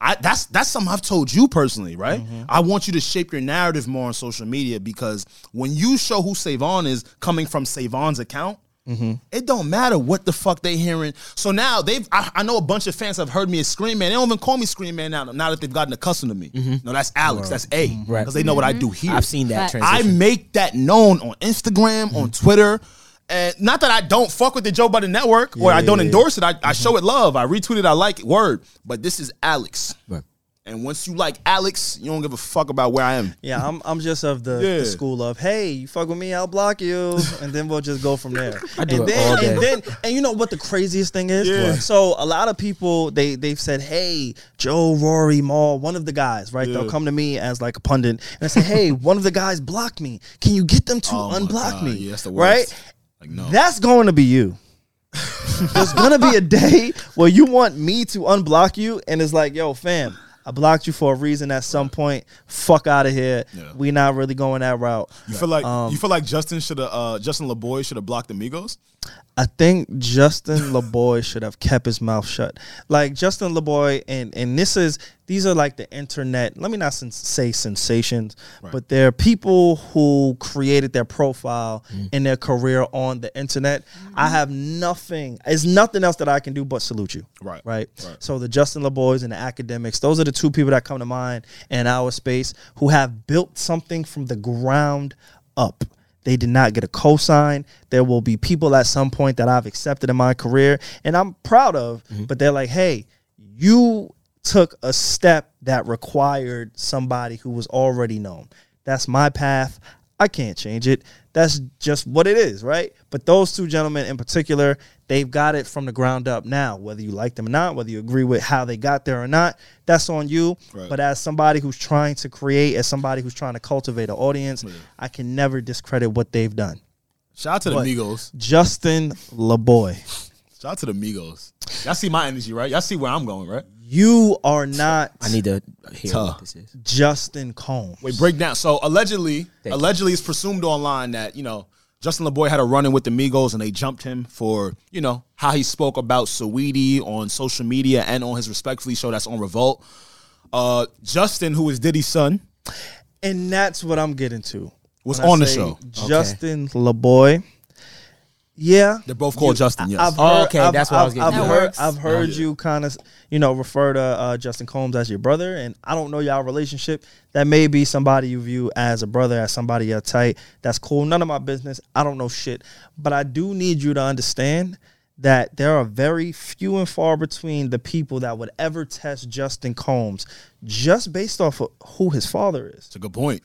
S6: I that's that's something I've told you personally, right? I want you to shape your narrative more on social media because when you show who Savon is coming from Savon's account,
S5: Mm-hmm.
S6: it don't matter what the fuck they hearing. So now they've I, I know a bunch of fans have heard me as Scream Man. They don't even call me Scream Man now. Now that they've gotten accustomed to me. No, that's Alex. That's A. Because
S5: Mm-hmm. Right. Mm-hmm.
S6: they know what I do here.
S5: I've seen
S4: Facts.
S5: that transition. Mm-hmm.
S6: I make that known on Instagram, on Twitter. And not that I don't fuck with the Joe Budden Network or I don't endorse it. I,
S5: Mm-hmm.
S6: I show it love. I retweet it. I like it. Word. But this is Alex. And once you like Alex, you don't give a fuck about where I am.
S1: Yeah, I'm I'm just of the,
S6: Yeah.
S1: the school of hey, you fuck with me, I'll block you, and then we'll just go from there.
S5: I do
S1: and
S5: it
S1: then,
S5: all day.
S1: And then and you know what the craziest thing is?
S6: Yeah. What?
S1: So a lot of people they they've said hey, Joe, Rory, Maul, one of the guys, right? They'll come to me as like a pundit and say hey, one of the guys blocked me. Can you get them to
S6: Oh my
S1: unblock
S6: God,
S1: me?
S6: yeah, that's the worst.
S1: right?
S6: Like, no.
S1: That's going to be you. There's gonna be a day where you want me to unblock you, and it's like, yo, fam, I blocked you for a reason at some point. Fuck out of here.
S6: Yeah.
S1: We not really going that route.
S6: you feel like you feel like Justin should have uh, Justin LeBoy should have blocked Amigos.
S1: I think Justin LeBoy should have kept his mouth shut. Like Justin LeBoy, and and this is these are like the internet. Let me not sen- say sensations, but they're people who created their profile and their career on the internet. I have nothing. It's nothing else that I can do but salute you.
S6: Right.
S1: Right. So the Justin LeBoys and the academics, those are the two people that come to mind in our space who have built something from the ground up. They did not get a cosign. There will be people at some point that I've accepted in my career and I'm proud of, but they're like, hey, you took a step that required somebody who was already known. That's my path. I can't change it. That's just what it is, right? But those two gentlemen in particular, they've got it from the ground up now. Whether you like them or not, whether you agree with how they got there or not, that's on you. But as somebody who's trying to create, as somebody who's trying to cultivate an audience, I can never discredit what they've done.
S6: Shout out to the Amigos.
S1: Justin LaBoy,
S6: Shout out to the Amigos. Y'all see my energy, right? Y'all see where I'm going, right?
S1: you are not
S5: I need to hear
S6: Tough.
S5: what this is.
S1: Justin Combs.
S6: Wait, break down. So allegedly, allegedly, it's presumed online that you know Justin LeBoy had a run in with the Migos and they jumped him for, you know, how he spoke about Saweetie on social media and on his Respectfully show that's on Revolt. Uh, Justin, who is Diddy's son,
S1: And that's what I'm getting to.
S6: was
S1: When I
S6: on the
S1: say
S6: show.
S1: Justin LaBoy. Yeah.
S6: They're both called Justin, yes.
S1: I've
S5: Oh,
S1: heard-
S5: okay,
S1: I've-
S5: that's what I was
S1: I've-
S5: getting
S1: I've
S4: at.
S1: heard,
S4: That
S1: I've
S4: works.
S1: heard you kind of, you know, refer to uh, Justin Combs as your brother, and I don't know y'all relationship. That may be somebody you view as a brother, as somebody you're tight. That's cool. None of my business. I don't know shit, but I do need you to understand that there are very few and far between the people that would ever test Justin Combs just based off of who his father is.
S6: It's a good point.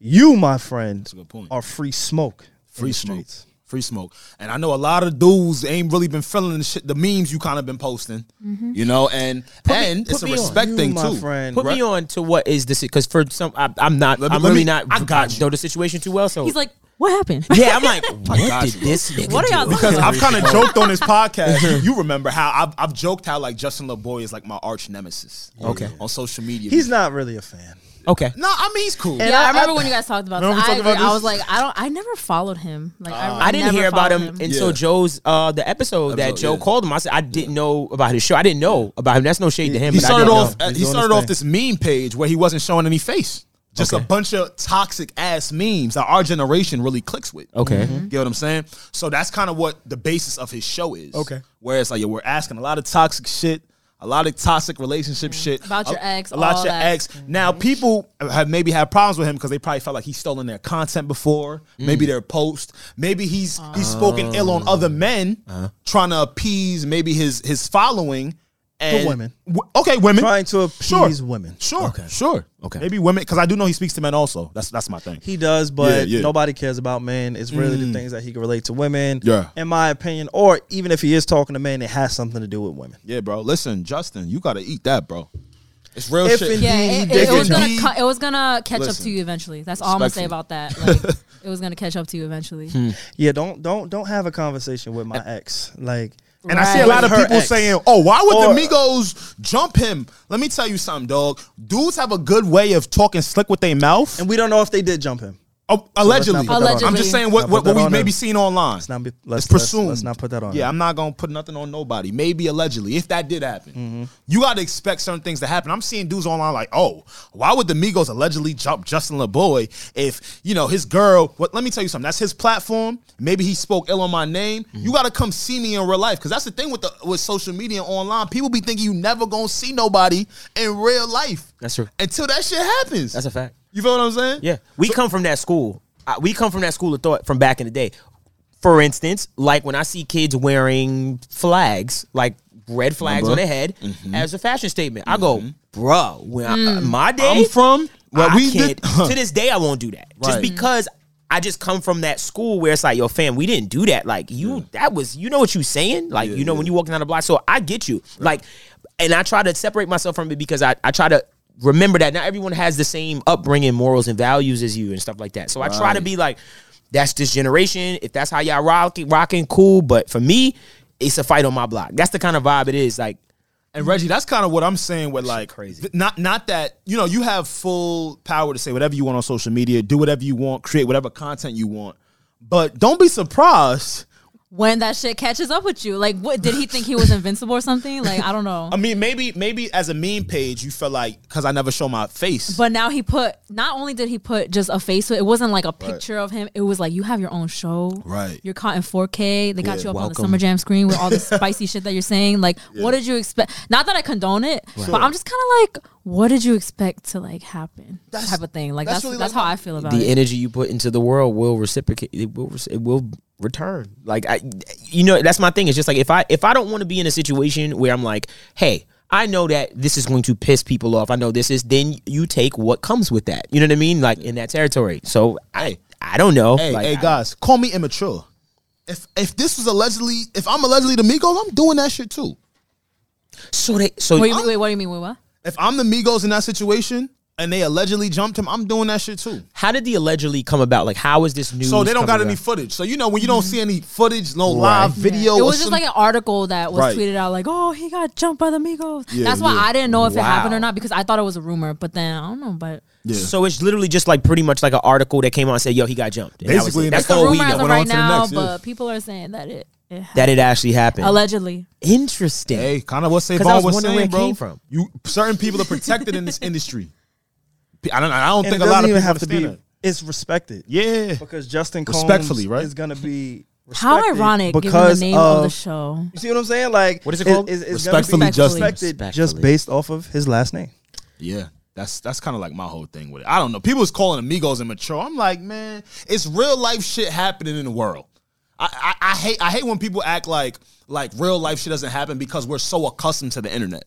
S1: You, my friend,
S6: a good point.
S1: are free smoke. in
S6: Free
S1: the
S6: smoke.
S1: streets.
S6: Free smoke. And I know a lot of dudes ain't really been feeling the shit, the memes you kind of been posting, you know, and
S5: me-
S6: and
S5: put
S6: it's a
S5: me on.
S6: respect
S1: You,
S6: thing
S1: my
S6: too.
S1: friend.
S5: Put me on to what is this? Because for some, I, I'm not.
S6: Let me-
S5: I'm
S6: let
S5: really
S6: me-
S5: not.
S6: I got you.
S5: Know the situation too well. So
S4: He's like, what happened?
S5: yeah. I'm like, what did this nigga
S4: What are y'all
S5: do?
S4: talking
S6: Because I've kind of joked on this podcast. You remember how I've, I've joked how like Justin LeBoy is like my arch nemesis.
S5: Okay.
S6: on social media,
S1: He's not really a fan.
S5: Okay.
S6: No, I mean he's cool.
S4: yeah, I remember when you guys talked about this.
S6: Remember we
S4: I,
S6: talked about
S4: agree. I
S6: this?
S4: was like, I don't, I never followed him. Like, I,
S5: I didn't
S4: never
S5: hear about
S4: followed
S5: him, until
S6: Yeah.
S5: Joe's uh, the episode, that
S6: Episode,
S5: Joe
S6: yeah.
S5: called him. I said I didn't know about his show. I didn't know about him. That's no shade to him.
S6: He
S5: but I
S6: started
S5: didn't
S6: off.
S5: know.
S6: uh, he
S1: doing
S6: started
S1: his
S6: off this meme page where he wasn't showing any face. Just a bunch of toxic ass memes that our generation really clicks with.
S5: Okay.
S6: Get what I'm saying? So that's kind of what the basis of his show is.
S1: Okay.
S6: Where it's like, yeah, we're asking a lot of toxic shit, a lot of toxic relationship shit.
S4: About your
S6: a-
S4: ex,
S6: A lot
S4: all
S6: your
S4: that.
S6: ex. Now, people have maybe had problems with him because they probably felt like he's stolen their content before, maybe their post. Maybe he's he's spoken ill on other men, trying to appease maybe his his following. And
S1: women.
S6: W- okay, women.
S1: Trying to appease
S6: Sure.
S1: women.
S6: Sure, sure. Okay. Maybe women, because I do know he speaks to men also. That's that's my thing.
S1: He does, but
S6: Yeah, yeah.
S1: nobody cares about men. It's really the things that he can relate to women,
S6: Yeah.
S1: in my opinion. Or even if he is talking to men, it has something to do with women.
S6: Yeah, bro. Listen, Justin, you gotta eat that, bro. It's real
S1: If
S6: Oh, shit.
S1: indeed
S4: Yeah,
S1: he
S4: it,
S1: did
S4: it, it was
S1: get
S4: gonna
S6: you.
S4: cu- it was gonna catch up
S6: Listen.
S4: to you eventually. That's all I'm gonna say about that. Like, it was gonna catch up to you eventually.
S1: Yeah, don't don't don't have a conversation with my ex. Like
S6: And I see a
S1: Right.
S6: lot of
S1: Her
S6: people
S1: ex.
S6: saying, "Oh, why would
S1: Or-
S6: the Migos jump him?" Let me tell you something, dog. Dudes have a good way of talking slick with their mouth.
S1: and we don't know if they did jump him.
S6: Oh, allegedly,
S1: put that on
S4: Allegedly. him.
S6: I'm just saying what
S1: Let's not
S6: what,
S1: put
S6: what
S1: that
S6: we
S1: on
S6: maybe
S1: him.
S6: seen online.
S1: Let's not be- let's-
S6: it's presumed.
S1: let's- let's not put that on
S6: Yeah,
S1: him.
S6: I'm not gonna put nothing on nobody. Maybe allegedly, if that did happen,
S1: Mm-hmm.
S6: you got to expect certain things to happen. I'm seeing dudes online like, "Oh, why would the Migos allegedly jump Justin LeBoy if you know his girl?" What? Let me tell you something. That's his platform. Maybe he spoke ill on my name.
S5: Mm-hmm.
S6: You got to come see me in real life because that's the thing with the with social media and online. People be thinking you never gonna see nobody in real life.
S5: That's true.
S6: Until that shit happens.
S5: That's a fact.
S6: You feel what I'm saying?
S5: Yeah, we come from that school. Uh, we come from that school of thought from back in the day. For instance, like when I see kids wearing flags, like red flags on their head,
S6: Mm-hmm.
S5: as a fashion statement, I go, "Bruh, when I- my day
S6: I'm from- well,
S5: I
S6: we
S5: can't.
S6: did-
S5: to this day, I won't do that just
S6: Right.
S5: because." I just come from that school where it's like, yo, fam, we didn't do that. Like, you, that was, you know what you saying? Like, you know, when you walking down the block. So I get you. Like, and I try to separate myself from it because I, I try to remember that not everyone has the same upbringing, morals, and values as you and stuff like that. So I try to be like, that's this generation. If that's how y'all rocking, rocking, cool. But for me, it's a fight on my block. That's the kind of vibe it is. Like,
S6: And Reggie, that's kind of what I'm saying. With like,
S5: crazy.
S6: th- not not that you know you have full power to say whatever you want on social media, do whatever you want, create whatever content you want, but don't be surprised.
S4: when that shit catches up with you, like, what did he think he was invincible or something? Like, I don't know.
S6: I mean, maybe maybe as a meme page, you felt like because I never show my face.
S4: But now he put. Not only did he put just a face to it, it wasn't like a picture of him. It was like you have your own show.
S6: Right.
S4: You're caught in 4K. They got
S5: Yeah,
S4: you up on the
S5: welcome.
S4: Summer Jam screen with all the spicy shit that you're saying. Like, what did you expect? Not that I condone it, but I'm just kind of like, what did you expect to like happen?
S6: That's-
S4: type of thing. Like that's
S6: that's
S4: that's,
S6: really like
S4: how
S6: my-
S4: I feel about
S5: the
S4: it.
S5: energy you put into the world will reciprocate. It will. rec- It will return. Like I, you know, that's my thing. It's just like if I if I don't want to be in a situation where I'm like, hey. I know that this is going to piss people off. I know this is. Then you take what comes with that. You know what I mean? Like in that territory. So I, I don't know.
S6: hey,
S5: like,
S6: hey
S5: I-
S6: guys, call me immature. If if this was allegedly, if I'm allegedly the Migos, I'm doing that shit too.
S5: so they, so
S4: Wait, wait, wait, what do you mean? Wait, what?
S6: If I'm the Migos in that situation, and they allegedly jumped him, I'm doing that shit too.
S5: How did the allegedly come about? Like, how is this news?
S6: So they don't got
S5: coming
S6: any
S5: out? Mm-hmm.
S6: footage. So you know when you don't see any footage, no live video.
S4: It
S6: or
S4: was just
S6: some-
S4: like an article that was
S6: Right.
S4: tweeted out, like, "Oh, he got jumped by the Migos." That's why I didn't know if it happened or
S5: Wow.
S4: not because I thought it was a rumor. But then I don't know. But
S5: So it's literally just like pretty much like an article that came out and said, "Yo, he got jumped." And that was
S6: Basically,
S5: it.
S6: that's
S5: that's
S4: it's a
S5: all we
S4: rumor as
S5: know
S4: of
S6: Went on
S4: right
S6: to the
S4: now.
S6: next, yeah.
S4: But people are saying that it, it
S5: that it actually happened.
S4: allegedly.
S5: Interesting.
S6: Hey, kind of what Savon
S5: 'Cause I was
S6: was,
S5: wondering
S6: saying,
S5: where it
S6: bro.
S5: came from.
S6: You certain people are protected in this industry. P- I don't. I don't
S1: And it
S6: think a lot
S1: doesn't
S6: of people
S1: even have to be.
S6: understand
S1: It's respected.
S6: that. Yeah.
S1: because Justin Combs
S6: Respectfully, right?
S1: is gonna be
S4: How
S1: respected
S4: ironic, given
S1: because
S4: the name of, the show.
S1: You see what I'm saying? Like,
S5: What is it
S1: it-
S5: called?
S1: it's- it's gonna
S6: Respectfully
S1: be
S6: Justin.
S1: respected just
S5: Respectfully.
S1: based off of his last name.
S6: Yeah. That's that's kind of like my whole thing with it. I don't know. People is calling amigos immature. I'm like, man, it's real life shit happening in the world. I, I, I hate I hate when people act like like real life shit doesn't happen because we're so accustomed to the internet.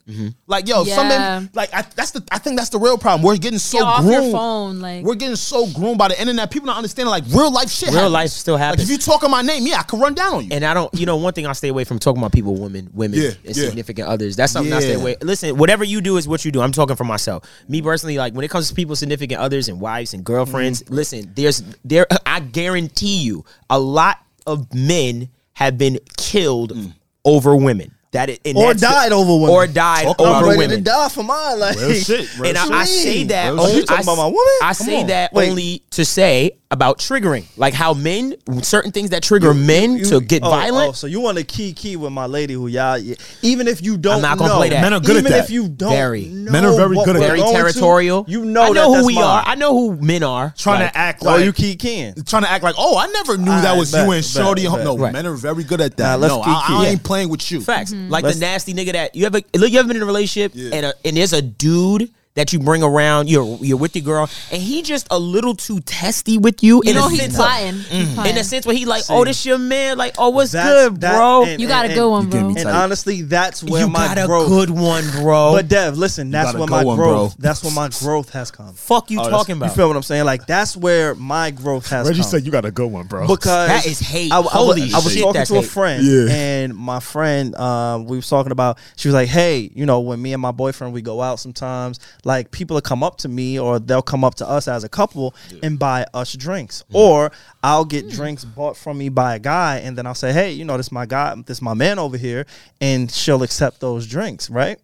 S6: Like yo,
S4: Yeah.
S6: something like I, that's the I think that's the real problem. We're getting so
S4: Get off
S6: groomed.
S4: your phone, like
S6: We're getting so groomed by the internet. People don't understand like real life shit.
S5: Real
S6: happens.
S5: life still
S6: Like if
S5: happens.
S6: you talking my name, yeah, I could run down on you.
S5: and I don't, you know, one thing I stay away from talking about people, women, women,
S6: Yeah,
S5: and
S6: yeah.
S5: significant others. That's something I stay
S6: Yeah.
S5: away. Listen, whatever you do is what you do. I'm talking for myself. Me personally, like when it comes to people, significant others, and wives and girlfriends.
S1: Mm-hmm.
S5: Listen, there's there. I guarantee you, a lot of men have been killed over women. That it, and
S1: Mm. Or
S5: that's the-
S1: died over women.
S5: Or died
S6: Talk about
S1: I'm
S5: over
S1: ready
S5: women.
S1: to die for mine. Like,
S6: Real shit, real
S5: And I, I say that.
S6: Real
S5: Only,
S6: shit.
S1: You talking
S5: I,
S1: about my woman?
S5: I
S1: Come
S5: say
S1: on.
S5: that
S1: Wait.
S5: only to say about triggering, like how men certain things that trigger men
S1: You-
S5: to get
S1: oh,
S5: violent.
S1: oh, so you want to key key with my lady who y'all y- even if you don't
S5: not gonna
S1: know,
S5: play that. Men
S6: are good at
S1: even
S6: that.
S1: if you don't
S5: Very.
S1: know
S6: Men are very
S1: what
S6: good at
S1: we're
S6: that.
S5: very
S1: going to,
S5: territorial.
S1: you know
S5: I know
S1: that
S5: who
S1: that's
S5: we
S1: mine.
S5: are. I know who men are.
S6: trying
S5: Like,
S6: to act
S1: Or
S6: like
S1: you key keying.
S6: trying to act like, oh, I never knew that
S1: Alright,
S6: was
S1: bet,
S6: you and Shorty.
S1: bet,
S6: Home. No,
S5: bet.
S6: men are very good at that.
S1: Nah, let's
S6: no, I,
S1: kiki.
S6: I
S1: Yeah.
S6: ain't playing with you.
S5: facts.
S4: Mm-hmm.
S5: Like
S1: Let's-
S5: the nasty nigga that you ever look. You ever been in a relationship and a, and there's a dude. That you bring around, you're you're with your girl, and he just a little too testy with you.
S4: you
S5: in
S4: know
S5: a
S4: he's
S5: sense
S4: plotting. He's
S5: of, in a
S4: plotting.
S5: sense where he like, oh, this your man, like, oh, what's
S1: That's-
S5: good,
S1: that-
S5: bro?
S1: and-
S4: You got a
S1: and-
S4: good one,
S6: you give
S4: bro.
S6: me
S1: And
S6: Tight.
S1: honestly, that's where
S5: you
S1: my
S5: got a
S1: growth.
S5: good one, bro.
S1: But Dev, listen, that's
S6: got a
S1: where
S6: good
S1: my
S6: one, bro.
S1: growth. That's where my growth has come.
S5: fuck you talking
S1: Oh, You
S5: about?
S1: feel what I'm saying? Like that's where my growth has come.
S6: you got a good one, bro.
S1: because
S5: That is hate.
S1: I, I,
S5: Holy
S1: I, was
S5: shit,
S1: talking
S5: that's
S1: to a
S5: hate.
S1: friend,
S6: Yeah.
S1: and my friend, um, we was talking about. She was like, "Hey, you know, when me and my boyfriend we go out sometimes, like people will come up to me or they'll come up to us as a couple and buy us drinks,
S5: Mm.
S1: or I'll get drinks bought from me by a guy, and then I'll say, "Hey, you know, this my guy, this my man over here," and she'll accept those drinks, right?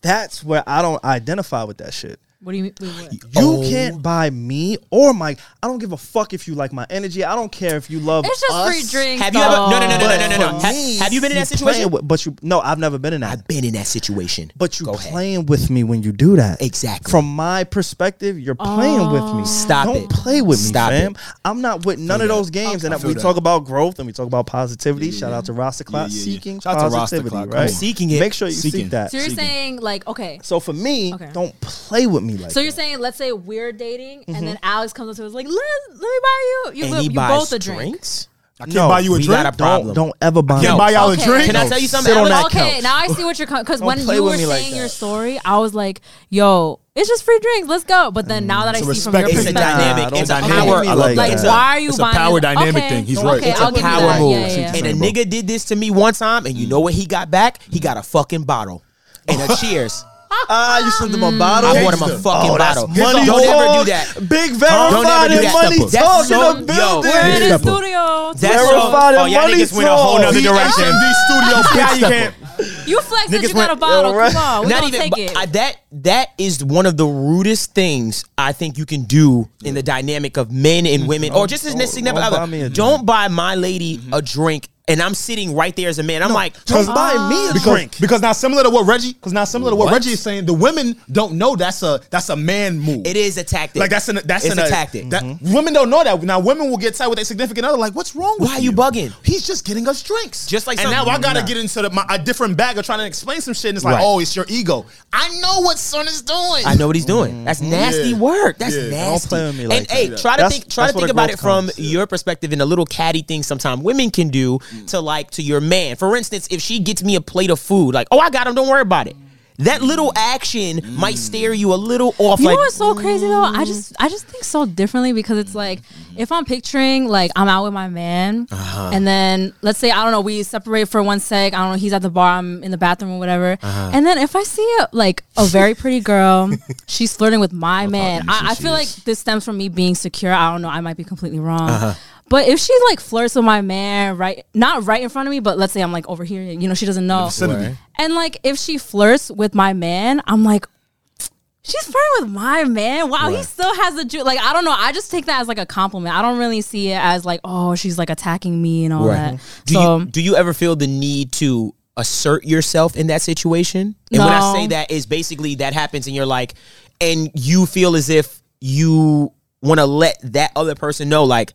S1: That's where I don't identify with that shit.
S4: What do you mean? wait, what?
S6: Oh.
S1: You can't buy me or my. I don't give a fuck if you like my energy. I don't care if you love.
S4: It's just
S1: us.
S4: free drinks.
S5: Have you ever? No, no, no, no,
S4: though.
S5: no, no, no. no.
S1: But
S5: Ha-
S1: me,
S5: have you been in that
S1: playing
S5: situation?
S1: with- but you no, I've never been in that.
S5: I've been in that situation.
S1: But you
S5: Go ahead.
S1: playing with me when you do that.
S5: Exactly.
S1: From my perspective, you're playing with
S6: Oh.
S1: me.
S5: Stop
S1: Don't
S5: it.
S1: play with me,
S5: Stop
S1: fam.
S5: it.
S1: I'm not with none of those games. And we talk about growth and we talk about positivity. Shout out to Rasta Clock
S6: yeah, yeah.
S1: seeking
S6: Shout out to Rasta
S1: positivity,
S6: Clock. Come
S1: right?
S6: on.
S5: Seeking it.
S1: Make sure you
S6: Seeking.
S1: seek that.
S4: So you're saying like okay.
S1: So for me,
S4: Okay.
S1: don't play with me like
S4: So you're
S1: that.
S4: saying let's say we're dating and then Alex comes up to us like let, let me buy you you,
S5: And
S4: look-
S5: he
S4: you
S5: buys
S4: both a drink.
S5: drinks.
S6: I can't
S1: No,
S6: buy you a
S5: we
S6: drink.
S5: got a
S1: Don't
S5: problem.
S1: don't ever buy
S6: Can't
S1: me.
S6: buy y'all a
S4: Okay.
S6: drink.
S5: Can I tell you something?
S1: Sit on
S5: Alex?
S1: that
S4: okay,
S1: couch.
S4: now I see what you're because when
S1: play
S4: you
S1: with
S4: were
S1: me
S4: saying
S1: like
S4: your
S1: that.
S4: story, I was like, "Yo, it's just free drinks, let's go." But then now that I see from your
S6: respect
S5: It's a
S4: perspective,
S1: Nah,
S5: dynamic.
S1: don't
S5: it's a
S1: play
S5: power.
S1: with me
S5: I love
S1: like
S5: that.
S1: that.
S4: like, why are you
S6: It's a
S4: buying?
S6: power
S4: this?
S6: dynamic
S4: Okay,
S6: thing. He's
S4: okay,
S6: right. It's a
S4: I'll give you
S5: power
S4: that.
S5: move.
S4: Yeah, yeah, yeah.
S5: And a nigga did this to me one time, and you know what he got back? He got a fucking bottle and a cheers.
S1: Ah, you sent them a bottle.
S5: Mm. I bought him a
S1: Gangsta.
S5: fucking
S1: oh, that's
S5: bottle.
S1: Money
S5: Don't ever
S1: talk.
S5: do that.
S1: Big
S5: Don't
S1: verified
S5: ever do
S1: and
S5: that.
S1: money
S5: That's
S1: talk in
S5: so-
S1: the
S5: yo,
S1: building.
S4: We're in the
S6: Step up.
S4: studio.
S5: That's
S1: Verified
S5: so. Oh,
S1: and
S5: y'all
S1: money
S5: niggas went a whole
S1: talk.
S5: nother direction.
S6: Studio.
S5: you can't.
S4: you flex that
S5: Niggas
S4: you got a
S5: went-
S4: bottle.
S1: Yeah, right.
S4: Come on, Oh, we
S5: Not
S4: gonna
S5: even
S4: take
S5: but
S4: it.
S5: I, that. That is one of the rudest things I think you can do in the dynamic of men and women, or just as
S1: Don't-
S5: significant
S1: don't buy
S5: other.
S1: me a
S5: don't buy my lady a drink, and I'm sitting right there as a man. I'm like,
S1: Don't buy me a
S6: because,
S1: drink.
S6: Because now similar to what Reggie, because now similar to what, Reggie is saying, the women don't know that's a that's a man move.
S5: it is a tactic.
S6: like that's an that's
S5: It's
S6: an, uh,
S5: a tactic. Mm-hmm.
S6: That, Women don't know that. Now women will get tight with their significant other. Like, what's wrong with
S5: Why you bugging?
S6: He's just getting us drinks.
S5: Just like
S6: and now
S5: something-
S6: I gotta
S5: Nah.
S6: get into the, my, a different bag of trying to explain some shit. And it's like,
S5: Right.
S6: oh, it's your ego. I know what son is doing.
S5: I know what he's doing. That's nasty
S6: Mm-hmm. Yeah.
S5: work. That's
S6: Yeah. Don't
S5: nasty.
S1: play with me like
S5: and
S1: that.
S5: hey,
S1: Yeah.
S5: try to
S1: That's-
S5: think. Try to
S1: that's where
S5: think
S1: the
S5: about
S1: growth
S5: it from
S1: comes.
S5: your perspective and a little catty thing. Sometimes women can do to like to your man. For instance, if she gets me a plate of food, like, oh, I got him. Don't worry about it. That little action might
S6: Mm.
S5: stare you a little off.
S4: You
S5: like,
S4: know what's so crazy though? I just I just think so differently because it's like if I'm picturing like I'm out with my man, and then let's say I don't know we separate for one sec. I don't know he's at the bar, I'm in the bathroom or whatever. And then if I see a, like a very pretty girl, she's flirting with my man. I, I feel like this stems from me being secure. I don't know. I might be completely wrong. But if she like flirts with my man, right, not right in front of me, but let's say I'm like over here, you know, she doesn't know. And like if she flirts with my man, I'm like, she's flirting with my man. Wow, he still has the juice. Like I don't know. I just take that as like a compliment. I don't really see it as like, oh, she's like attacking me and all that.
S5: Do
S4: so
S5: you do you ever feel the need to assert yourself in that situation? And when I
S4: No.
S5: say that is basically that happens and you're like and you feel as if you want to let that other person know like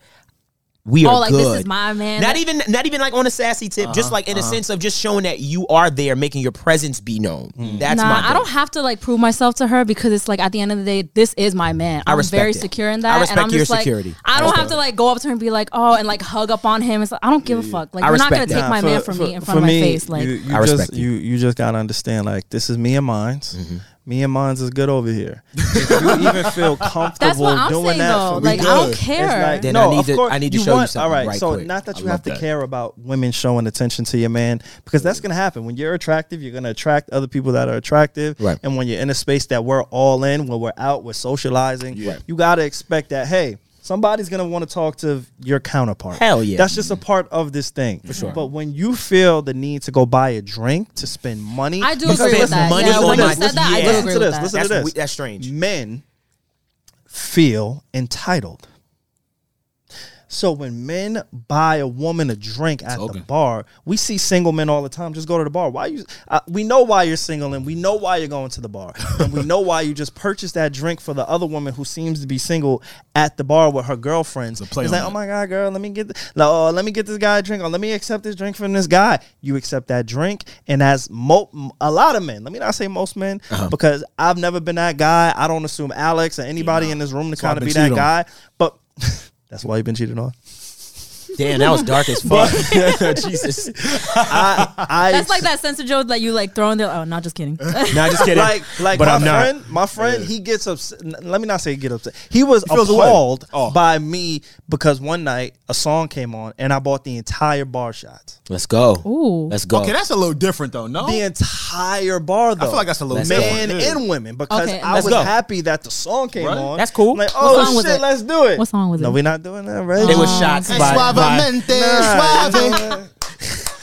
S5: we are
S4: oh, like
S5: good.
S4: this is my man.
S5: not even not even like on a sassy tip, just like in a sense of just showing that you are there, making your presence be known. That's
S4: Nah,
S5: my thing.
S4: I don't have to like prove myself to her because it's like at the end of the day, this is my man. I'm
S5: respect
S4: very
S5: it.
S4: secure in
S5: I
S4: that,
S5: respect
S4: and I'm
S5: your
S4: just like,
S5: security. I
S4: I don't
S5: respect
S4: have to like go up to her and be like, oh, and like hug up on him. It's like, I don't give a fuck. Like
S5: I
S4: you're not gonna
S5: respect
S4: take
S5: that.
S4: my
S1: Nah,
S4: man
S1: for-
S4: from
S1: for-
S4: me in
S1: for
S4: front of my
S1: me,
S4: face. Like
S1: you, you
S5: I
S1: just,
S5: respect you. Mm-hmm.
S1: you. You just gotta understand. Like this is me and mine's. Me and mine's is good over here. If you even feel comfortable
S4: that's what I'm
S1: doing
S4: saying
S1: that,
S4: though.
S1: for me,
S4: Like I don't
S1: It's
S4: care.
S1: like,
S5: Then
S1: no,
S5: I need
S1: of
S5: to-
S1: course,
S5: I need to show you something
S1: All right,
S5: right
S1: so
S5: quick.
S1: not that
S5: I
S1: you have
S5: love
S1: to
S5: that.
S1: care about women showing attention to your man because that's gonna happen. When you're attractive, you're gonna attract other people that are attractive.
S5: Right.
S1: And when you're in a space that we're all in, when we're out, we're socializing, you gotta expect that. Hey. Somebody's gonna want to talk to your counterpart.
S5: Hell yeah.
S1: That's just a part of this thing. For sure. But when you feel the need to go buy a drink to spend money,
S4: I do
S1: because
S4: agree with
S1: listen,
S4: that.
S5: money
S4: yeah,
S5: on
S4: when
S5: my-
S4: you said that, I
S5: yeah.
S4: do
S1: listen
S4: agree
S1: to
S4: with
S1: this.
S4: that.
S1: Listen
S5: That's
S1: to this.
S5: we- that's strange.
S1: Men feel entitled. So when men buy a woman a drink at the bar, we see single men all the time. Just go to the bar. Why you? Uh, we know why you're single, and we know why you're going to the bar, and we know why you just purchased that drink for the other woman who seems to be single at the bar with her girlfriends. It's,
S3: play on
S1: like,
S3: that.
S1: oh my god, girl, let me get, th- like, oh, let me get this guy a drink, or let me accept this drink from this guy. You accept that drink, and as mo- a lot of men, let me not say most men,
S3: Uh-huh.
S1: because I've never been that guy. I don't assume Alex or anybody in this room to kind of
S3: been
S1: be that
S3: cheated on.
S1: guy, but. That's why you've been cheated on.
S5: Damn, that was dark as fuck. Jesus.
S1: I, I
S4: That's like that sense of joke that you like throw in there. Oh, not just kidding.
S5: Nah, just kidding.
S1: Like, like
S5: But
S1: my
S5: I'm not.
S1: friend, my friend, he gets upset. n- Let me not say get upset. He Oh. was appalled by me because one night a song came on and I bought the entire bar shots.
S5: Let's go.
S4: Ooh.
S5: Let's go.
S3: Okay, that's a little different though.
S4: Oh.
S3: No,
S1: The entire bar, though.
S3: I feel like that's a little
S5: Let's
S1: man
S3: different.
S1: and women because
S4: Okay,
S1: I
S4: let's
S1: was
S5: go.
S1: happy that the song came
S3: Right?
S1: on.
S5: That's cool.
S1: I'm like,
S5: What
S1: oh
S4: song was
S1: shit,
S4: it?
S1: let's do it.
S4: What song was
S1: no,
S4: it?
S1: we're not doing that, right?
S5: They were shots
S3: Hey,
S5: by, by
S3: suavemente, suave.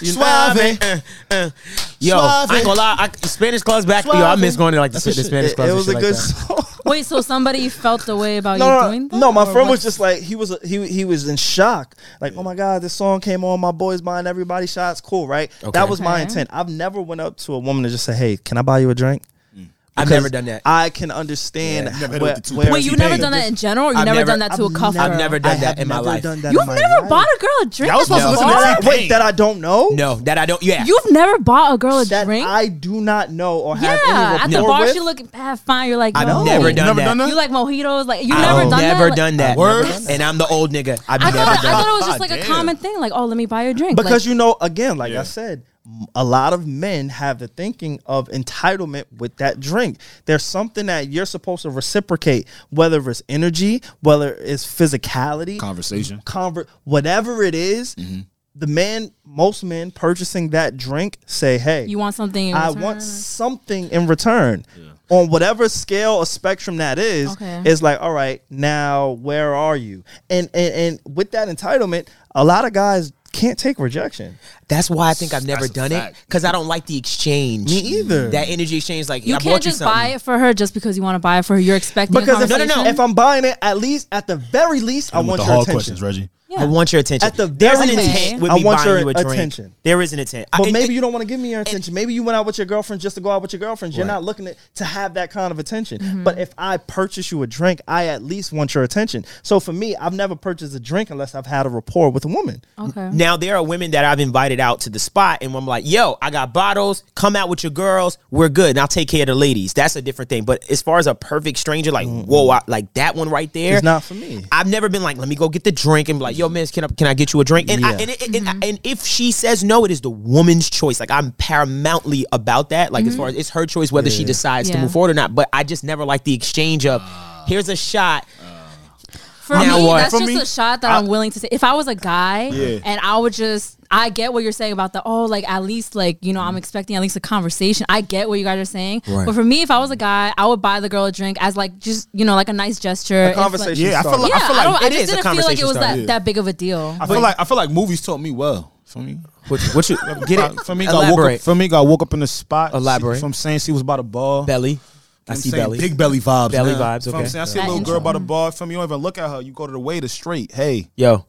S5: You know
S3: Suave.
S5: what I mean? Uh, uh. Yo,
S3: Suave.
S5: I ain't gonna lie. I, Spanish clubs back. Yo, I miss going to like the, the Spanish
S1: It,
S5: clubs.
S1: it
S5: and
S1: was a
S5: shit
S1: good
S5: like that.
S1: song.
S4: Wait, so somebody felt the way about you
S1: No, no,
S4: doing that?
S1: no. My
S4: Or
S1: friend
S4: what?
S1: was just like he was. He he was in shock. Like, oh my god, this song came on. My boys buying everybody shots. Cool, right? That was my
S4: Okay.
S1: intent. I've never went up to a woman and just said, "Hey, can I buy you a drink?"
S5: I've
S1: Because
S5: never done that.
S1: I can understand.
S3: Yeah, never hit it
S1: where,
S3: with the two
S1: where-
S4: Wait, you never done that in general? Or you
S5: I've
S4: never,
S5: never-
S4: done that to a cuff
S5: I've
S4: girl?
S5: never
S1: I
S5: done that
S1: have
S5: in my
S1: never
S5: life.
S1: done that in
S4: You've
S1: my
S4: never
S1: life.
S4: bought a girl a drink.
S3: Y'all was
S4: at
S3: supposed to listen
S4: the
S3: to
S4: bar?
S3: that.
S1: Wait, that I don't know.
S5: No, that I don't. Yeah,
S4: You've never bought a girl a
S1: that
S4: drink.
S1: I do not know or have any
S4: yeah, at
S1: rapport
S4: the bar
S1: with.
S4: she look ah, fine. You're like,
S5: I've
S4: no.
S5: never done
S3: never
S5: that.
S3: done that?
S4: You like mojitos? Like you
S5: I've
S4: never done
S5: never
S4: that?
S5: done that.
S3: Word?
S5: And I'm the old nigga. I've
S4: I
S5: never
S4: thought, I
S5: done
S4: thought
S5: that.
S4: it was just like a
S3: Goddamn.
S4: common thing. Like, oh, let me buy you a drink.
S1: because
S4: like,
S1: you know again like
S3: Yeah.
S1: i said m- a lot of men have the thinking of entitlement with that drink there's something that you're supposed to reciprocate whether it's energy whether it's physicality
S3: Conversation. Mm-hmm.
S1: conver- whatever it is, the man most men purchasing that drink say hey
S4: you want something. in
S1: I
S4: return?
S1: want something in return. On whatever scale or spectrum that is,
S4: Okay.
S1: it's like, all right, now where are you? And and and with that entitlement, a lot of guys can't take rejection.
S5: That's why I think I've never
S3: That's a
S5: done it
S3: fact.
S5: because I don't like the exchange.
S1: Me either.
S5: That energy exchange, like
S4: You
S5: I
S4: can't
S5: bought you
S4: just buy
S5: something.
S4: it for her just because you want to buy it for her. You're expecting a
S1: Because if,
S4: conversation.
S1: if I'm buying it, at least at the very least, I want
S3: the
S1: your
S3: hard
S1: attention.
S3: questions, Reggie.
S4: Yeah.
S5: I want your attention.
S1: At the
S5: There's an
S1: very
S4: least,
S5: intent with
S1: I
S5: me
S1: want
S5: buying
S1: your
S5: you a drink.
S1: attention.
S5: There is an intent.
S1: But
S5: I-
S1: maybe you don't want to give me your attention. maybe you went out with your girlfriends just to go out with your girlfriends. You're not looking to, to have that kind of attention.
S4: Mm-hmm.
S1: But if I purchase you a drink, I at least want your attention. So for me, I've never purchased a drink unless I've had a rapport with a woman.
S4: okay.
S5: Now there are women that I've invited out to the spot, and I'm like, "Yo, I got bottles. Come out with your girls. We're good, and I'll take care of the ladies." That's a different thing. But as far as a perfect stranger, like, whoa, I, like that one right there,
S1: It's not for me.
S5: I've never been like, "Let me go get the drink," and be like, yo, miss, can I can I get you a drink? And I, and, it- and,
S6: Mm-hmm.
S5: and, if she says no, it is the woman's choice. Like I'm paramountly about that. Like as
S6: Mm-hmm.
S5: far as it's her choice whether she decides to
S4: Yeah.
S5: move forward or not. But I just never like the exchange of here's a shot.
S4: For
S5: Now
S4: me,
S5: what?
S4: that's
S5: For
S4: just
S5: me,
S4: a shot that I, am willing to say. If I was a guy and I would just, I get what you're saying about the, oh, like at least, like, you know,
S5: Mm.
S4: I'm expecting at least a conversation. I get what you guys are saying. But for me, if I was a guy, I would buy the girl a drink as like just, you know, like a nice gesture. It's like-
S1: Conversation.
S6: Yeah, I feel
S1: starter.
S6: like-
S4: yeah, I,
S5: feel like
S4: don't, I
S5: it
S4: just
S5: is a
S4: didn't feel like it
S5: conversation
S4: was
S5: starter.
S4: that, that big of a deal.
S6: I feel like I feel like movies taught me well. For me,
S5: What, what you get it?
S6: for me, got woke up,
S5: elaborate
S6: for me, got woke up in the spot.
S5: Elaborate.
S6: From saying she was about a bar.
S5: belly. I
S6: I'm
S5: see
S6: saying
S5: belly.
S6: Big belly vibes.
S5: Belly
S6: now.
S5: vibes,
S6: Feel what I'm
S5: okay.
S6: saying? I see a
S4: That
S6: little girl
S4: intro. Mm-hmm.
S6: by the bar. From you don't even look at her. You go to the waiter straight. Hey,
S5: Yo,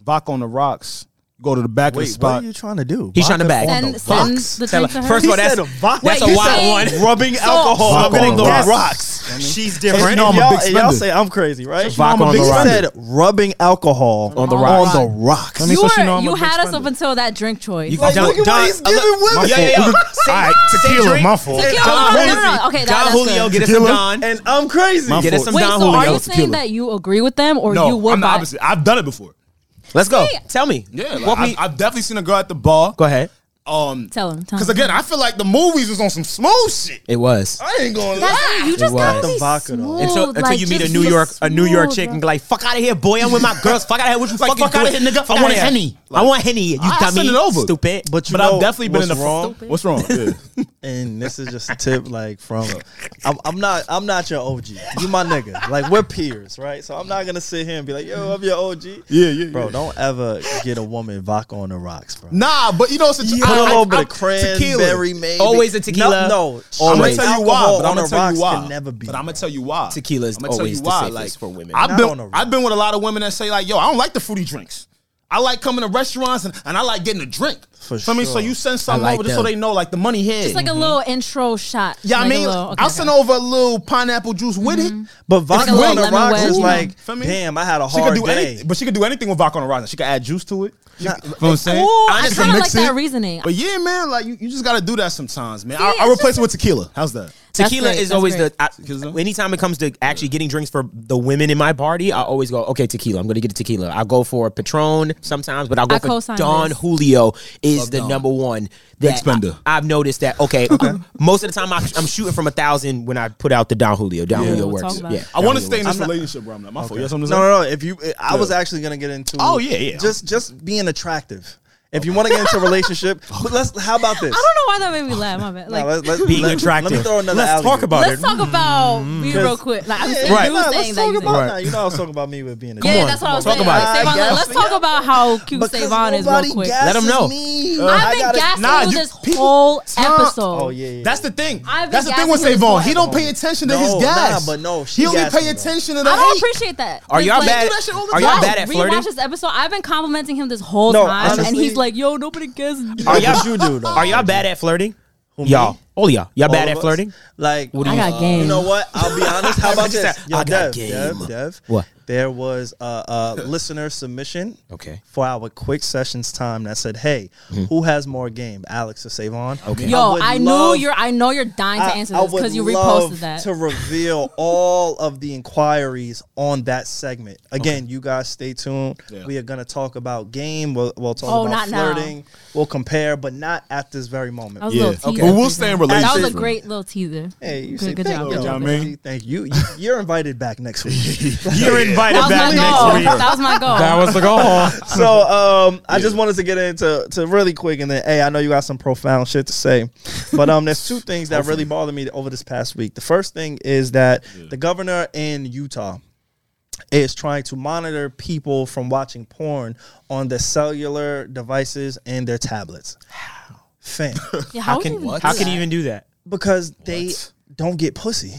S6: Bach on the rocks. You go to the back of
S1: Wait,
S6: the
S1: what
S6: spot.
S1: are you trying to do?
S5: he's trying to bag.
S4: send, send the
S5: Tell
S4: drink
S5: her-
S4: to her.
S5: First of all, that's
S1: said vodka.
S5: that's a
S4: Wait,
S5: wild
S4: you
S5: one.
S4: said-
S1: Rubbing
S4: So-
S1: alcohol.
S6: Vodka
S1: rubbing
S6: on
S1: the
S6: the rocks.
S1: rocks.
S6: I mean-
S1: She's different.
S6: No, I'm a
S1: y'all,
S6: big
S1: and y'all
S6: spender.
S1: say I'm crazy, right?
S5: Vodka
S1: I'm a
S5: on the
S1: big
S5: rocks.
S1: said rubbing alcohol
S5: On the
S1: rocks.
S5: rocks.
S1: On the rocks.
S6: I mean,
S4: You,
S6: so she
S4: were,
S6: know I'm a
S4: you
S6: big
S4: had us
S6: spender.
S4: up until that drink choice.
S1: Like, look at what he's giving women.
S5: Yeah, yeah, yeah. Say-
S6: Alright,
S5: say
S6: tequila,
S5: drink.
S6: my fault.
S4: Tequila, no,
S5: Don
S4: no, no, no.
S5: Julio.
S4: Okay, that-
S5: Don
S4: that's
S5: Julio,
S4: good.
S5: get us some Don.
S1: And I'm crazy.
S6: My
S5: Get us
S6: fault.
S5: some
S4: Wait,
S5: Don
S4: so
S5: Julio.
S4: are you
S6: was
S4: saying
S6: tequila.
S4: that you agree with them or you
S6: No,
S4: would
S6: Oh, I'm the
S4: buy?
S6: opposite. I've done it before.
S5: Let's go.
S4: Hey.
S5: Tell me.
S6: Yeah, like,
S5: Walk
S6: I've,
S5: me.
S6: I've definitely seen a girl at the bar.
S5: Go ahead.
S6: Um,
S4: Tell him. Tell
S6: because
S4: him.
S6: again, I feel like the movies was on some smooth shit.
S5: It was.
S6: I ain't going. to
S4: That's it. You just
S5: was.
S4: gotta
S1: The
S4: be
S1: vodka, though.
S4: smooth.
S5: Until, until
S4: like,
S5: you meet a
S4: just
S5: New
S4: be
S5: York a New York
S4: smooth,
S5: chick and
S4: bro.
S5: be like, fuck out of here, boy. I'm with my girls. Fuck out of here. What you fuck,
S6: Fuck
S5: fuck
S6: you,
S5: out of
S6: girl.
S5: here, nigga.
S6: I
S5: Fuck
S6: want
S5: outta
S6: a
S5: here.
S6: Henny.
S5: I want Henny. You
S6: I
S5: dummy.
S6: send it over.
S5: Stupid.
S1: But you
S6: But
S1: know
S6: I've definitely been in the
S1: what's wrong.
S6: What's wrong? Yeah.
S1: and this is just a tip, like from I'm, I'm not I'm not your OG. You my nigga. Like we're peers, right? So I'm not gonna sit here and be like, yo, I'm your OG.
S6: Yeah, yeah,
S1: Bro,
S6: yeah.
S1: don't ever get a woman vodka on the rocks, bro.
S6: Nah, but you know, it's a,
S1: Put a little bit of
S6: tequila.
S1: cranberry, maybe.
S5: Always a
S1: No,
S5: tequila.
S1: no.
S6: I'm gonna
S5: Always.
S6: tell you why,
S1: Alcohol
S6: but I'm
S1: on
S6: gonna
S1: the
S6: tell
S1: rocks
S6: you why.
S1: can never be,
S6: but I'm
S1: bro.
S6: gonna tell you why.
S5: Tequila is
S6: I'ma tell
S5: always
S6: you
S5: the safest for women.
S6: I've
S1: Not on the
S6: been
S1: rocks.
S6: I've been with a lot of women that say like, yo, I don't like the fruity drinks. I like coming to restaurants and, and I like getting a drink.
S1: For
S6: Feel me? So
S1: sure.
S6: you send something
S5: I like
S6: over just so
S5: them.
S6: they know like the money here.
S4: It's like a little intro shot.
S6: yeah, I
S4: Like a
S6: mean,
S4: little- okay,
S6: I'll
S4: okay.
S6: send over a little pineapple juice with it.
S1: But vodka
S4: a little
S1: on the
S4: lemon
S1: rocks
S4: wedge,
S1: is
S4: you know.
S1: like,
S6: Feel me?
S1: damn, I had a
S6: She could
S1: hard
S6: do
S1: day.
S6: anything, but she could do anything with vodka on the rocks. She could add juice to it. She
S1: Nah,
S6: could- feel what I'm saying?
S4: Ooh, I
S5: Honestly,
S4: kind of like
S6: mix
S4: that
S6: it.
S4: reasoning.
S6: But yeah, man, like you, you just gotta do that sometimes, man.
S4: See,
S6: I, I
S4: it's
S6: replace
S4: just-
S6: it with tequila. How's that?
S4: That's
S5: Tequila
S4: great,
S5: is
S4: that's
S5: always
S4: great.
S5: the.
S6: Tequila?
S5: I, anytime it comes to actually getting drinks for the women in my party, I always go, okay, tequila. I'm going to get a tequila. I'll go for a Patron sometimes, but I'll go
S4: I
S5: for
S4: co-sign
S5: Don
S4: this.
S5: Julio is the
S6: Don.
S5: number one that
S6: spender.
S5: I, have noticed that. Okay, most of the time I, I'm shooting from a thousand when I put out the Don Julio. Don Julio
S4: we'll
S5: works.
S4: talk about
S5: Yeah,
S4: it.
S6: I
S5: Don
S6: want to
S5: Julio
S6: stay in
S5: works.
S6: this relationship, bro. I'm not my fault. You know what I'm
S1: No,
S6: saying?
S1: no, no. If you, eh, I was actually gonna get into.
S6: Oh, yeah, yeah.
S1: Just, just being attractive. If you want to get into a relationship, but let's. How about this?
S4: I don't know why that made me laugh. My bad. Like,
S1: Nah, let's, let's,
S5: Being
S1: let-
S5: attractive.
S1: Let me throw another
S5: Let's
S1: alley-oop.
S5: talk about
S4: let's
S5: it.
S4: talk about me real quick. Like, I'm saying
S1: Yeah,
S4: you
S1: nah,
S4: saying
S1: let's
S4: that.
S1: talk
S4: you
S1: about
S4: saying-
S1: nah, You know how I was talking about me with being a
S4: Yeah,
S5: on,
S4: that's what I was
S5: talk
S4: saying.
S5: about it.
S4: Like, Savon,
S1: I
S4: like, let's
S1: guess-
S4: talk about how cute
S1: Because
S4: Savon is
S1: nobody
S4: real quick.
S1: gasses
S5: Let 'em know.
S1: me.
S4: I've been
S1: gotta-
S4: gassing
S6: Nah,
S4: you
S6: you-
S4: this
S6: people-
S4: whole
S6: Nah.
S4: episode.
S1: Oh yeah, yeah.
S6: That's the thing.
S4: I've been
S6: That's the thing
S4: gassing
S6: with
S4: you this
S6: Savon.
S4: whole
S6: He don't
S1: episode.
S6: pay attention to his
S1: No,
S6: gas.
S1: nah, but no, she
S6: he only
S1: gassing
S6: pay
S1: me, though.
S6: attention to the
S4: I don't
S6: hate.
S4: appreciate that.
S5: Are
S4: Like,
S5: y'all
S4: like,
S5: bad?
S6: do that shit all the
S5: Are y'all
S6: time.
S5: bad at flirting?
S4: Rewatch this episode. I've been complimenting him this whole
S1: No,
S4: time, and
S1: honestly-
S4: he's like, "Yo, nobody gets me."
S1: Are
S5: Are y'all-
S1: you do though?
S5: Are y'all bad at flirting?
S1: Who, me?
S5: Y'all, all y'all, y'all
S1: All
S5: bad
S1: of
S5: at
S1: us?
S5: flirting?
S1: Like,
S5: What do
S4: I
S5: you?
S4: got game.
S1: You know what? I'll be honest. How about
S5: Just
S1: this?
S5: that,
S1: Yo,
S5: I got
S1: Dev,
S5: game.
S1: Dev, Dev.
S5: What?
S1: There was a, a listener submission.
S5: Okay. Mm-hmm.
S1: For our quick sessions time that said, "Hey, who has more game, Alex or Savon?" Okay.
S4: Yo,
S1: would
S4: I,
S1: love-
S4: knew you're. I know you're dying to
S1: I-
S4: answer
S1: I
S4: this
S1: would
S4: because you
S1: love
S4: reposted that.
S1: to reveal all of the inquiries on that segment. Again, you guys stay tuned. We are gonna talk about game. We'll, we'll talk
S4: Oh,
S1: about
S4: not now.
S1: flirting. We'll compare, but not at this very moment.
S4: That was
S6: Yeah,
S4: a little
S6: okay.
S4: teaser.
S6: But we'll stay
S4: That
S6: in
S4: was a
S6: relationship.
S4: great little teaser.
S1: Hey, you
S4: good,
S1: say
S4: good
S1: thank
S4: job.
S1: you.
S4: Good job.
S6: I mean?
S1: Thank you. You- You're invited back next week.
S5: You're invited
S4: That was my goal. That was my goal.
S5: was the goal.
S1: so um, I just wanted to get into to really quick, and then hey, I know you got some profound shit to say, but um, there's two things that really bothered me over this past week. The first thing is that the governor in Utah is trying to monitor people from watching porn on their cellular devices and their tablets. Fam,
S4: Yeah, how, would
S5: can-
S4: you even
S5: How
S4: do
S5: can
S4: that?
S5: you even do that?
S1: because they don't get pussy.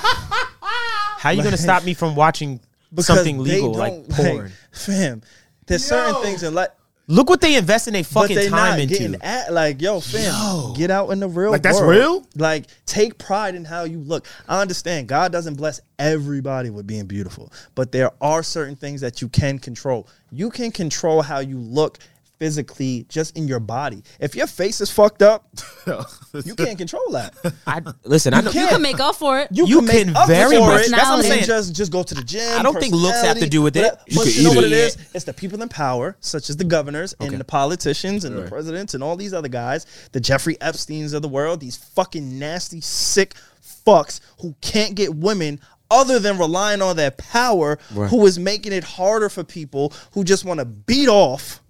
S5: How you gonna stop me from watching
S1: Because
S5: something
S1: they
S5: legal like
S1: don't,
S5: porn?
S1: fam, there's certain things in life.
S5: Look what they invest in their
S1: but
S5: fucking
S1: they
S5: time
S1: not
S5: into.
S1: getting at like yo fam get out in the real
S6: Like, that's
S1: world.
S6: real?
S1: like take pride in how you look i understand god doesn't bless everybody with being beautiful but there are certain things that you can control you can control how you look physically, just in your body. If your face is fucked up, you can't control that.
S5: I listen. I know
S4: You
S1: can't.
S4: can make up for it.
S1: You,
S5: You
S1: can, make
S5: can
S1: up
S5: very
S1: for
S5: much-
S1: it.
S5: that's
S4: what I'm saying.
S1: Just just go to the gym.
S5: I don't think looks have to do with it.
S1: personality,
S5: You
S1: But,
S5: could
S1: you know
S5: eat
S1: what
S5: it.
S1: it is?
S5: Yeah.
S1: It's the people in power, such as the governors and the politicians and the presidents and all these other guys, the Jeffrey Epstein's of the world, these fucking nasty, sick fucks who can't get women other than relying on their power, who is making it harder for people who just want to beat off.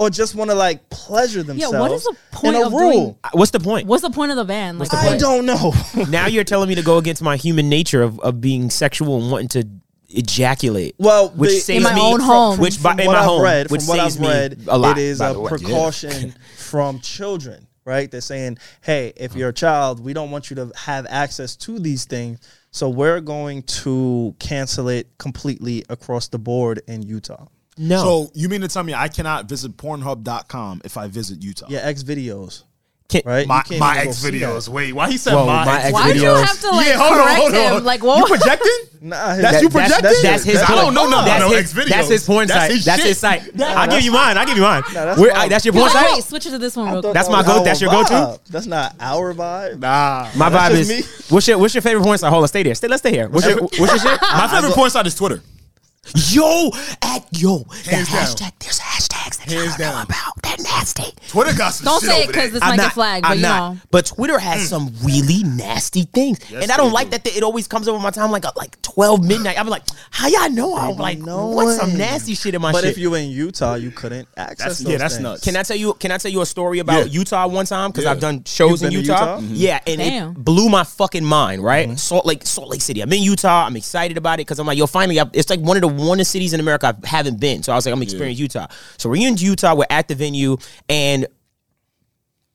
S1: Or just want to like pleasure themselves.
S4: what is the point
S1: in a
S4: of
S1: rule?
S4: doing-
S5: what's the point?
S4: What's the point of the ban? Like,
S1: I
S4: what?
S1: don't know.
S5: Now you're telling me to go against my human nature of, of being sexual and wanting to ejaculate.
S1: Well,
S5: which
S1: the-
S5: saves
S4: In my
S5: me,
S4: own home.
S5: Which by,
S1: from
S5: in
S1: what
S5: my
S1: I've
S5: home,
S1: read,
S5: which
S1: from what
S5: saves
S1: I've read,
S5: me a lot.
S1: it is
S5: by
S1: a
S5: the way.
S1: precaution from children. Right? They're saying, "Hey, if
S5: Mm-hmm.
S1: you're a child, we don't want you to have access to these things, so we're going to cancel it completely across the board in Utah."
S5: No,
S6: So you mean to tell me I cannot visit Pornhub.com if I visit Utah?
S1: Yeah, X videos,
S5: Can-
S1: right?
S6: My,
S1: You can't
S6: my
S1: even go
S6: ex
S1: see that.
S6: videos. Wait, why he said
S5: Whoa,
S6: my,
S5: my
S6: ex
S5: ex-
S4: Why do you
S5: videos.
S4: have to like correct him? Like,
S6: You
S4: what?
S6: projecting?
S1: Nah,
S6: That's
S1: that-
S6: you projecting?
S1: that's-
S5: That's his.
S6: I
S5: porn.
S6: don't know nothing
S5: That's
S6: about no
S5: his,
S6: X-Videos.
S5: That's his porn
S6: That's
S5: site.
S6: his
S5: that's
S6: shit.
S5: his site. I'll give you mine. I'll give you mine.
S1: Nah, that's
S5: We're-
S1: wild.
S5: I- that's your
S4: You're
S5: porn
S4: like,
S5: site.
S4: wait, switch it to this one
S1: I
S4: real
S1: thought
S4: quick.
S5: That's
S1: that
S5: my
S1: was
S5: go-
S1: our
S5: that's your go-to?
S1: vibe. That's not our vibe.
S6: Nah.
S5: My
S1: That's
S5: vibe is.
S1: just me.
S5: What's your What's your favorite porn site? Hold on, stay there. Stay. Let's stay here. What's your What's your shit?
S6: My favorite porn site is Twitter.
S5: Yo, at yo, the
S6: Hands down.
S5: hashtag. There's hashtags that
S6: Hands
S5: y'all know
S6: down.
S5: about. They're nasty.
S6: Twitter got some
S4: Don't
S6: shit
S4: say it
S6: over
S4: because this
S6: there.
S4: might get flagged, but you know.
S5: But Twitter has some really nasty things, and I
S6: they
S5: don't like that. It always comes over my time like uh, like twelve midnight. I'm like, how y'all know? I'm like, what's some nasty shit in my
S1: But
S5: shit?
S1: if you were in Utah, you couldn't access.
S6: That's-
S1: those
S6: yeah, that's
S1: things.
S6: nuts.
S5: Can I tell you? Can I tell you a story about Utah one time? Because I've done shows
S1: You've
S5: in
S1: been to
S5: Utah.
S1: Utah? Mhm.
S5: Yeah, and
S4: Damn.
S5: it blew my fucking mind. Right, Salt Lake, Salt Lake City. I'm in Utah. I'm excited about it because I'm like, yo, finally, I've, it's like one of the one of the cities in America I haven't been. So I was like, I'm experiencing Utah. So we're in Utah. We're at the venue, and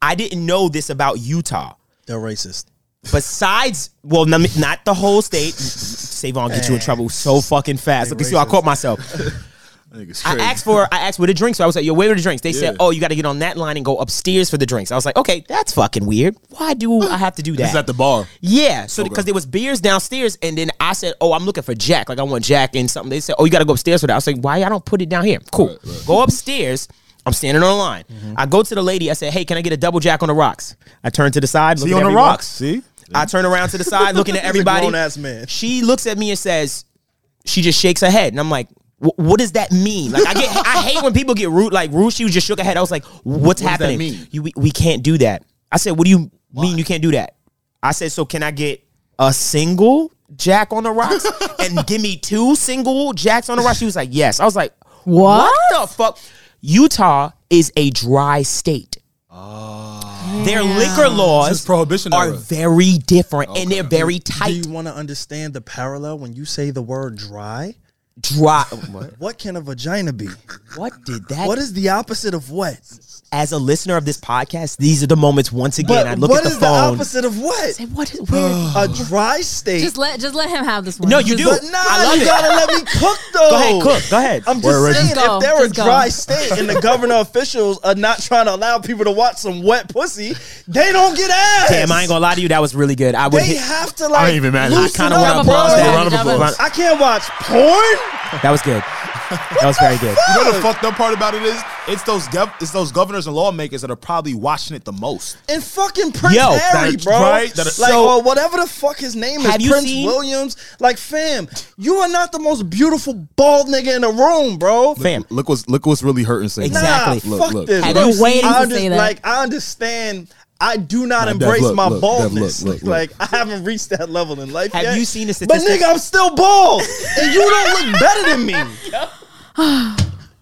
S5: I didn't know this about Utah.
S1: They're racist.
S5: Besides, well, num- not the whole state. Savon get you in trouble so fucking fast. Look, you see, how I caught myself. I asked for I asked for the drinks. So I was like, "Yo, where are the drinks?" They said,
S6: Yeah.
S5: "Oh, you got to get on that line and go upstairs for the drinks." I was like, "Okay, that's fucking weird. Why do I have to do that?"
S6: It's at the bar.
S5: yeah, so because there was beers downstairs, and then I said, "Oh, I'm looking for Jack. Like I want Jack and something." They said, "Oh, you got to go upstairs for that." I was like, "Why? I don't put it down here." Cool. Go upstairs. I'm standing on the line.
S6: Mm-hmm.
S5: I go to the lady. I said, "Hey, can I get a double Jack on the rocks?" I turn to the side. Look
S6: See
S5: at
S6: on the
S5: everyone.
S6: rocks. See?
S5: I turn around to the side, looking at
S1: He's a
S5: everybody.
S1: grown-ass man.
S5: She looks at me and says, she just shakes her head, and I'm like, "Wh- what does that mean? Like I get, I hate when people get rude. Like rude, she just shook her head. I was like, what's happening?
S6: mean?
S5: You, we, we can't do that. I said, what do you mean you can't do that? I said, so can I get a single jack on the rocks and give me two single jacks on the rocks? She was like, yes. I was like, what, the fuck? Utah is a dry state.
S1: Oh.
S5: Their liquor laws
S6: Since Prohibition
S5: are
S6: era.
S5: very different and they're very
S1: Do
S5: tight.
S1: you want to understand the parallel when you say the word dry?
S5: Dry. What?
S1: What can a vagina be?
S5: what did that?
S1: What is the opposite of what?
S5: As a listener of this podcast, these are the moments. Once again,
S1: But
S5: I look
S1: what
S5: at the
S1: is the
S5: phone.
S1: opposite of what?
S5: Say, what is where?
S1: A dry state.
S4: Just let just let him have this one.
S5: No, you
S4: Just-
S5: do.
S1: but nah,
S5: I love
S1: you
S5: it.
S1: gotta let me cook though.
S5: Go ahead, cook. Go ahead.
S1: I'm just
S5: Word, word.
S1: saying,
S4: Just go.
S1: if they're a
S4: Just go.
S1: dry state and the governor officials are not trying to allow people to watch some wet pussy, they don't get ass.
S5: Damn, I ain't gonna lie to you. That was really good. I would.
S1: They
S5: Hit,
S1: have to like.
S6: ain't even mad. I
S1: loosen
S5: kinda
S1: up,
S5: wanna
S1: bro.
S5: applause that.
S4: Round of applause.
S1: I can't watch porn.
S5: that was good. That was very good.
S6: You know the fucked up part about it is it's those gov- it's those governors and lawmakers that are probably watching it the most.
S1: and fucking Prince
S5: Yo,
S1: Harry,
S5: that-
S1: bro.
S5: right,
S1: like,
S5: that- so-
S1: or whatever the fuck his name is,
S5: Have you
S1: Prince
S5: seen-
S1: Williams. Like, fam, you are not the most beautiful bald nigga in the room, bro.
S5: Fam,
S6: Look what's look what's really hurting Satan.
S1: Nah,
S5: Exactly.
S1: fuck this.
S5: Have
S1: bro.
S5: you waiting
S1: I
S4: to
S1: under-
S4: say that?
S1: Like, I understand. I do not
S6: Nah, Dev,
S1: embrace
S6: look,
S1: my
S6: look, Dev, look,
S1: baldness.
S6: look, look.
S1: Like, I haven't reached that level in life
S5: Have
S1: yet.
S5: you seen the
S1: But
S5: statistics?
S1: nigga, I'm still bald, and you don't look better than me.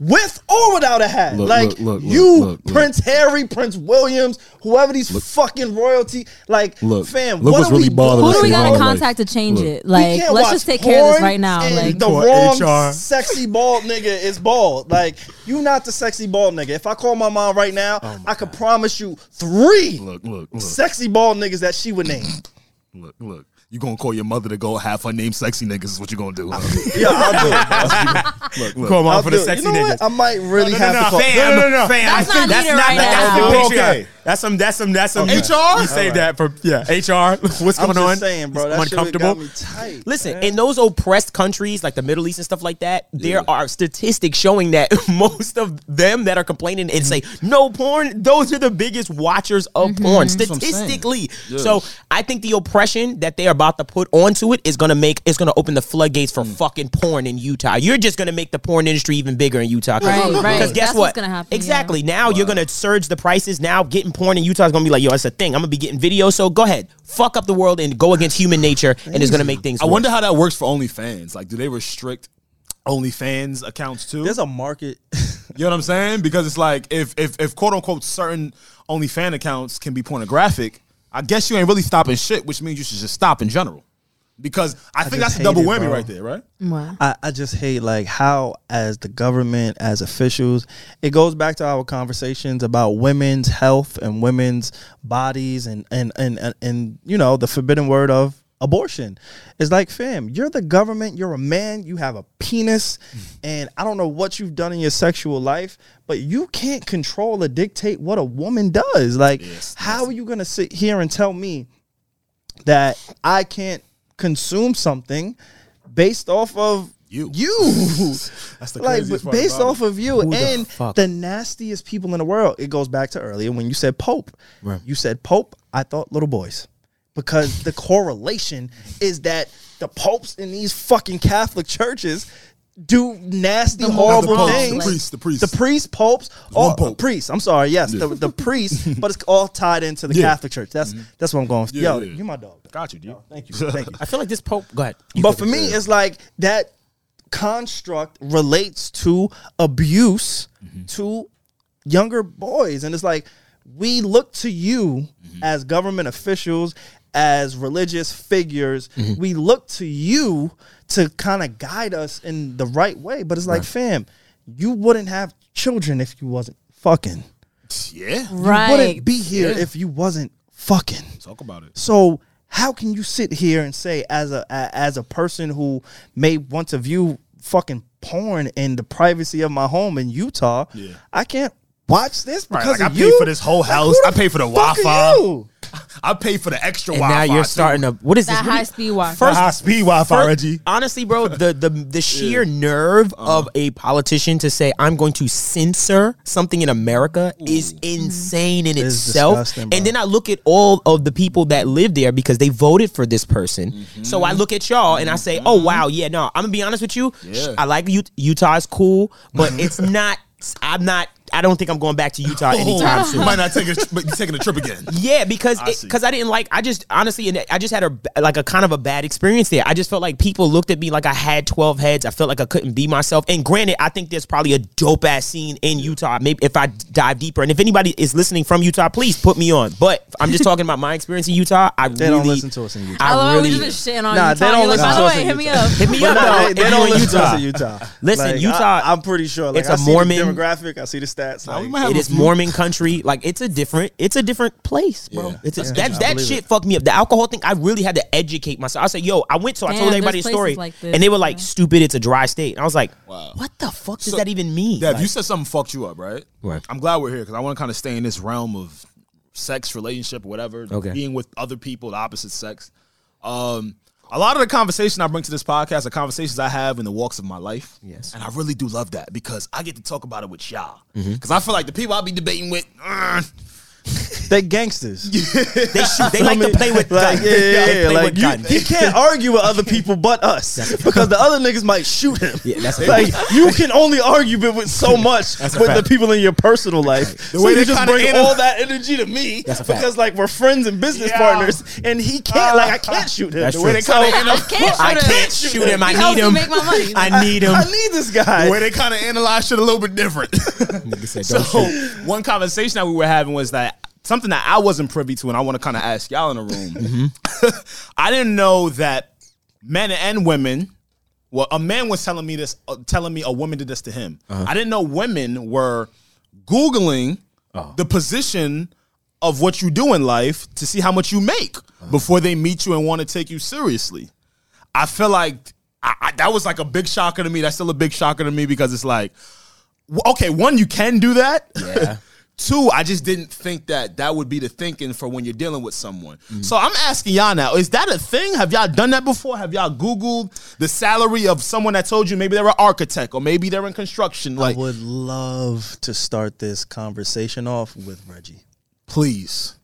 S1: With or without a hat,
S6: Look,
S1: like
S6: look, look, look,
S1: you,
S6: look, look.
S1: Prince Harry, Prince Williams, whoever these fucking royalty, like
S6: Look,
S1: fam,
S6: look
S1: what
S6: what's
S1: are we
S6: really bothering
S4: Who
S1: doing?
S4: do we
S6: Listen,
S4: gotta
S6: bro,
S4: contact
S6: like,
S4: to change
S6: look.
S4: it?
S1: We
S4: Like,
S1: can't
S4: let's
S1: watch
S4: just take care of this
S1: porn
S4: right now.
S1: and
S4: Like,
S1: the
S6: Poor
S1: wrong
S6: HR.
S1: sexy bald nigga is bald. Like you, not the sexy bald nigga. If I call my mom right now, I could promise you three
S6: Oh Look, look, look,
S1: sexy bald niggas that she would name.
S6: look, look. You gonna call your mother to go have her name sexy niggas is what you gonna do. huh?
S1: Yeah, I'll do it.
S6: look, look.
S5: Come
S1: I'll
S5: on for the
S1: do it.
S5: sexy
S1: you know
S5: niggas.
S1: What? I might really have to call.
S5: Fam,
S8: No, no, no.
S5: fam.
S4: That's
S5: I think
S4: not
S5: that's
S4: leader
S5: not
S4: right
S5: that's
S4: now.
S5: the
S8: Oh,
S5: Patreon.
S8: okay.
S5: That's some that's some that's some
S6: Okay. HR?
S5: You save that for yeah. HR. What's
S1: I'm
S5: going on?
S1: just saying, bro.
S5: It's
S1: That
S5: uncomfortable.
S1: Shit got me tight.
S5: Listen, in those oppressed countries like the Middle East and stuff like that, there are statistics showing that most of them that are complaining and say no porn, those are the biggest watchers of
S4: Mm-hmm.
S5: porn statistically. So I think the oppression that they are about to put onto it is gonna make it's gonna open the floodgates for fucking porn in Utah. You're just gonna make the porn industry even bigger in Utah.
S4: Right, right.
S5: Because guess
S4: That's what's
S5: what?
S4: gonna happen, yeah.
S5: exactly. Now you're gonna surge the prices. Now getting porn in Utah is gonna be like, yo, that's a thing. I'm gonna be getting video. So go ahead, fuck up the world and go against human nature, and it's gonna make things.
S6: I
S5: worse.
S6: wonder how that works for OnlyFans. Like, do they restrict OnlyFans accounts too?
S1: There's a market.
S6: You know what I'm saying? Because it's like if if if quote unquote certain OnlyFan accounts can be pornographic, I guess you ain't really stopping shit, which means you should just stop in general. Because I, think
S1: just
S6: that's a double
S1: hate it,
S6: whammy
S1: bro.
S6: right there, right?
S4: Wow.
S1: I, I just hate like how as the government as officials it goes back to our conversations about women's health and women's bodies and and and and, and you know the forbidden word of abortion it's like fam you're the government you're a man you have a penis and i don't know what you've done in your sexual life but you can't control or dictate what a woman does like how are you going to sit here and tell me that I can't consume something based off of
S6: You.
S1: You.
S6: That's the
S1: like but
S6: craziest part
S1: based
S6: about
S1: off of you
S5: the
S1: and the,
S5: fuck?
S1: nastiest people in the world. It goes back to earlier when you said Pope.
S5: Right.
S1: You said Pope, I thought little boys. Because the correlation is that the popes in these fucking Catholic churches do nasty, horrible
S6: popes, the
S1: things.
S6: priests, the priests.
S1: The priests, popes, all
S6: one pope.
S1: priests. I'm sorry, yes, the, the priests, but it's all tied into the Catholic Church. That's that's what I'm going.
S6: Mm-hmm. Yeah,
S1: Yo,
S6: yeah, yeah.
S1: you my dog.
S6: Got you, dude.
S1: Thank you. Thank you.
S5: I feel like this Pope. Go ahead. You
S1: but
S5: go.
S1: for me, it's like that construct relates to abuse to younger boys. And it's like we look to you as government officials, as religious figures, we look to you to kind of guide us in the right way. But it's like, fam, you wouldn't have children if you wasn't fucking.
S6: Yeah.
S1: You
S4: Right.
S1: wouldn't be here if you wasn't fucking.
S6: Talk about it.
S1: So how can you sit here and say, as a a- as a person who may want to view fucking porn in the privacy of my home in Utah,
S6: Yeah.
S1: I can't watch this
S6: Right,
S1: because
S6: like,
S1: of
S6: I
S1: you?
S6: paid for this whole
S1: Like, who
S6: house. I paid for the
S1: fuck are
S6: Wi-Fi.
S1: you?
S6: I pay for the extra
S5: and
S6: Wi-Fi.
S5: now you're
S6: too.
S5: starting to. What is
S4: That
S5: this? What do
S4: high
S5: you-
S4: speed Wi
S6: The
S4: Fi.
S6: high speed Wi-Fi,
S5: Fir-
S6: Reggie.
S5: Honestly, bro, the the the sheer nerve
S1: Uh-huh.
S5: of a politician to say I'm going to censor something in America is insane in
S1: is
S5: itself.
S1: disgusting, bro.
S5: and then I look at all of the people that live there because they voted for this person.
S1: Mm-hmm.
S5: So I look at y'all and I say, "Oh wow, yeah, no, I'm gonna be honest with you. sh- I like Ut- Utah is cool, but it's not. I'm not. I don't think I'm going back to Utah anytime
S6: Oh,
S5: soon.
S6: you might not take a, but you're taking a trip again.
S5: Yeah, because
S6: see.
S5: because I, didn't like. I just honestly, and I just had a b- like a kind of a bad experience there. I just felt like people looked at me like I had twelve heads. I felt like I couldn't be myself. And granted, I think there's probably a dope ass scene in Utah. Maybe if I d- dive deeper, and if anybody is listening from Utah, please put me on. But I'm just talking about my experience in Utah. I
S1: They
S5: really,
S1: don't listen to us in Utah.
S5: I
S4: I love how we
S5: really-
S4: just been shitting on
S1: Nah,
S4: Utah.
S1: they don't
S4: You're like,
S1: listen
S4: by
S1: to
S4: the
S1: us
S4: way,
S1: in
S4: hit me
S1: Utah.
S4: up.
S5: Hit me
S1: But
S5: up.
S1: no,
S5: though,
S1: they,
S5: if
S1: they
S5: you
S1: don't
S5: in
S1: listen to us
S5: Utah.
S1: in Utah.
S5: Listen,
S1: Like, I-
S5: Utah-
S1: I'm pretty sure. Like,
S5: it's
S1: I
S5: a
S1: see the
S5: Mormon-
S1: demographic. I see the stats. Like,
S5: it is Mormon country. Like it's a different, it's a different place, bro. It's a, that that
S1: believe
S5: shit fucked me up. The alcohol thing, I really had to educate myself. I said, "Yo, I went, so I
S4: Damn,
S5: told everybody the
S4: there's
S5: story,
S4: places like this,
S5: and they were like,
S4: yeah.
S5: stupid. It's a dry state." And I was like,
S6: Wow.
S5: "What the fuck does
S6: So-
S5: that even mean?"
S6: Dev,
S5: Like,
S6: you said something fucked you up, right?
S5: Right.
S6: I'm glad we're here because I want to kind of stay in this realm of sex, relationship, whatever.
S5: Okay.
S6: Being with other people, the opposite sex. Um, a lot of the conversation I bring to this podcast are conversations I have in the walks of my life.
S5: Yes.
S6: And I really do love that because I get to talk about it with y'all.
S5: Mm-hmm.
S6: Because I feel like the people I be debating with, uh,
S1: they gangsters.
S5: they shoot, they like to play with
S1: like,
S5: guns.
S1: yeah,
S5: They
S1: yeah, yeah,
S5: play
S1: like
S5: with
S1: you,
S5: guns.
S1: he can't argue with other people but us because the other niggas might shoot him.
S5: Yeah, that's a
S1: like you can only argue with with so much with the people in your personal life. so
S6: way
S1: you
S6: they
S1: just
S6: kinda
S1: bring
S6: anim-
S1: all that energy to me
S5: That's a fact.
S1: because like we're friends and business partners, and he can't. Like I can't shoot him.
S5: That's
S1: The way
S5: true.
S1: they kinda
S4: Oh, I can't
S5: I
S4: shoot him.
S5: can't shoot him. I
S4: He helps
S5: need
S4: me
S5: him.
S4: make my money.
S5: I need him.
S1: I need this guy.
S6: the way they kind of analyze shit a little bit different.
S5: Nigga said,
S6: so
S5: "Don't shoot."
S6: one conversation that we were having was that something that I wasn't privy to, and I want to kind of ask y'all in the room. I didn't know that men and women. Well, a man was telling me this, uh, telling me a woman did this to him. I didn't know women were googling the position of what you do in life to see how much you make
S1: Uh-huh.
S6: before they meet you and want to take you seriously. I feel like I, I, that was like a big shocker to me. That's still a big shocker to me because it's like, w- okay, one, you can do that.
S5: Yeah.
S6: Two, I just didn't think that that would be the thinking for when you're dealing with someone.
S1: Mm-hmm.
S6: So I'm asking y'all now: Is that a thing? Have y'all done that before? Have y'all Googled the salary of someone that told you maybe they're an architect or maybe they're in construction? Like,
S1: would love to start this conversation off with Reggie.
S6: please.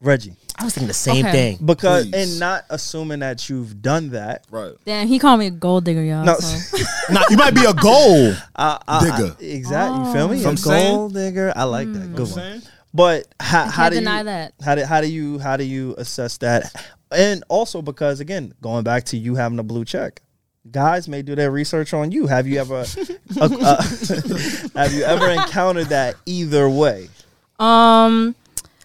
S1: Reggie,
S5: I was thinking the same
S4: Okay.
S5: thing.
S1: because
S6: Please.
S1: and not assuming that you've done that.
S6: Right.
S4: Damn, he called me a gold digger, y'all.
S1: No.
S4: so.
S6: now you might be a goal.
S1: I- I-
S6: Digger.
S1: I- exactly. You feel me?
S6: Know
S1: A
S6: what I'm saying?
S1: gold digger. I like that. Good one. But how, how do you
S4: Mm. deny that.
S1: How do how do you how do you assess that? And also because again, going back to you having a blue check. Guys may do their research on you. Have you ever a- uh, have you ever encountered that either way?
S4: Um,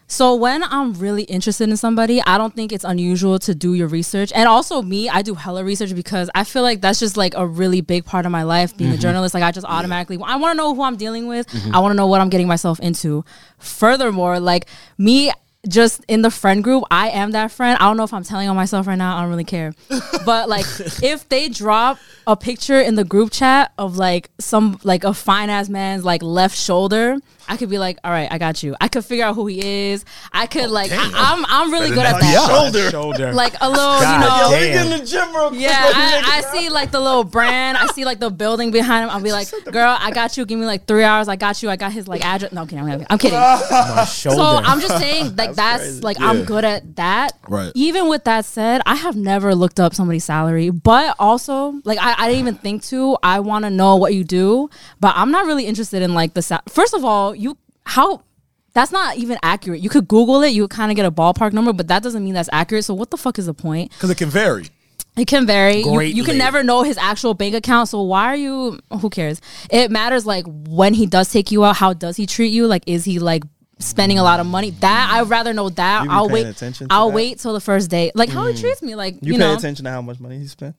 S4: so when I'm really interested in somebody, I don't think it's unusual to do your research. And also me, I do hella research because I feel like that's just like a really big part of my life
S1: Mm-hmm.
S4: being a journalist. Like I just automatically I want to know who I'm dealing with. I want to know what I'm getting myself into. Furthermore, like me just in the friend group, I am that friend. I don't know if I'm telling on myself right now. I don't really care. But like if they drop a picture in the group chat of like some like a fine ass man's like left shoulder, I could be like, all right, I got you. I could figure out who he is. I could like I, I'm I'm really good at that.
S1: Shoulder.
S4: Like a little,
S5: God
S4: you know.
S5: damn.
S1: Get in the gym real quick.
S4: Yeah, I, I see like the little brand. I see like the building behind him. I'll be like, "Girl, I got you. Give me like three hours. I got you. I got his like address." No, I'm kidding. I'm kidding. I'm kidding.
S5: My shoulder.
S4: So I'm just saying, like that's, like I'm good at that.
S6: Right.
S4: Even with that said, I have never looked up somebody's salary, but also like I, I didn't even think to. I want to know what you do, but I'm not really interested in like the sal- first of all you how. That's not even accurate. You could Google it, you would kind of get a ballpark number, but that doesn't mean that's accurate. So what the fuck is the point?
S6: Because it can vary.
S4: It can vary. You, you
S5: Greatly.
S4: can never know his actual bank account. So why are you? Who cares? It matters like when he does take you out. How does he treat you? Like is he like spending a lot of money? That I'd rather know that.
S1: You be
S4: I'll
S1: paying
S4: wait.
S1: attention to
S4: I'll
S1: that?
S4: wait till the first date. Like how he treats me. Like
S1: You,
S4: you,
S1: pay
S4: know,
S1: attention to how much money he spent.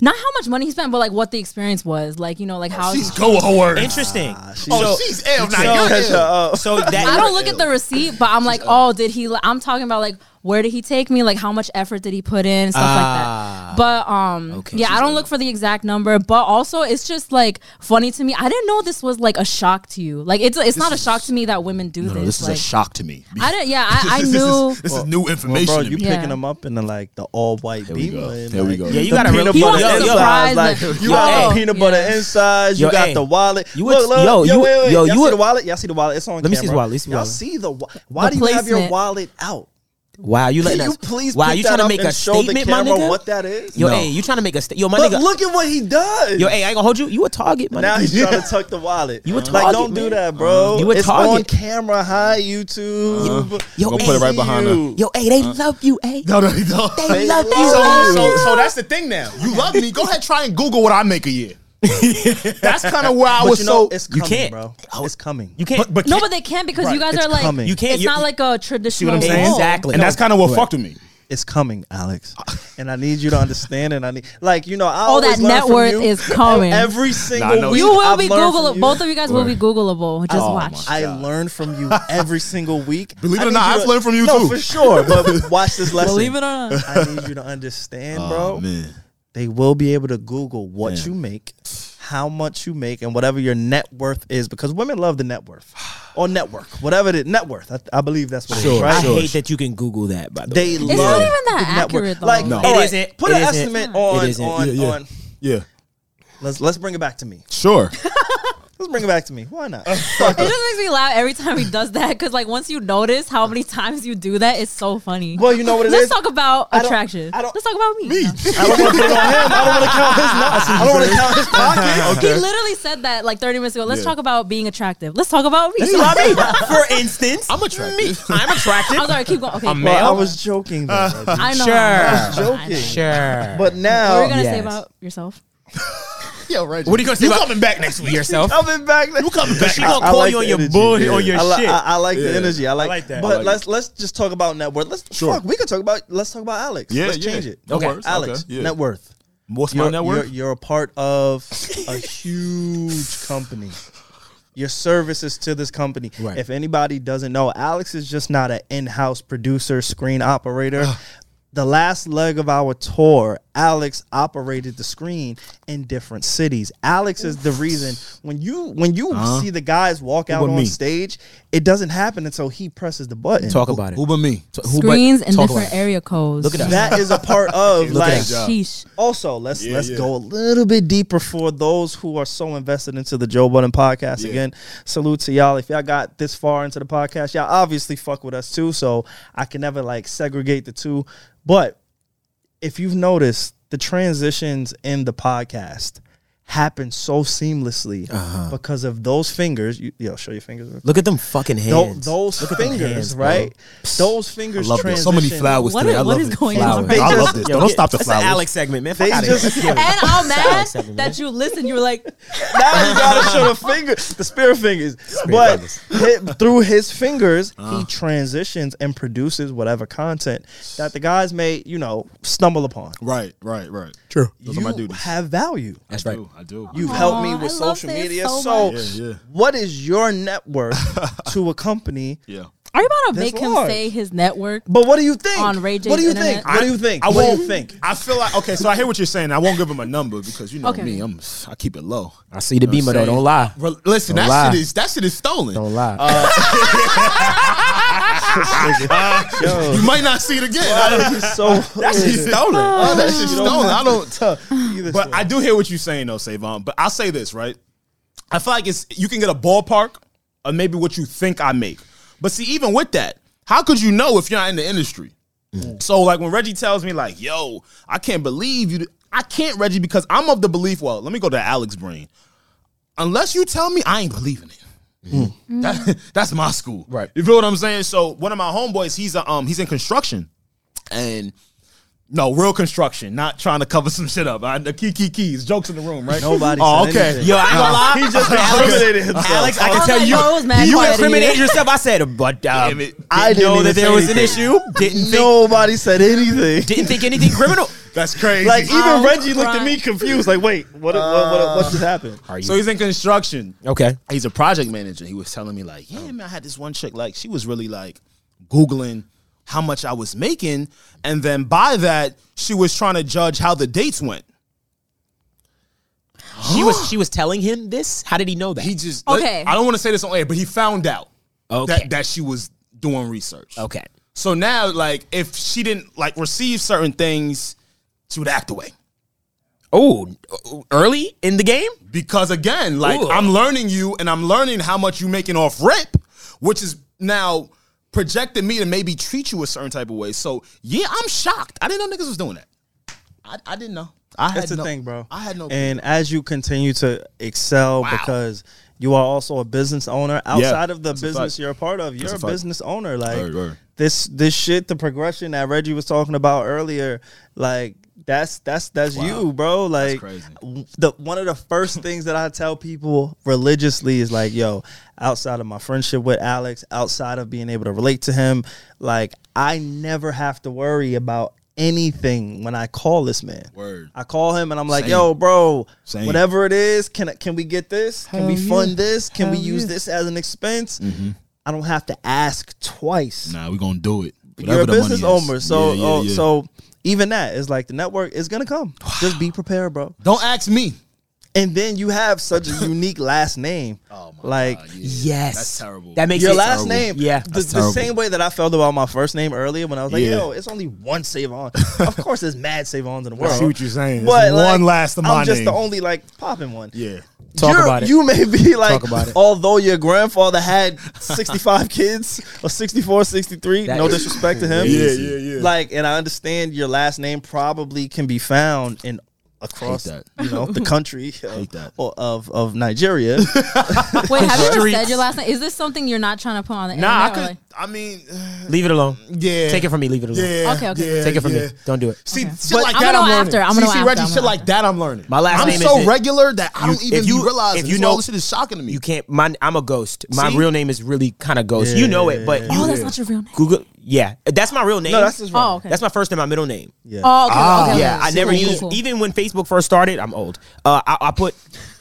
S4: not how much money he spent, but like what the experience was. Like you know, like how.
S6: She's go hard.
S5: Interesting.
S1: Ah,
S6: Oh, she's L now.
S5: so-
S6: You're
S1: Catch her
S6: L.
S1: up.
S5: so that
S4: I don't look at the receipt, but I'm like, oh, did he? li- I'm talking about like, where did he take me? Like, how much effort did he put in? Stuff
S6: Ah.
S4: like that. But um,
S5: Okay,
S4: yeah, I
S5: she's
S4: don't look for the exact number, but also it's just like funny to me. I didn't know this was like a shock to you. Like, it's it's not a shock to me that women do this.
S6: No, this is
S4: like,
S6: a shock to me.
S4: I didn't. Yeah, I, I
S6: This is- this
S4: knew.
S6: is- This is new
S1: Well,
S6: information.
S1: bro,
S6: to
S1: you
S6: me.
S4: Yeah.
S1: picking them up in the like the all white
S6: we go.
S1: beamer. and,
S6: There we
S1: like,
S6: go.
S5: Yeah, you
S1: the
S5: gotta
S1: peanut
S5: really-
S1: butter
S5: Yo, yo, yo.
S1: insides,
S4: Surprise,
S1: like,
S4: like-
S1: you got
S4: Yo.
S1: the peanut butter insides. You
S5: Yo,
S1: got
S5: hey.
S1: the wallet.
S5: You
S1: look,
S5: ex-
S1: look,
S5: yo,
S1: yo,
S5: you-
S1: wait, wait,
S5: yo,
S1: y'all
S5: you
S1: see
S5: a-
S1: the wallet? Y'all see the wallet? It's on.
S5: Let me see his
S1: camera.
S5: wallet, let me see his
S1: Y'all
S5: wallet.
S1: see the wa- Why
S4: The
S1: do you have your
S4: placement.
S1: wallet out?
S5: wow, you
S1: Can
S5: letting
S1: you
S5: us?
S1: please?
S5: wow,
S1: pick
S5: you
S1: that
S5: trying to
S1: up
S5: make
S1: and
S5: a
S1: show the
S5: statement, my
S1: camera
S5: nigga?
S1: What that is?
S5: Yo,
S6: No.
S5: hey, you trying to make a sta- yo, my
S1: But
S5: nigga.
S1: look at what he does.
S5: yo, hey, I ain't gonna hold you. You a target, my
S1: Now
S5: nigga.
S1: he's trying to tuck the wallet.
S5: You a
S1: Like,
S5: target,
S1: don't do
S5: man.
S1: that, bro.
S5: You a
S1: it's on
S5: target.
S1: camera. Hi, YouTube.
S5: Yo,
S6: Gonna
S5: hey,
S6: put it right
S1: See
S6: behind
S1: you.
S5: Yo, hey, they love you, hey.
S6: No, no, you don't.
S5: They love
S1: love
S5: you.
S1: you.
S6: So, so that's the thing now. You love me. Go ahead, try and Google what I make a year. that's kind of where I
S1: But
S6: was
S1: you know,
S6: so.
S1: it's coming,
S5: can't.
S1: bro. It's coming.
S5: You can't.
S6: But, but
S4: no,
S6: can't-
S4: but they can't because you guys
S1: It's
S4: are like,
S1: coming.
S5: you can't.
S4: it's
S5: you-
S4: not like a traditional.
S6: I'm saying?
S4: role.
S5: Exactly.
S6: and that's kind of what fucked with me.
S1: It's coming, Alex. and I need you to understand. And I need, like, you know, I
S4: All
S1: always
S4: that
S1: learn
S4: net
S1: from
S4: worth
S1: you.
S4: is coming.
S1: Every single
S6: know
S1: week,
S4: You will
S1: I've
S4: be
S1: learned from
S4: Google.
S1: you.
S4: Both of you guys will be Googleable. Just
S6: Oh,
S4: watch.
S1: I learn from you every single week.
S6: Believe
S1: I
S6: it or
S1: need
S6: not,
S1: you
S6: I've learned from you
S1: no,
S6: too.
S1: for sure. But watch this lesson.
S4: Believe it or not.
S1: I need you to understand, bro.
S6: man.
S1: They will be able to Google what you make, how much you make, and whatever your net worth is, because women love the net worth or network, whatever it is. Net worth, I, I believe that's what it is,
S6: Sure,
S1: right?
S5: I
S6: sure.
S5: hate that you can Google that. By the
S1: They
S5: way,
S1: love
S4: not even
S1: the
S4: that
S1: net worth.
S4: accurate, though.
S1: Like,
S4: No.
S1: all
S5: It
S1: right,
S5: isn't.
S1: Put
S5: It
S1: an
S5: isn't.
S1: estimate on
S5: It isn't.
S1: on
S6: Yeah, yeah.
S1: on.
S6: Yeah,
S1: Let's let's bring it back to me.
S6: sure.
S1: Let's bring it back to me. Why not?
S4: It just makes me laugh every time he does that because, like, once you notice how many times you do that, it's so funny.
S1: Well, you know what it
S4: Let's
S1: is?
S4: talk about
S1: I don't-
S4: attraction.
S1: I don't-
S4: Let's talk about me.
S1: I don't want to put it on him. I don't want to count his nuts. I don't want to count his pockets.
S4: He literally said that like 30 minutes ago. Let's talk about being attractive. Let's talk about me.
S5: for instance, I'm
S6: attractive.
S5: I'm attractive.
S4: I'm sorry, keep going. Okay,
S5: I'm
S4: keep
S5: mad.
S1: Well, I
S5: Male? Uh,
S1: was joking. Though,
S4: going. I know.
S5: Sure.
S4: I know.
S1: Joking.
S4: I know.
S5: Sure.
S1: But
S4: What were you
S1: now,
S4: gonna say
S5: Yes.
S4: about yourself?
S6: Yo, Reggie.
S5: What are you gonna say
S6: You
S5: about-
S6: coming back next week?
S5: yourself.
S1: coming back. You
S6: coming back.
S5: She gonna call you on your bull on your
S1: I li-
S5: shit.
S1: I, I like the
S6: Yeah.
S1: energy. I like,
S5: like that.
S1: But
S5: I like
S1: let's let's just talk about net worth. Let's
S6: Sure.
S1: fuck. We could talk about. Let's talk about Alex.
S6: Yeah,
S1: let's
S6: yeah.
S1: change it.
S6: No
S5: Okay.
S6: worries.
S1: Alex,
S6: Okay, yeah.
S1: net worth.
S6: What's
S1: You're,
S6: my network?
S1: You're, you're a part of a huge company. your services to this company.
S5: Right.
S1: If anybody doesn't know, Alex is just not an in-house producer, screen operator. the last leg of our tour, Alex operated the screen in different cities. Alex is the reason when you when you see the guys walk out on
S5: me?
S1: stage, it doesn't happen until he presses the button.
S5: Talk about it.
S6: Who but me?
S5: T- who but-
S4: Screens in
S5: talk
S4: different
S5: about it.
S4: area codes.
S5: Look at that.
S1: that is a part of
S5: Look at
S1: like
S5: that job.
S4: Sheesh.
S1: also let's let's go a little bit deeper for those who are so invested into the Joe Budden podcast. Again, salute to y'all. If y'all got this far into the podcast, y'all obviously fuck with us too. So I can never like segregate the two. But if you've noticed, the transitions in the podcast happen so seamlessly
S6: Uh-huh.
S1: because of those fingers. You, yo, show your fingers.
S5: Look at them fucking
S1: Tho-
S5: hands.
S1: those fingers,
S5: hands, bro.
S1: right? Those fingers
S6: Love this. So many
S1: transition-
S6: flowers
S4: What
S6: today.
S4: is-
S6: I love
S4: what is
S6: this.
S4: going on?
S6: Flowers. I
S1: They
S6: love
S1: just-
S6: this.
S1: yo,
S6: Don't stop the
S5: That's an
S6: flowers.
S5: Alex segment, man. Fuck
S1: They
S5: outta
S1: just-
S5: here.
S4: And I'm mad
S5: Alex Evan, man.
S4: that you listened. You were like,
S1: now you gotta show the finger, the spirit fingers. but hi- through his fingers,
S6: Uh-huh.
S1: he transitions and produces whatever content that the guys may, you know, stumble upon.
S6: Right, right, right.
S5: True.
S6: Those
S1: you
S6: are my duties.
S1: have value.
S5: That's
S6: I
S5: right.
S6: do. I do.
S1: You've helped me
S4: Aw,
S1: with
S4: I love
S1: social
S4: this
S1: media.
S4: so
S1: So,
S4: much.
S6: Yeah, yeah.
S1: what is your net worth to a company?
S6: yeah.
S4: are you about to
S1: That's
S4: make him
S1: large.
S4: say his network?
S1: But what do you think?
S4: On Ray J's
S1: what do you
S4: internet?
S1: think? What do you think?
S6: I
S1: what
S6: won't
S1: do you think?
S6: I feel like okay. So I hear what you're saying. I won't give him a number because you know
S4: Okay.
S6: me. I'm. I keep it low.
S5: I see the beamer though.
S6: saying?
S5: Don't lie.
S6: Re- listen,
S5: Don't
S6: that
S5: lie.
S6: shit is that shit is stolen.
S5: Don't lie.
S1: Yo,
S6: You might not see it again. I don't-
S1: that is so.
S6: that shit's stolen. Oh, that shit's stolen. I don't.
S1: Either
S6: But
S1: side.
S6: I do hear what you're saying though, Savon. But I'll say this, right? I feel like it's you can get a ballpark of maybe what you think I make. But see, even with that, how could you know if you're not in the industry?
S5: Mm.
S6: So like when Reggie tells me like, "Yo, I can't believe you," I can't Reggie because I'm of the belief. Well, let me go to Alex Brain. Unless you tell me, I ain't believing it. That- that's my school,
S5: Right.
S6: You feel what I'm saying? So one of my homeboys, he's a, um he's in construction, and no real construction, not trying to cover some shit up. I, the key key keys, jokes in the room, right?
S1: Nobody
S6: Oh,
S1: said
S6: okay.
S1: anything.
S5: Yo, I ain't gonna lie.
S1: He just incriminated himself.
S5: Alex, I
S4: I
S5: can
S4: was
S5: tell
S4: like,
S5: you,
S4: bro, it was mad
S5: you
S4: quiet in
S5: incriminated
S4: here.
S5: yourself. I said, but uh,
S6: Damn it.
S5: I
S1: I
S5: didn't
S1: didn't
S5: know that
S1: even
S5: there
S1: say
S5: was an
S1: anything.
S5: issue. Didn't think,
S1: Nobody said anything.
S5: didn't think anything criminal.
S6: That's crazy.
S1: Like even
S4: I'm
S1: Reggie looked at
S4: crying.
S1: me confused. Like, wait, what? what, what, what just happened?
S5: Are
S6: so he's in construction.
S5: okay?
S6: He's a project manager. He was telling me like, yeah, man, I had this one chick like she was really like googling how much I was making, and then by that she was trying to judge how the dates went.
S5: She was she was telling him this. How did he know that?
S6: He just
S4: Okay.
S6: I don't want to say this on air, but he found out
S5: Okay.
S6: that that she was doing research.
S5: okay.
S6: So now, like, if she didn't like receive certain things, she would act away.
S5: Oh, early in the game.
S6: Because again, like
S5: Ooh.
S6: I'm learning you and I'm learning how much you making off rip, which is now projecting me to maybe treat you a certain type of way. So yeah, I'm shocked. I didn't know niggas was doing that. I, I didn't know. I had
S1: That's the
S6: no-
S1: thing, bro.
S6: I had no
S1: And as you continue to excel, because you are also a business owner outside of the
S6: that's a
S1: business
S6: fact.
S1: you're a part of, you're
S6: That's a
S1: a,
S6: fact.
S1: business owner. Like
S6: Word, word.
S1: this, this shit, the progression that Reggie was talking about earlier, like. That's that's that's you, bro. Like
S6: crazy.
S1: w- the one of the first things that I tell people religiously is like, yo, outside of my friendship with Alex, outside of being able to relate to him, like I never have to worry about anything when I call this man.
S6: Word.
S1: I call him and I'm like,
S6: Same.
S1: yo, bro,
S6: Same.
S1: whatever it is, can can we get this? Can we fund this? Can we use this as an expense? I don't have to ask twice.
S6: Mm-hmm. Nah, we gonna do it.
S1: You're a business owner, so oh, so even that is like the network is gonna come. Just be prepared, bro.
S6: don't ask me.
S1: And then you have such a unique last name. Oh my like
S5: Yes,
S6: That's terrible.
S5: That makes
S1: your
S5: it
S1: last name,
S5: terrible. Yeah,
S1: the, the same way that I felt about my first name earlier when I was like,
S6: Yeah.
S1: "Yo, it's only one Savon." of course, there's mad Savons in the world.
S6: see what you're saying.
S1: But
S6: There's one last of my
S1: I'm just the
S6: name.
S1: only like popping one.
S6: Yeah.
S5: Talk
S1: You're-
S5: about it.
S1: You may be like,
S5: about it.
S1: although your grandfather had 65 kids or 64, 63,
S5: That
S1: no
S5: is
S1: disrespect to him.
S6: Yeah, yeah, yeah.
S1: Like, and I understand your last name probably can be found in across
S6: that.
S1: you know the country of,
S6: that.
S1: or of of Nigeria.
S4: Wait, have you ever said your last name? Is this something you're not trying to put on the
S6: Nah, I
S4: internet? or,
S6: could.
S4: like-
S6: I mean,
S5: Leave it alone.
S6: yeah.
S5: Take it from me. Leave it alone.
S6: Yeah.
S4: Okay, okay.
S6: yeah,
S5: Take it from
S6: yeah.
S5: me. Don't do it.
S6: See, shit
S1: But
S6: like
S4: I'm gonna
S6: that I'm
S4: go
S6: learning.
S4: after her. I'm
S6: see,
S4: gonna
S6: see,
S4: go after
S6: Reggie,
S4: her. I'm
S6: shit
S4: gonna
S6: like that I'm learning.
S5: My last
S6: I'm
S5: name
S6: so
S5: is-
S6: regular that I
S5: You-
S6: don't even
S5: if you-
S6: be realizing.
S5: if
S6: If
S5: you
S6: you
S5: know-
S6: all this shit is shocking to me.
S5: You can't. My, I'm a ghost. My
S6: See?
S5: real name is really kind of ghost. you know it, but
S4: oh,
S5: you,
S4: that's not your real name.
S5: Google. Yeah, that's my real name.
S1: no, that's just wrong.
S4: Oh, okay.
S5: That's my first name. My middle name.
S1: Yeah.
S4: Oh, okay, okay, okay.
S5: yeah, I never
S4: Cool, cool,
S5: used
S4: cool.
S5: even when Facebook first started. I'm old. Uh, I, I put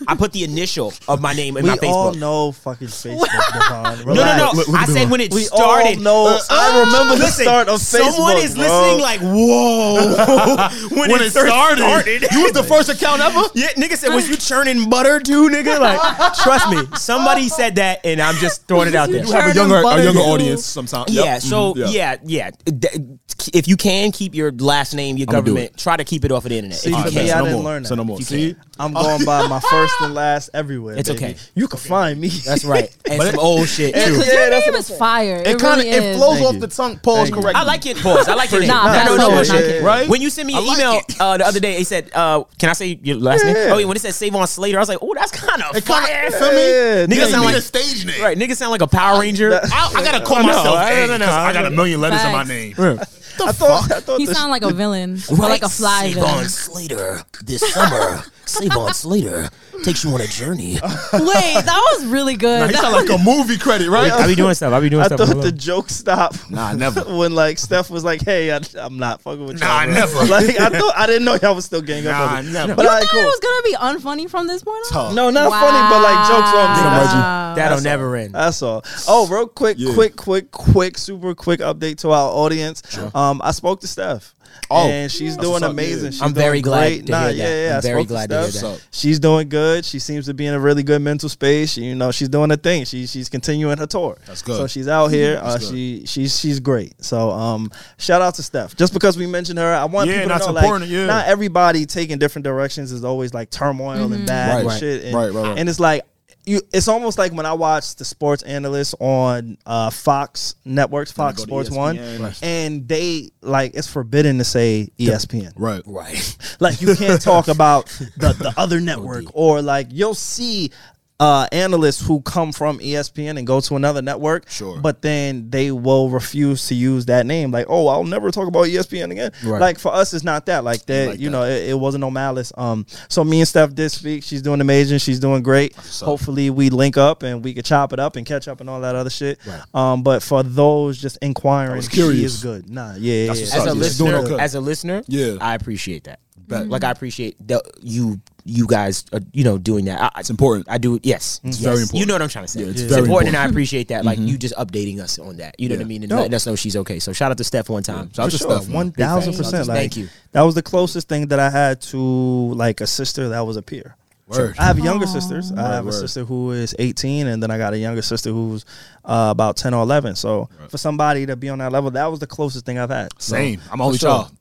S5: I put the initial of my name in
S1: we
S5: my Facebook.
S1: all know fucking Facebook, Devon.
S5: No, no, no.
S1: Relax.
S5: I said when it
S1: We all
S5: started. Uh-uh.
S1: know- I remember the start of
S5: Someone
S1: Facebook,
S5: is
S1: bro.
S5: listening like, whoa. when, it, first started.
S6: You was the first account ever?
S5: yeah, nigga said, was you churning butter too, nigga? Like, trust me. Somebody said that, and I'm just throwing it out there.
S6: You have a
S4: Turn
S6: younger,
S4: and
S6: a
S4: butter
S6: younger
S4: you.
S6: audience sometimes. Mm-hmm.
S5: Yeah, so
S1: Mm-hmm.
S5: yeah, yeah. D- If you can keep your last name, your
S6: I'ma do
S5: government, try to keep it off of the internet.
S1: See,
S5: if
S1: for
S5: you
S1: me,
S5: can.
S1: I
S6: no
S1: didn't
S6: more.
S1: learn that.
S6: So no more.
S5: If you
S6: See?
S1: I'm going by my first and last everywhere.
S5: It's
S1: baby.
S5: okay.
S1: You can find me.
S5: That's right. And some old shit
S1: Yeah,
S5: too.
S1: yeah,
S4: Your
S1: that's
S4: name
S1: what
S4: is fire. It,
S6: It kind of
S4: really
S6: it
S4: is.
S6: flows
S1: Thank
S6: off
S1: you.
S6: the tongue. Pause
S1: Thank you.
S6: correct.
S5: I like it. Pause. I like it.
S4: Nah,
S5: no,
S4: that's
S5: no,
S4: so
S5: no,
S4: much
S5: no.
S4: like it.
S6: Right?
S5: When you sent me an
S6: like
S5: email
S6: it.
S5: uh, the other day, it said, uh, "Can I say your last name?"
S1: Yeah.
S5: Oh, yeah, when it said "Save on Slater," I was like, "Oh, that's kind of fire."
S6: feel me?
S1: Yeah,
S5: Niggas
S1: nigga,
S5: sound like
S6: stage name.
S5: right. Niggas sound like a Power Ranger.
S6: I, I gotta call
S5: No,
S6: myself.
S5: I
S6: A,
S5: don't know.
S6: 'cause I got a million letters in my
S4: Facts.
S6: name.
S1: I thought, I thought
S4: He
S1: the
S4: sound like a villain,
S5: Well,
S4: like a fly villain.
S5: Slater this summer. Save on Slater takes you on a journey.
S4: Wait, that was really good.
S6: It's not like a movie credit, right?
S5: I be doing stuff. I be doing
S1: I
S5: stuff.
S1: thought the joke stopped.
S6: Nah, never.
S1: when like Steph was like, "Hey, I, I'm not fucking with y'all."
S6: Nah,
S1: bro."
S6: never.
S1: Like I thought I didn't know y'all was still gang up.
S6: Nah,
S1: with it.
S6: never.
S1: But
S4: you
S1: all right,
S4: thought
S1: cool.
S4: it was gonna be unfunny from this point on?
S1: No, not funny, but like jokes on me. That's-
S4: Wow.
S5: That'll never end.
S1: That's all. Oh, real quick, quick, quick, quick, super quick update to our audience. Um, I spoke to Steph.
S6: Oh.
S1: and she's doing
S6: what's up,
S1: amazing.
S6: yeah.
S1: She's
S5: I'm
S1: doing
S5: very glad
S1: great.
S5: to
S1: nah,
S5: hear that.
S1: Yeah, yeah,
S5: I'm
S1: I
S5: very
S1: spoke
S5: glad to
S1: to
S5: hear
S1: Steph.
S5: that. What's
S1: She's doing good. She seems to be in a really good mental space. She, you know, she's doing her thing. She, she's continuing her tour.
S6: That's good.
S1: So she's out here. Uh, she she's she's great. So um, shout out to Steph. Just because we mentioned her, I want
S6: Yeah,
S1: people to
S6: that's
S1: know like
S6: important, yeah.
S1: not everybody taking different directions is always like turmoil
S5: Mm-hmm.
S1: and bad and
S6: Right.
S1: shit. And,
S6: Right, right, right.
S1: and it's like you it's almost like when I watch the sports analysts on uh, Fox Networks, Fox Sports One, and they like it's forbidden to say E ESPN.
S6: Right.
S5: Right.
S1: Like you can't talk about the, the other network or like you'll see uh, analysts who come from E ESPN and go to another network,
S6: Sure.
S1: but then they will refuse to use that name. Like, oh, I'll never talk about ESPN again.
S5: Right.
S1: Like for us, it's not that. Like that, you know, it, it wasn't no malice. Um, so me and Steph did speak. She's doing amazing. She's doing great. Hopefully, we link up and we could chop it up and catch up and all that other shit. Um, but for those just inquiring, she
S6: curious.
S1: is good. Nah, yeah, yeah,
S6: what's
S1: yeah.
S5: as a
S6: up. She's doing
S5: listener,
S6: okay.
S5: as a listener,
S6: Yeah.
S5: I appreciate that. Like I appreciate the, you, you guys, uh, you know, doing that. I, it's
S6: important.
S5: I do. Yes, it's
S6: very important.
S5: You know what I'm trying to say.
S6: Yeah,
S5: it's
S6: it's very
S5: important,
S6: important. Mm-hmm.
S5: and I appreciate that. Like you just updating us on that. You know what I mean, and letting us know she's okay. So shout out to Steph one time.
S6: Shout out to Steph. man.
S1: One thousand percent.
S5: Thank
S1: Like,
S5: you.
S1: That was the closest thing that I had to like a sister that was a peer.
S6: Word.
S1: I have younger sisters. I have a
S6: word.
S1: sister who is 18, and then I got a younger sister who's uh, about 10 or 11. So for somebody to be on that level, that was the closest thing I've had. So-
S6: Same. I'm only
S1: sure.
S6: child.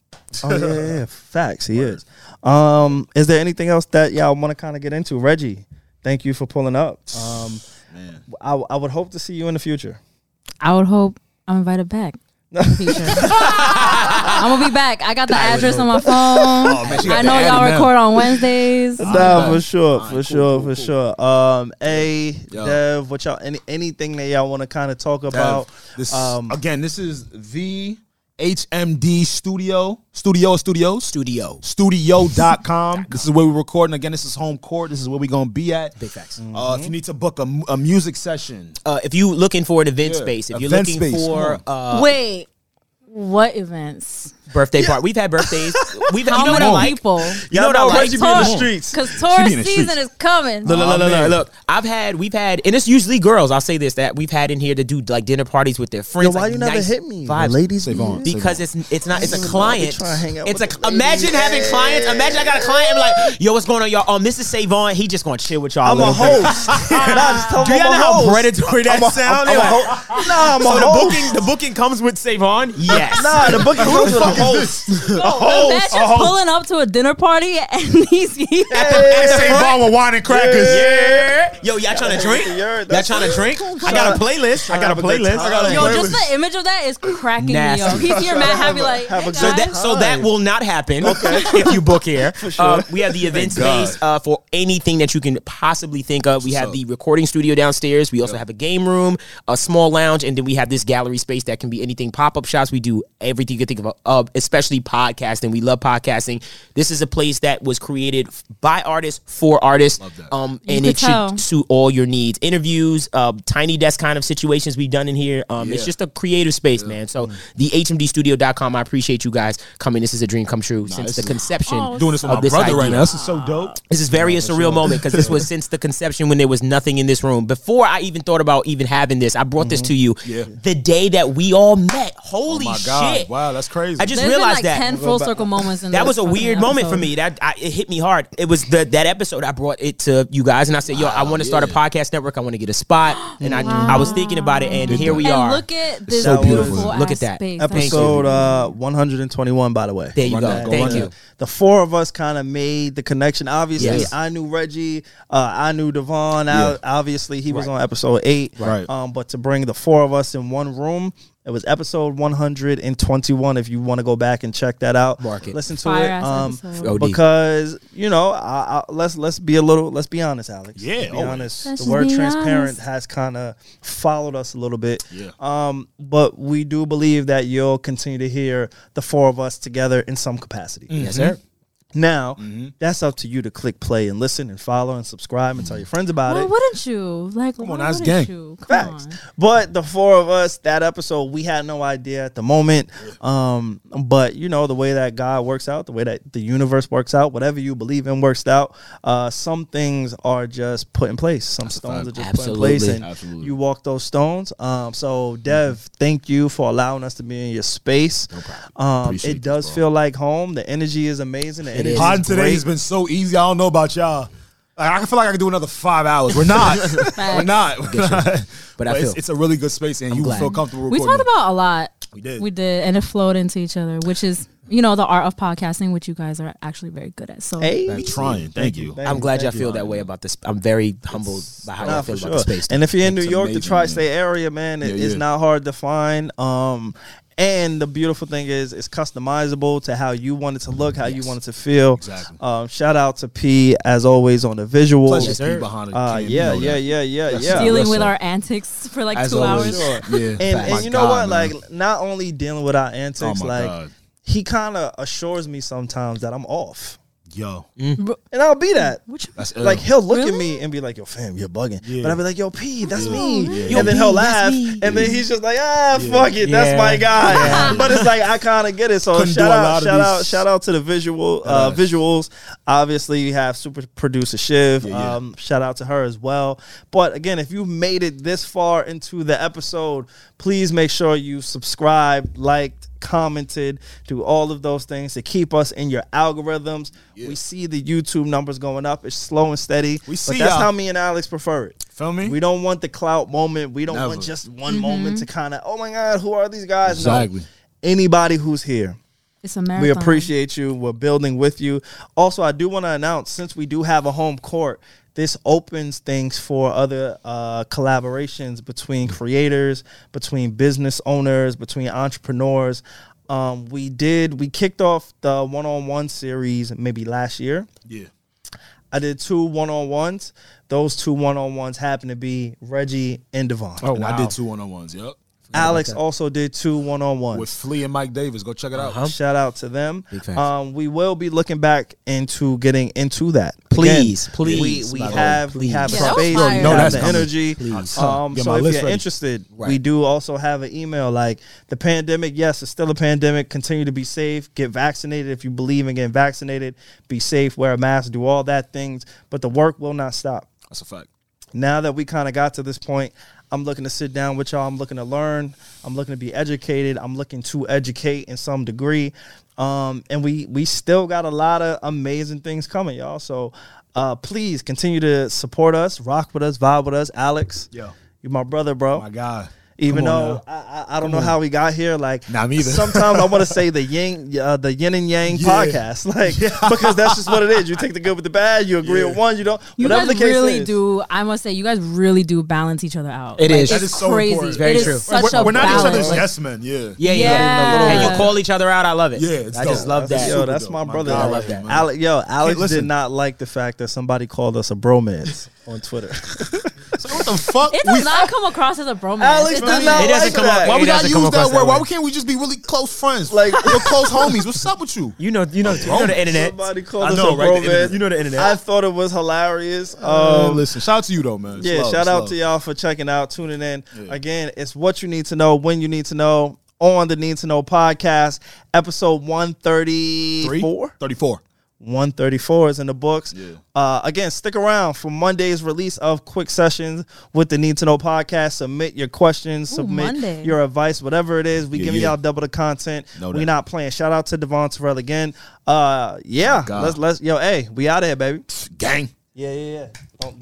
S1: Oh yeah, yeah, yeah. facts. He is. Um, is there anything else that y'all want to kind of get into? Reggie, thank you for pulling up. Um, I, I would hope to see you in the future.
S4: I would hope I'm invited back. in the future. I'm gonna be back. I got the address on my phone.
S6: man, she got
S4: I
S6: the
S4: know y'all
S6: added now.
S4: record on Wednesdays.
S1: Nah, for sure, for sure, for sure. Um, a Dev, what y'all any anything that y'all want to kind of talk about?
S6: This,
S1: um,
S6: again, this is the HMD Studio. Studio Studios. Studio. Studio.com. this is where we're recording. Again, this is home court. This is where we're going to be at.
S5: Big facts.
S6: Uh, if you need to book a, mu- a music session,
S5: Uh, if you looking for an event
S6: Yeah,
S5: space, if you're
S6: event
S5: looking
S6: space,
S5: for
S6: come
S5: uh,
S4: Wait, what events?
S5: birthday party, we've had birthdays. We've had,
S4: How
S5: you know what
S4: many
S5: I like.
S4: people?
S5: You know what I
S1: Y'all know
S5: like.
S1: Reggie be in the
S4: Tour.
S1: streets.
S4: Cause
S6: She
S4: tour
S6: be in the
S4: season
S6: streets.
S4: is coming.
S5: Look, look,
S6: Aw,
S5: look, look,
S6: man.
S5: look. I've had, we've had, and it's usually girls. I'll say this that we've had in here to do like dinner parties with their
S1: Yo,
S5: friends.
S1: why
S5: like,
S1: you never
S5: nice
S1: hit me?
S5: vibes.
S1: Ladies,
S6: Save on. Save
S5: because
S6: on.
S5: it's it's not it's
S1: don't even
S5: a
S1: know. I'll be
S5: client.
S1: trying to hang out
S5: It's a
S1: with the
S5: imagine
S1: ladies.
S5: having clients. Imagine I got a client. I'm like, yo, what's going on, y'all? Um, this is Savon. He just gonna chill with y'all.
S1: I'm a
S5: little bit.
S1: host. nah, just tell
S5: Do
S1: them
S5: y'all know
S1: I'm a
S5: how
S1: host.
S5: predatory that
S1: I'm a, I'm-
S5: sound?
S1: I'm
S5: They're
S1: a
S5: like,
S1: ho- Nah, I'm
S5: so
S1: a
S5: the
S1: host.
S5: booking the booking comes with Savon. Yes.
S1: Nah, the booking. Who the fuck
S6: Oh,
S1: is this?
S4: Yo, imagine pulling up to a dinner party and he's he,
S6: Savon with wine and crackers.
S5: Yeah. Yo, y'all trying to drink?
S1: Yeah,
S5: Y'all
S1: that's-
S5: trying to drink? I got a playlist. I got a
S1: Tryna have a good
S5: playlist.
S1: time. I got a
S4: yo, just the image of that is cracking
S5: Nasty.
S4: me up. He's here, Matt Happy, like
S1: Have a
S4: hey,
S1: good-
S5: So
S4: guys.
S5: that so that will not happen if you book here. Um, we have the event space uh, for anything that you can possibly think of. We have the recording studio downstairs. We also have a game room, a small lounge, and then we have this gallery space that can be anything. Pop up shots. We do everything you can think of. Uh, love, especially podcasting. We love podcasting. This is a place that was created f- by artists for artists, um, and
S4: could
S5: it
S4: tell.
S5: should suit all your needs. Interviews, uh, tiny desk kind of situations we've done in here. Um, It's just a creative space, man. So the hmdstudio.com. I appreciate you guys coming. This is a dream come true since the conception.
S4: Oh,
S6: Doing this with
S5: of
S6: my
S5: this
S6: brother right
S5: idea.
S6: now. This is so dope.
S5: This is very a surreal moment because this was since the conception when there was nothing in this room. Before I even thought about even having this, I brought this to you the day that we all met. Holy
S6: Mm-hmm. Oh My God.
S5: shit!
S6: Wow, that's crazy.
S5: I just
S4: There's been
S5: realized
S4: like
S5: that
S4: ten full circle moments. In
S5: that
S4: this
S5: was a
S4: fucking
S5: weird moment for
S4: episode.
S5: me. That I, it hit me hard. It was the that episode. I brought it to you guys, and I said, "Yo, I want to start a podcast network. I want to get a spot." And I, I was thinking about it, and here we
S4: and
S5: are.
S4: look at this
S1: so
S4: beautiful.
S1: beautiful.
S5: Look
S4: ass
S5: at that.
S4: space.
S5: Thank you.
S1: episode uh, 121 by the way
S5: there you
S6: Run
S5: go.
S6: that, go
S5: Thank
S6: run
S5: you.
S6: that.
S1: the four of us kind of made the connection obviously
S5: Yes.
S1: i knew reggie uh, i knew devon I, obviously he was on episode eight
S6: Right.
S1: um, but to bring the four of us in one room it was episode 121 if you want to go back and check that out
S5: Mark it.
S1: listen to
S4: Fire-ass
S1: it um,
S4: episode.
S5: OD.
S1: because you know I, I, let's let's be a little let's be honest alex
S6: Yeah,
S1: Let's be
S6: always.
S1: honest
S4: Let's
S1: the word
S4: be
S1: transparent
S4: honest.
S1: has kind of followed us a little bit
S6: Yeah.
S1: um, but we do believe that you'll continue to hear the four of us together in some capacity.
S6: Mm-hmm.
S5: Yes, sir.
S1: Now, that's up to you to click play and listen and follow and subscribe and tell your friends about
S4: Why
S1: it.
S4: wouldn't you? Like,
S6: Come on,
S4: why
S6: that's
S4: wouldn't
S6: gang.
S4: you? Come
S1: Facts.
S4: on.
S1: But the four of us, that episode, we had no idea at the moment. Um, but you know, the way that God works out, the way that the universe works out, whatever you believe in works out, uh, some things are just put in place. Some stones are just put in place
S5: Absolutely.
S1: and you walk those stones. Um, so Dev, thank you for allowing us to be in your space. um,
S6: Appreciate
S1: it does
S6: this, bro.
S1: feel like home. The energy is amazing. The energy
S5: is.
S1: is
S6: Pod today
S1: great.
S6: has been so easy. I don't know about y'all. Like, I feel like I could do another five hours. We're not. We're not. We're not.
S5: But I feel-
S6: it's, it's a really good space, and you
S5: glad.
S6: feel comfortable.
S4: We
S6: Recording.
S4: talked about a lot.
S6: We did.
S4: We did, and it flowed into each other, which is you know the art of podcasting, which you guys are actually very good at. So
S1: Hey.
S6: I'm trying. Thank you.
S1: Thank
S5: I'm
S1: you,
S5: glad y'all
S1: thank you.
S5: feel that way about this. I'm very humbled by how
S6: Oh,
S1: Nah,
S5: y'all feel
S1: for
S5: about
S1: sure.
S5: the space.
S1: And if you're in New
S6: It's
S1: York, the
S6: amazing,
S1: tri-state area, man, it-
S6: Yeah,
S1: it's
S6: yeah.
S1: not hard to find. Um, and the beautiful thing is, it's customizable to how you want it to look, how you want it to feel.
S6: Exactly.
S1: Um, shout out to P as always on the visuals.
S6: Pleasure to be behind the
S1: Uh,
S6: camera.
S1: yeah,
S6: You know
S1: yeah,
S6: that.
S1: yeah, yeah,
S6: That's
S1: yeah.
S6: deal-
S4: dealing
S6: yes,
S4: with
S6: sir.
S4: our antics for like
S6: As
S4: two
S6: always.
S4: hours.
S6: Yeah.
S1: And,
S6: My
S1: and you know
S6: God,
S1: what?
S6: man.
S1: Like, not only dealing with our antics,
S6: Oh, my
S1: like
S6: God.
S1: he kind of assures me sometimes that I'm off,
S6: yo,
S1: and I'll be that.
S4: Which
S6: that's
S1: Like
S6: ill.
S1: he'll look at
S4: Really?
S1: me and be like, "Yo, fam, you're bugging,"
S6: Yeah.
S1: but I'll be like, "Yo, P, that's me,"
S6: really?
S1: and then
S5: Yo,
S1: he'll
S5: P,
S1: laugh,
S5: that's me.
S1: and then he's just like, "Ah, fuck it,
S5: Yeah.
S1: that's my guy." But it's like I kind of get it. So
S6: Couldn't do
S1: shout
S6: a lot
S1: out,
S6: of
S1: shout
S6: these-
S1: out, shout out to the visual uh, visuals. Obviously, you have super producer Shiv.
S6: yeah.
S1: Um, shout out to her as well. But again, if you made it this far into the episode, please make sure you subscribe, liked. Commented, do all of those things to keep us in your algorithms. We see the YouTube numbers going up. It's slow and steady.
S6: We
S1: but
S6: see
S1: that's
S6: y'all.
S1: how me and Alex prefer it.
S6: Feel me?
S1: We don't want the clout moment. We don't
S6: Never.
S1: want just one moment to kind of, oh my God, who are these guys? No.
S6: Exactly.
S1: Anybody who's here,
S4: it's a marathon.
S1: we appreciate you. We're building with you. Also, I do want to announce since we do have a home court, this opens things for other uh, collaborations between creators, between business owners, between entrepreneurs. Um, we did, we kicked off the one on one series maybe last year.
S6: yeah.
S1: I did two one on ones. Those two one on ones happened to be Reggie and Devon.
S6: Oh, and I did two one on ones. Yep.
S1: Alex also did two one on
S6: With
S1: ones.
S6: Flea and Mike Davis. Go check it out.
S1: Shout out to them.
S5: facts.
S1: Um, we will be looking back into getting into that.
S5: Please,
S1: Again,
S5: please,
S1: We, we
S5: Lord,
S1: have we
S5: please.
S1: have a
S4: Yeah, that was
S1: space.
S4: fire.
S1: We
S4: No,
S1: have
S6: that's
S1: the
S6: coming.
S1: energy.
S5: Please.
S1: Um,
S6: Get
S1: so
S6: my
S1: if
S6: list
S1: you're
S6: ready.
S1: interested, we
S5: Right.
S1: do also have an email. Like the pandemic, yes, it's still a pandemic. Continue to be safe. Get vaccinated if you believe in getting vaccinated. Be safe. Wear a mask. Do all that things. But the work will not stop
S6: That's a fact.
S1: now that we kind of got to this point, I'm looking to sit down with y'all. I'm looking to learn. I'm looking to be educated. I'm looking to educate in some degree. Um, and we we still got a lot of amazing things coming, y'all. So uh, please continue to support us, rock with us, vibe with us. Alex,
S6: Yo.
S1: you my brother, bro.
S6: My God.
S1: Even
S6: Come on
S1: though
S6: now.
S1: I, I, I don't know how we got here, like
S6: Nah, me either.
S1: sometimes I want to say the yin uh, the yin and yang
S6: Yeah.
S1: podcast, like because that's just what it is. You take the good with the bad, you agree with one, you don't.
S4: You
S1: whatever
S4: guys
S1: the case
S4: really
S1: is.
S4: do. I must say, you guys really do balance each other out.
S5: It
S4: Like,
S5: is. That
S4: It's
S6: is so
S4: crazy.
S6: important.
S4: It's
S5: Very
S4: very
S5: true.
S4: true. Such
S6: We're,
S4: a
S6: we're not each
S4: balance.
S6: other's
S4: Like,
S6: yes men. Yeah.
S5: Yeah, yeah.
S4: Yeah.
S5: And you call each other out. I love it.
S6: Yeah, it's
S5: I just
S6: dope.
S5: love
S1: That's-
S5: that.
S1: Yo,
S6: super
S1: that's
S6: dope.
S1: my
S6: My
S1: brother.
S6: God,
S5: I love that.
S1: Ale- yo, Alex
S6: listen.
S1: did not like the fact that somebody called us a bromance on Twitter.
S6: So What the fuck?
S4: It does not come across as a bromance.
S1: Alex
S4: it
S1: did
S4: doesn't.
S1: not
S5: It doesn't
S1: like
S5: come
S1: that.
S5: up.
S6: Why
S5: it
S6: we gotta
S5: doesn't
S6: use
S5: come across
S6: that word? Why
S5: way.
S6: we can't we just be really close friends?
S1: Like-
S6: Like we're close homies. What's up with you?
S5: You know, you know, you know the internet.
S1: Somebody called
S5: I
S1: us
S5: know,
S1: a
S5: right? The internet.
S1: bromance.
S5: You know the internet.
S1: I thought it was hilarious.
S6: Uh,
S1: Um,
S6: listen, shout out to you though, man. It's
S1: yeah,
S6: love,
S1: shout
S6: it's
S1: out
S6: love.
S1: to y'all for checking out, tuning in. Again, it's what you need to know when you need to know on the Need to Know podcast, episode one thirty
S6: Three?
S1: four.
S6: 34.
S1: 134 is in the books. Uh, again, stick around for Monday's release of Quick Sessions with the Need to Know podcast. Submit your questions, submit
S4: Monday.
S1: your advice, whatever it is. We
S6: Yeah,
S1: giving
S6: yeah.
S1: y'all double the content.
S6: Know
S1: we
S6: that.
S1: not playing. Shout out to Devon Terrell again. Uh, yeah,
S6: God.
S1: let's let's yo, hey, we out of here, baby.
S6: Gang.
S1: Yeah, yeah, yeah. Don't,